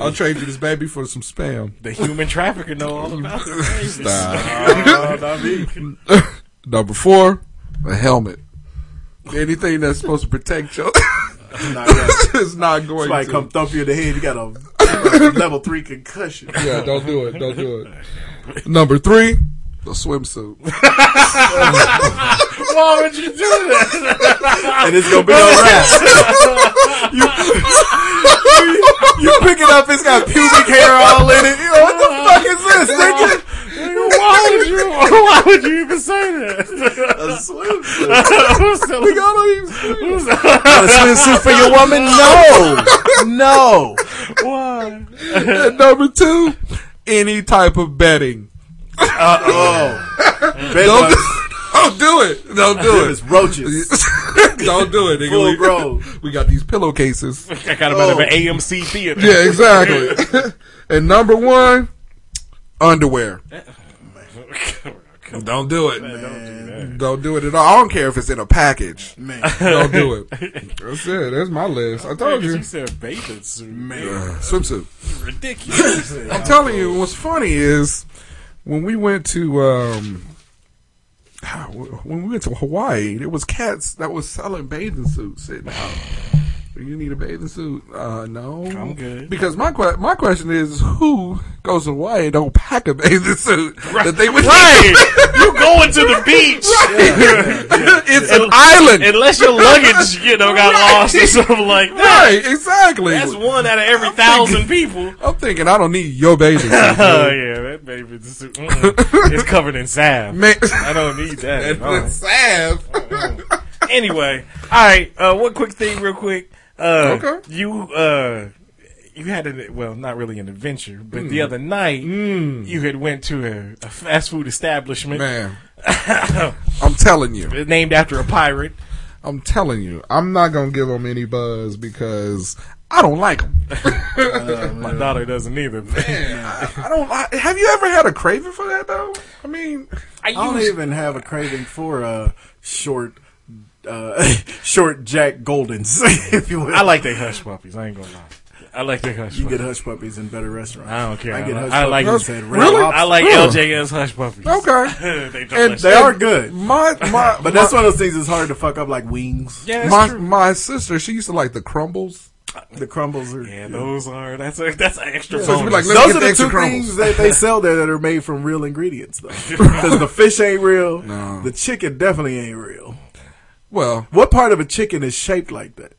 S11: I'll trade you this baby for some spam.
S6: The human trafficker know all about this.
S11: Number four, a helmet. Anything that's supposed to protect you
S12: Not that.
S11: is not going
S12: Somebody
S11: to.
S12: come thump you in the head. You got a, a level three concussion.
S11: yeah, don't do it. Don't do it. Number three, a swimsuit.
S6: Why would you do that?
S12: and it's gonna be unwrapped. you, you pick it up, it's got pubic hair all in it. You know, what the fuck is this, nigga?
S6: Why would you? Why would you even say that?
S12: A swimsuit.
S6: Who's-
S12: Y'all don't even
S6: who's-
S12: a swimsuit for your woman? No, no.
S6: Why?
S11: And number two, any type of betting.
S12: Oh,
S11: Don't
S12: bedbugs.
S11: don't do it. Don't do
S12: Them
S11: it.
S12: is roaches.
S11: Don't do it,
S12: Full
S11: nigga.
S12: grown.
S11: We, we got these pillowcases.
S6: I got him out of an AMC theater.
S11: Oh. Yeah, exactly. and number one, underwear. Don't do it. Don't do it at all. I don't care if it's in a package.
S12: Man,
S11: Don't do it. That's it. That's my list. I told you.
S6: You said bathing suit, man.
S11: Swimsuit.
S6: Ridiculous.
S11: I'm telling you, what's funny is when we went to um, ah, when we went to Hawaii, there was cats that was selling bathing suits sitting out. Do you need a bathing suit? Uh, no,
S6: I'm good.
S11: Because my que- my question is, who goes to Hawaii and don't pack a bathing suit that they would?
S6: Right. you going to the beach.
S11: it's an island,
S6: Unless your luggage, you know, got
S11: Right.
S6: lost or something like that.
S11: right? Exactly.
S6: That's one out of every thousand people.
S11: I'm thinking I don't need your bathing suit,
S6: Oh yeah, that baby suit. Mm-mm. it's covered in salve.
S11: man.
S6: I don't need that. at all.
S11: It's salve.
S6: anyway, all right. Uh, one quick thing, real quick. Uh,
S11: Okay.
S6: You uh, you had an well, not really an adventure, but the other night you had went to a, a fast food establishment.
S11: Man, I'm telling you.
S6: Named after a pirate.
S11: I'm telling you. I'm not going to give them any buzz because I don't like them.
S6: My daughter doesn't either.
S11: I don't. I, have you ever had a craving for that though? I mean,
S12: I, don't even have a craving for a short, uh, short Jack Goldens, if you will.
S6: I like they hush puppies. I ain't gonna lie. I like they hush.
S12: You
S6: puppies.
S12: get hush puppies in better restaurants.
S6: I don't care.
S12: I
S6: I,
S12: get
S6: li-
S12: hush
S6: I like
S12: puppies at Red
S6: Really?
S12: Lobster.
S6: I like
S12: Ugh.
S6: LJS hush puppies.
S11: Okay.
S6: they don't
S12: and
S6: let
S12: they
S6: you-
S12: are good.
S11: My, my,
S12: but that's one of those things that's hard to fuck up, like wings.
S11: my my sister, she used to like the crumbles.
S12: the crumbles are
S6: yeah, those are that's a, that's an extra
S11: Yeah. So
S6: bonus.
S11: it'd be like,
S12: Those
S11: get
S12: are
S11: the
S12: the
S11: extra
S12: two
S11: crumbles.
S12: things that they sell there that are made from real ingredients, though. Because the fish ain't real.
S11: No.
S12: The chicken definitely ain't real.
S11: Well,
S12: what part of a chicken is shaped like that?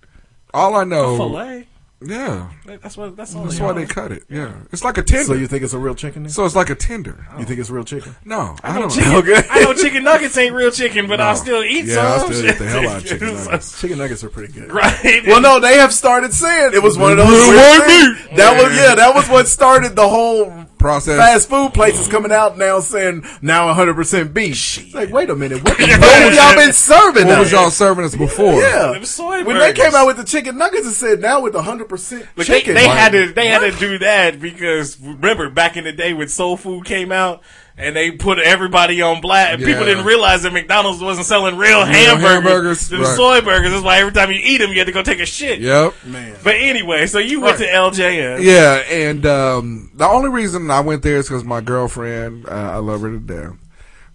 S11: All I know,
S6: fillet.
S11: Yeah,
S6: That's what that's, all
S11: that's why they cut it. Yeah, it's like a tender.
S12: So you think it's a real chicken? Then?
S11: So it's like a tender.
S12: You think it's real chicken?
S11: No, I,
S6: I know
S11: don't.
S6: chicken.
S11: know.
S6: I know chicken nuggets ain't real chicken, but
S11: No.
S6: I'll still eat
S11: Yeah,
S6: some.
S11: I'll still eat the hell out of chicken
S6: So-
S11: nuggets.
S12: Chicken nuggets are pretty good.
S6: Right.
S12: Well, no, they have started saying it was one of those.
S11: Reward
S12: weird
S11: me.
S12: things. That was yeah, that was what started the whole
S11: Process.
S12: Fast food places coming out now saying now 100 percent beef. It's like, wait a minute, what the fuck y'all been serving?
S11: What
S12: us?
S11: was y'all serving us before?
S12: Yeah,
S6: soy
S12: when they came
S6: burgers.
S12: out with the chicken nuggets and said now with 100 percent
S6: Look,
S12: chicken,
S6: They, they had to they had to do that because remember back in the day when soul food came out and they put everybody on black and people
S11: Yeah.
S6: didn't realize that McDonald's wasn't selling real hamburgers,
S11: hamburgers,
S6: them
S11: right.
S6: soy burgers. That's why every time you eat them, you had to go take a shit.
S11: Yep.
S12: Man.
S6: But anyway, so you went to LJS.
S11: Yeah, and um, the only reason I went there is because my girlfriend, uh, I love her to death,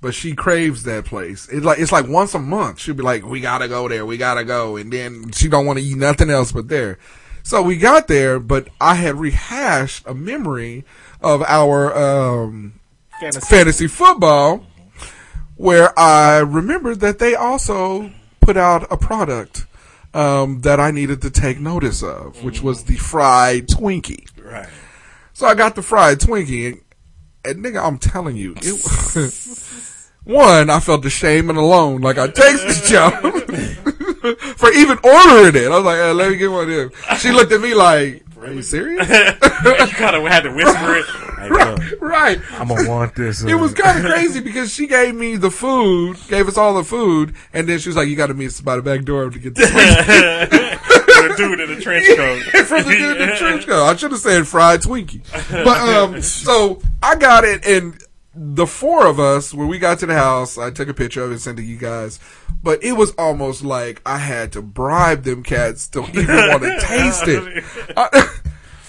S11: but she craves that place. It's like it's like once a month she'll be like, "We gotta go there, we gotta go," and then she don't want to eat nothing else but there. So we got there, but I had rehashed a memory of our um,
S6: Fantasy.
S11: fantasy football, where I remembered that they also put out a product um, that I needed to take notice of, which was the fried Twinkie.
S6: Right.
S11: So I got the fried Twinkie, and, and nigga, I'm telling you, it, one, I felt ashamed and alone, like I takes this job for even ordering it. I was like, eh, let me get one of them. She looked at me like, are you serious?
S6: you kind of had to whisper it. Hey, look,
S11: right.
S6: I'm gonna want this.
S11: It was kind of crazy because she gave me the food, gave us all the food, and then she was like, "You got to meet us by the back door to get the
S6: the dude in a trench coat.
S11: from the dude in the trench coat. I should have said fried Twinkie. But um, so I got it, and the four of us, when we got to the house, I took a picture of it and sent it to you guys. But it was almost like I had to bribe them cats to even want to taste it. I-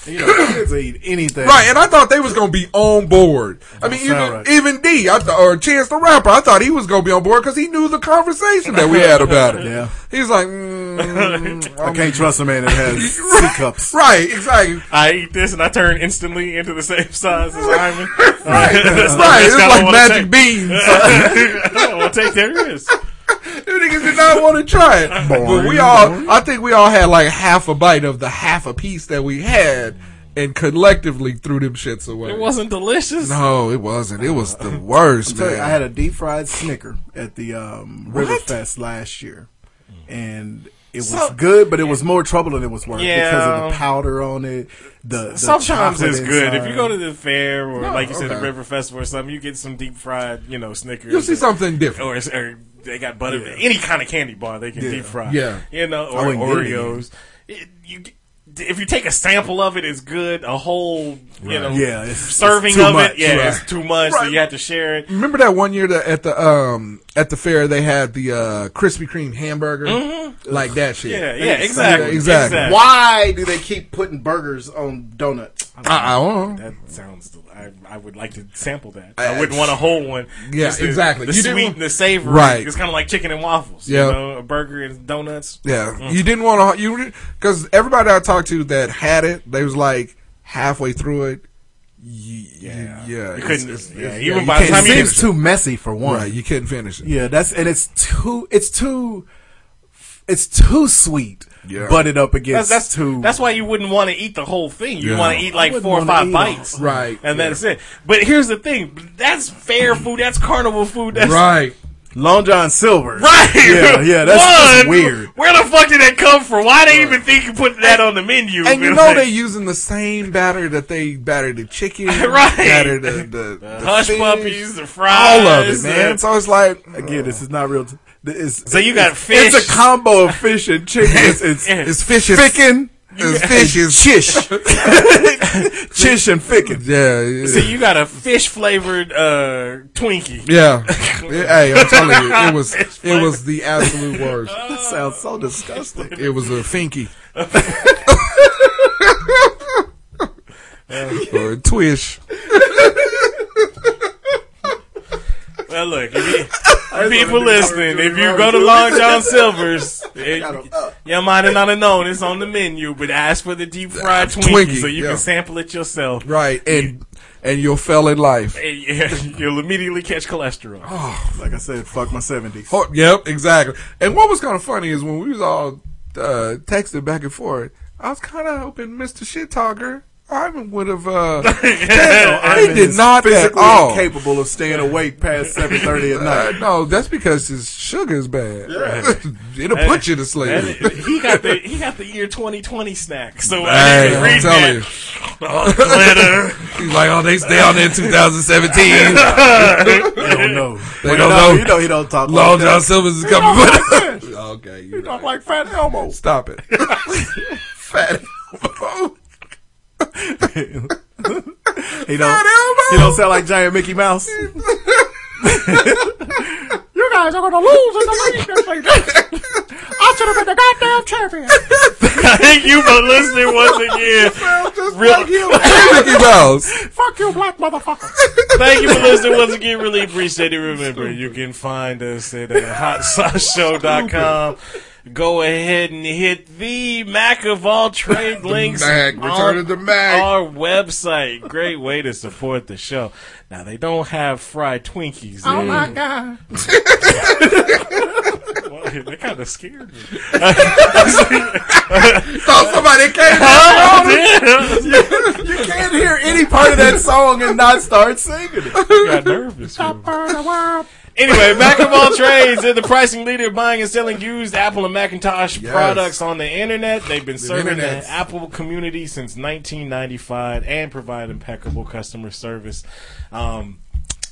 S12: You know, kids eat anything.
S11: Right, and I thought they was gonna be on board. I mean, even
S12: sound right.
S11: even D, I th- or Chance the Rapper, I thought he was gonna be on board because he knew the conversation that we had about it.
S12: Yeah.
S11: he was like, mm,
S12: I can't trust a man that has C cups.
S11: right, exactly.
S6: I eat this and I turn instantly into the same size as Hyman.
S11: Right,
S6: That's the
S11: right.
S6: risk
S11: It's
S6: I don't
S11: like
S6: wanna take.
S11: magic beans.
S6: I don't want to take that risk.
S11: You niggas did not want to try it. but we all, I think we all had like half a bite of the half a piece that we had, and collectively threw them shits away.
S6: It wasn't delicious.
S11: No, it wasn't. It was the worst,
S12: Tell you,
S11: man.
S12: I had a deep fried Snicker at the um, Riverfest last year, and it was
S6: Mm. So-
S12: good, but it was more trouble than it was worth because of
S6: Yeah.
S12: the powder on it. The, the
S6: Sometimes
S12: chocolate
S6: it's good. If
S12: inside.
S6: you go to the fair or,
S11: No,
S6: like you said, the
S11: okay.
S6: River Festival or something, you get some deep fried, you know, Snickers.
S11: You'll see
S6: or-
S11: something different.
S6: Or, it's- or they got butter, any kind of candy bar they can deep fry.
S11: Yeah.
S6: You know,
S12: I
S6: or
S12: wouldn't get any.
S6: Oreos. It, you, get- if you take a sample of it, it's good. A whole, you know,
S12: Yeah, it's- it's
S6: serving
S12: too
S6: of
S12: much.
S6: it, yeah,
S12: Right.
S6: it's too much, so
S11: Right.
S6: you have to share it.
S11: Remember that one year that at the um at the fair they had the uh Krispy Kreme hamburger like that shit.
S6: Mm-hmm. Yeah, yeah, exactly.
S11: exactly.
S6: exactly.
S12: Why do they keep putting burgers on donuts?
S11: I, I don't know.
S6: That sounds. del- I, I would like to sample that. I wouldn't want a whole one.
S11: Uh, Yeah,
S6: Just the-
S11: exactly.
S6: The
S11: You
S6: sweet
S11: didn't-
S6: and the savory.
S11: Right.
S6: It's kind of like chicken and waffles.
S11: Yeah.
S6: You know, a burger and donuts.
S11: Yeah,
S6: Mm-hmm.
S11: you didn't want to. You because everybody I talked to that had it, they was like halfway through it. Yeah, yeah,
S6: You couldn't.
S11: it's- it's-
S6: yeah,
S11: yeah,
S6: even by the
S11: can't
S6: time you
S11: finish
S12: It's
S6: get
S12: too messy for
S11: it.
S12: one.
S11: right, you couldn't finish it.
S12: Yeah, that's and it's too it's too it's too sweet.
S11: Yeah.
S12: Butted up
S6: that's
S12: against
S6: that's,
S12: too.
S6: that's why you wouldn't want to eat the whole thing. You
S11: Yeah.
S6: want to eat like
S12: I wouldn't
S6: four or
S12: wanna
S6: five
S12: eat
S6: bites,
S12: all-
S11: Right,
S6: And that's it. But here's the thing: that's fair food. That's carnival food. That's
S11: right.
S12: Long John Silver.
S6: Right.
S12: Yeah, yeah, that's just
S6: One,
S12: weird.
S6: Where the fuck did that come from? Why they even think you put that on the menu?
S11: And you
S6: man?
S11: know
S6: Like,
S11: they using the same batter that they battered the chicken,
S6: Right.
S11: batter the, the, the
S6: hush
S11: fish,
S6: puppies, the
S11: all of
S6: fries,
S11: it, man.
S6: the-
S11: So it's like
S12: again, this is not real. T- it's,
S6: So you got
S12: it's,
S6: fish.
S12: It's a combo of fish and chicken. It's, it's,
S11: it's fish is-
S12: Ficken.
S11: You-
S12: It's fish is chish. chish and ficken.
S11: Yeah. yeah.
S6: so you got a fish flavored uh, Twinkie.
S11: Yeah. hey, I'm telling you, it was it was the absolute worst. that
S12: sounds so disgusting.
S11: It was a finky. or a twish.
S6: Well, look, if you, people listening, if you go to Long John Silver's, it, you might have not have known it's on the menu, but ask for the deep fried Twinkie,
S11: Twinkie,
S6: so you
S11: yeah.
S6: can sample it yourself.
S11: Right. And and you'll fail in life.
S6: And you- you'll immediately catch cholesterol.
S12: Like I said, fuck my 70s.
S11: Oh, yep, exactly. And what was kind of funny is when we was all uh, texting back and forth, I was kind of hoping Mr. Shit Talker Ivan would have. Uh,
S12: Damn,
S11: he
S12: Ivan
S11: did
S12: is
S11: not at
S12: physically
S11: all.
S12: capable of staying awake past seven thirty at
S11: Uh,
S12: night.
S11: no, that's because his sugar's bad. It'll put you to sleep.
S6: And he got the he got the year 2020 snack. So I
S11: Hey,
S6: didn't
S11: I'm
S6: read that.
S11: telling you.
S6: Oh, glitter.
S11: He's like, oh, they stay on there in 2017.
S12: they don't know. Well,
S11: They don't
S12: no,
S11: know.
S12: you know he don't talk
S11: Long
S12: like that.
S11: John Silver's is
S12: You
S11: coming.
S12: don't
S11: for-
S12: like
S11: okay,
S12: You
S11: you
S12: don't like Fat Elmo.
S11: Stop it. Fat Elmo.
S12: He don't. He don't sound like giant Mickey Mouse.
S15: You guys are gonna lose in the league this season. I should have been the goddamn champion.
S6: Thank you for listening once again. Real,
S11: Mickey Mouse.
S15: Fuck you, black motherfucker.
S6: thank you for listening once again. Really appreciate it. Remember, you can find us at uh, hotsauceshow.com. Go ahead and hit the Mac of all trade links.
S11: Mac. Return
S6: on
S11: of the Mac.
S6: Our website. Great way to support the show. Now, they don't have fried Twinkies.
S15: Oh
S6: in-
S15: my god.
S6: Well, they kind of scared me.
S11: Thought somebody came
S6: Oh,
S12: You can't hear any part of that song and not start singing it.
S6: damn. I got nervous. Anyway, Mac of all trades, they're the pricing leader buying and selling used Apple and Macintosh products on the internet. They've been serving
S11: internets.
S6: the Apple community since 1995 and provide impeccable customer service. Um,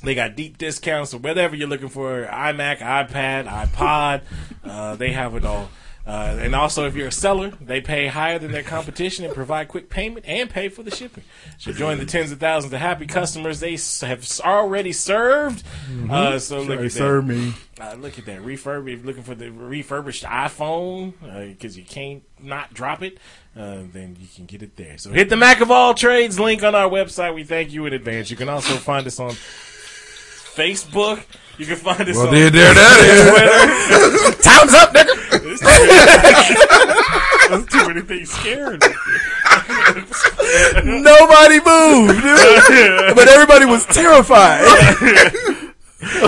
S6: they got deep discounts, so whatever you're looking for, iMac, iPad, iPod, uh, they have it all. Uh, and also, if you're a seller, they pay higher than their competition and provide quick payment and pay for the shipping. So join the tens of thousands of happy customers they s- have s- already served. Uh, so look
S12: Sorry,
S6: at
S12: sir,
S6: that.
S12: me.
S6: Uh, look at that refurb. If you're looking for the refurbished iPhone because you can't not drop it, uh, then you can get it there. So hit the Mac of all trades link on our website. We thank you in advance. You can also find us on Facebook. You can find us
S11: Well,
S6: on
S11: there- there that
S6: Twitter.
S11: is. Time's up, nigga.
S6: There's too many- there's too many things scared.
S12: Nobody moved, dude. but everybody was terrified.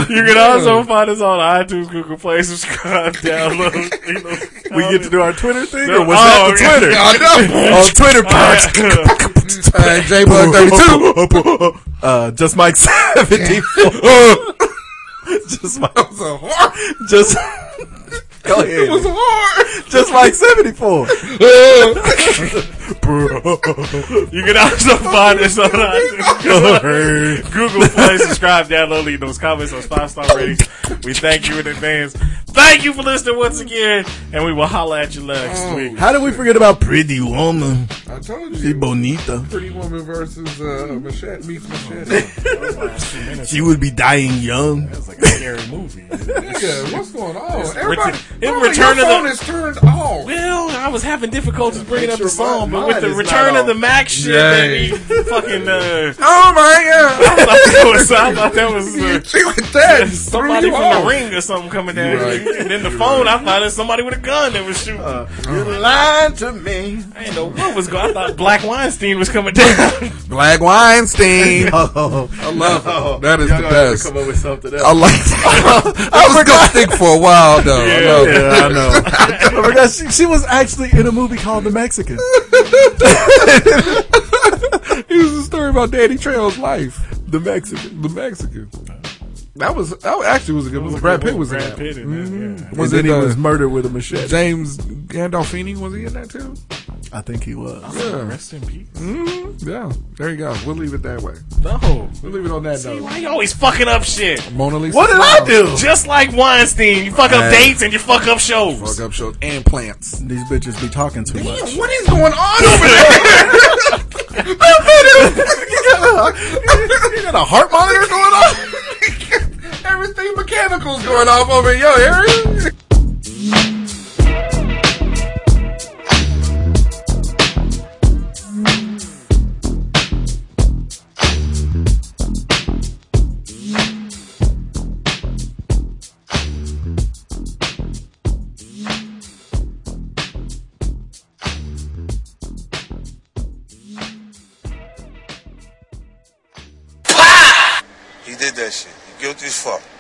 S6: You can also find us on iTunes, Google Play, subscribe, download. You know,
S12: We get to do our Twitter thing, or was
S6: Oh,
S12: that the
S6: okay.
S12: Twitter?
S11: I know.
S12: On Oh, Twitter, Parks.
S11: Hey, J Bug 32.
S12: Uh, just Mike seventy four. just Mike. Just go ahead. Just Mike seventy four.
S6: You can also find us on iTunes, Google Play, subscribe, download, leave those comments on five star ratings. We thank you in advance. Thank you for listening once again, and we will holler at you next week.
S12: How did we forget about Pretty Woman?
S11: I told
S12: She
S11: you.
S12: bonita.
S11: Pretty Woman versus uh, Machete meets Machete.
S12: She would be dying young.
S6: Scary movie.
S11: Oh, Nigga, what's going on?
S6: It's
S11: Everybody,
S6: written- in
S11: Mama,
S6: Return of the-
S11: your phone is turned off.
S6: Well, I was having difficulties bringing up the
S11: Your
S6: song, but
S11: mind
S6: with the
S11: is
S6: return
S11: not
S6: of the
S11: on.
S6: Mac shit,
S11: Yeah.
S6: baby, fucking. Uh,
S11: Oh my
S6: I thought that was, I thought that was uh,
S11: god! See what that
S6: somebody
S11: threw
S6: from
S11: you
S6: the
S11: off.
S6: ring or something coming down.
S11: You're right.
S6: And then the phone, I thought it was somebody with a gun that was shooting.
S11: Uh, Uh-huh.
S12: You lied to me.
S6: I didn't know what was going. I thought Black Weinstein was coming down.
S11: Black Weinstein.
S12: Oh,
S11: I love
S12: oh.
S11: it. That is
S12: Y'all
S11: the
S12: gonna have to
S11: best.
S12: Come up with something else.
S11: I like that. I was gonna stick for a while though. I love it.
S12: Yeah, I know. I forgot she, she was actually in a movie called The Mexican.
S11: It was a story about Daddy Trail's life.
S12: The Mexican.
S11: The Mexican. That was that was- actually was a good movie. Brad Pitt was in
S6: Brad
S11: that.
S6: Pitt in that,
S11: Mhm.
S6: yeah.
S11: Was
S12: And
S11: it
S12: then he
S11: uh,
S12: was murdered with a machete.
S11: James Gandolfini was he in that too?
S12: I think he was.
S11: Yeah.
S6: Rest in peace.
S11: Mhm. Yeah, there you go. We'll leave it that way.
S6: No.
S11: We'll leave it on that
S6: See,
S11: note.
S6: why you always fucking up shit?
S11: Mona Lisa.
S6: What did I
S11: do?
S6: Just like Weinstein, you fuck up
S11: Hey.
S6: dates and you fuck up shows.
S11: Fuck up shows and plants.
S12: These bitches be talking too much.
S11: What is going on over there? you, got a, you got a heart monitor going on? Everything mechanical's going off over your area.
S9: He did that shit. You guilty as fuck.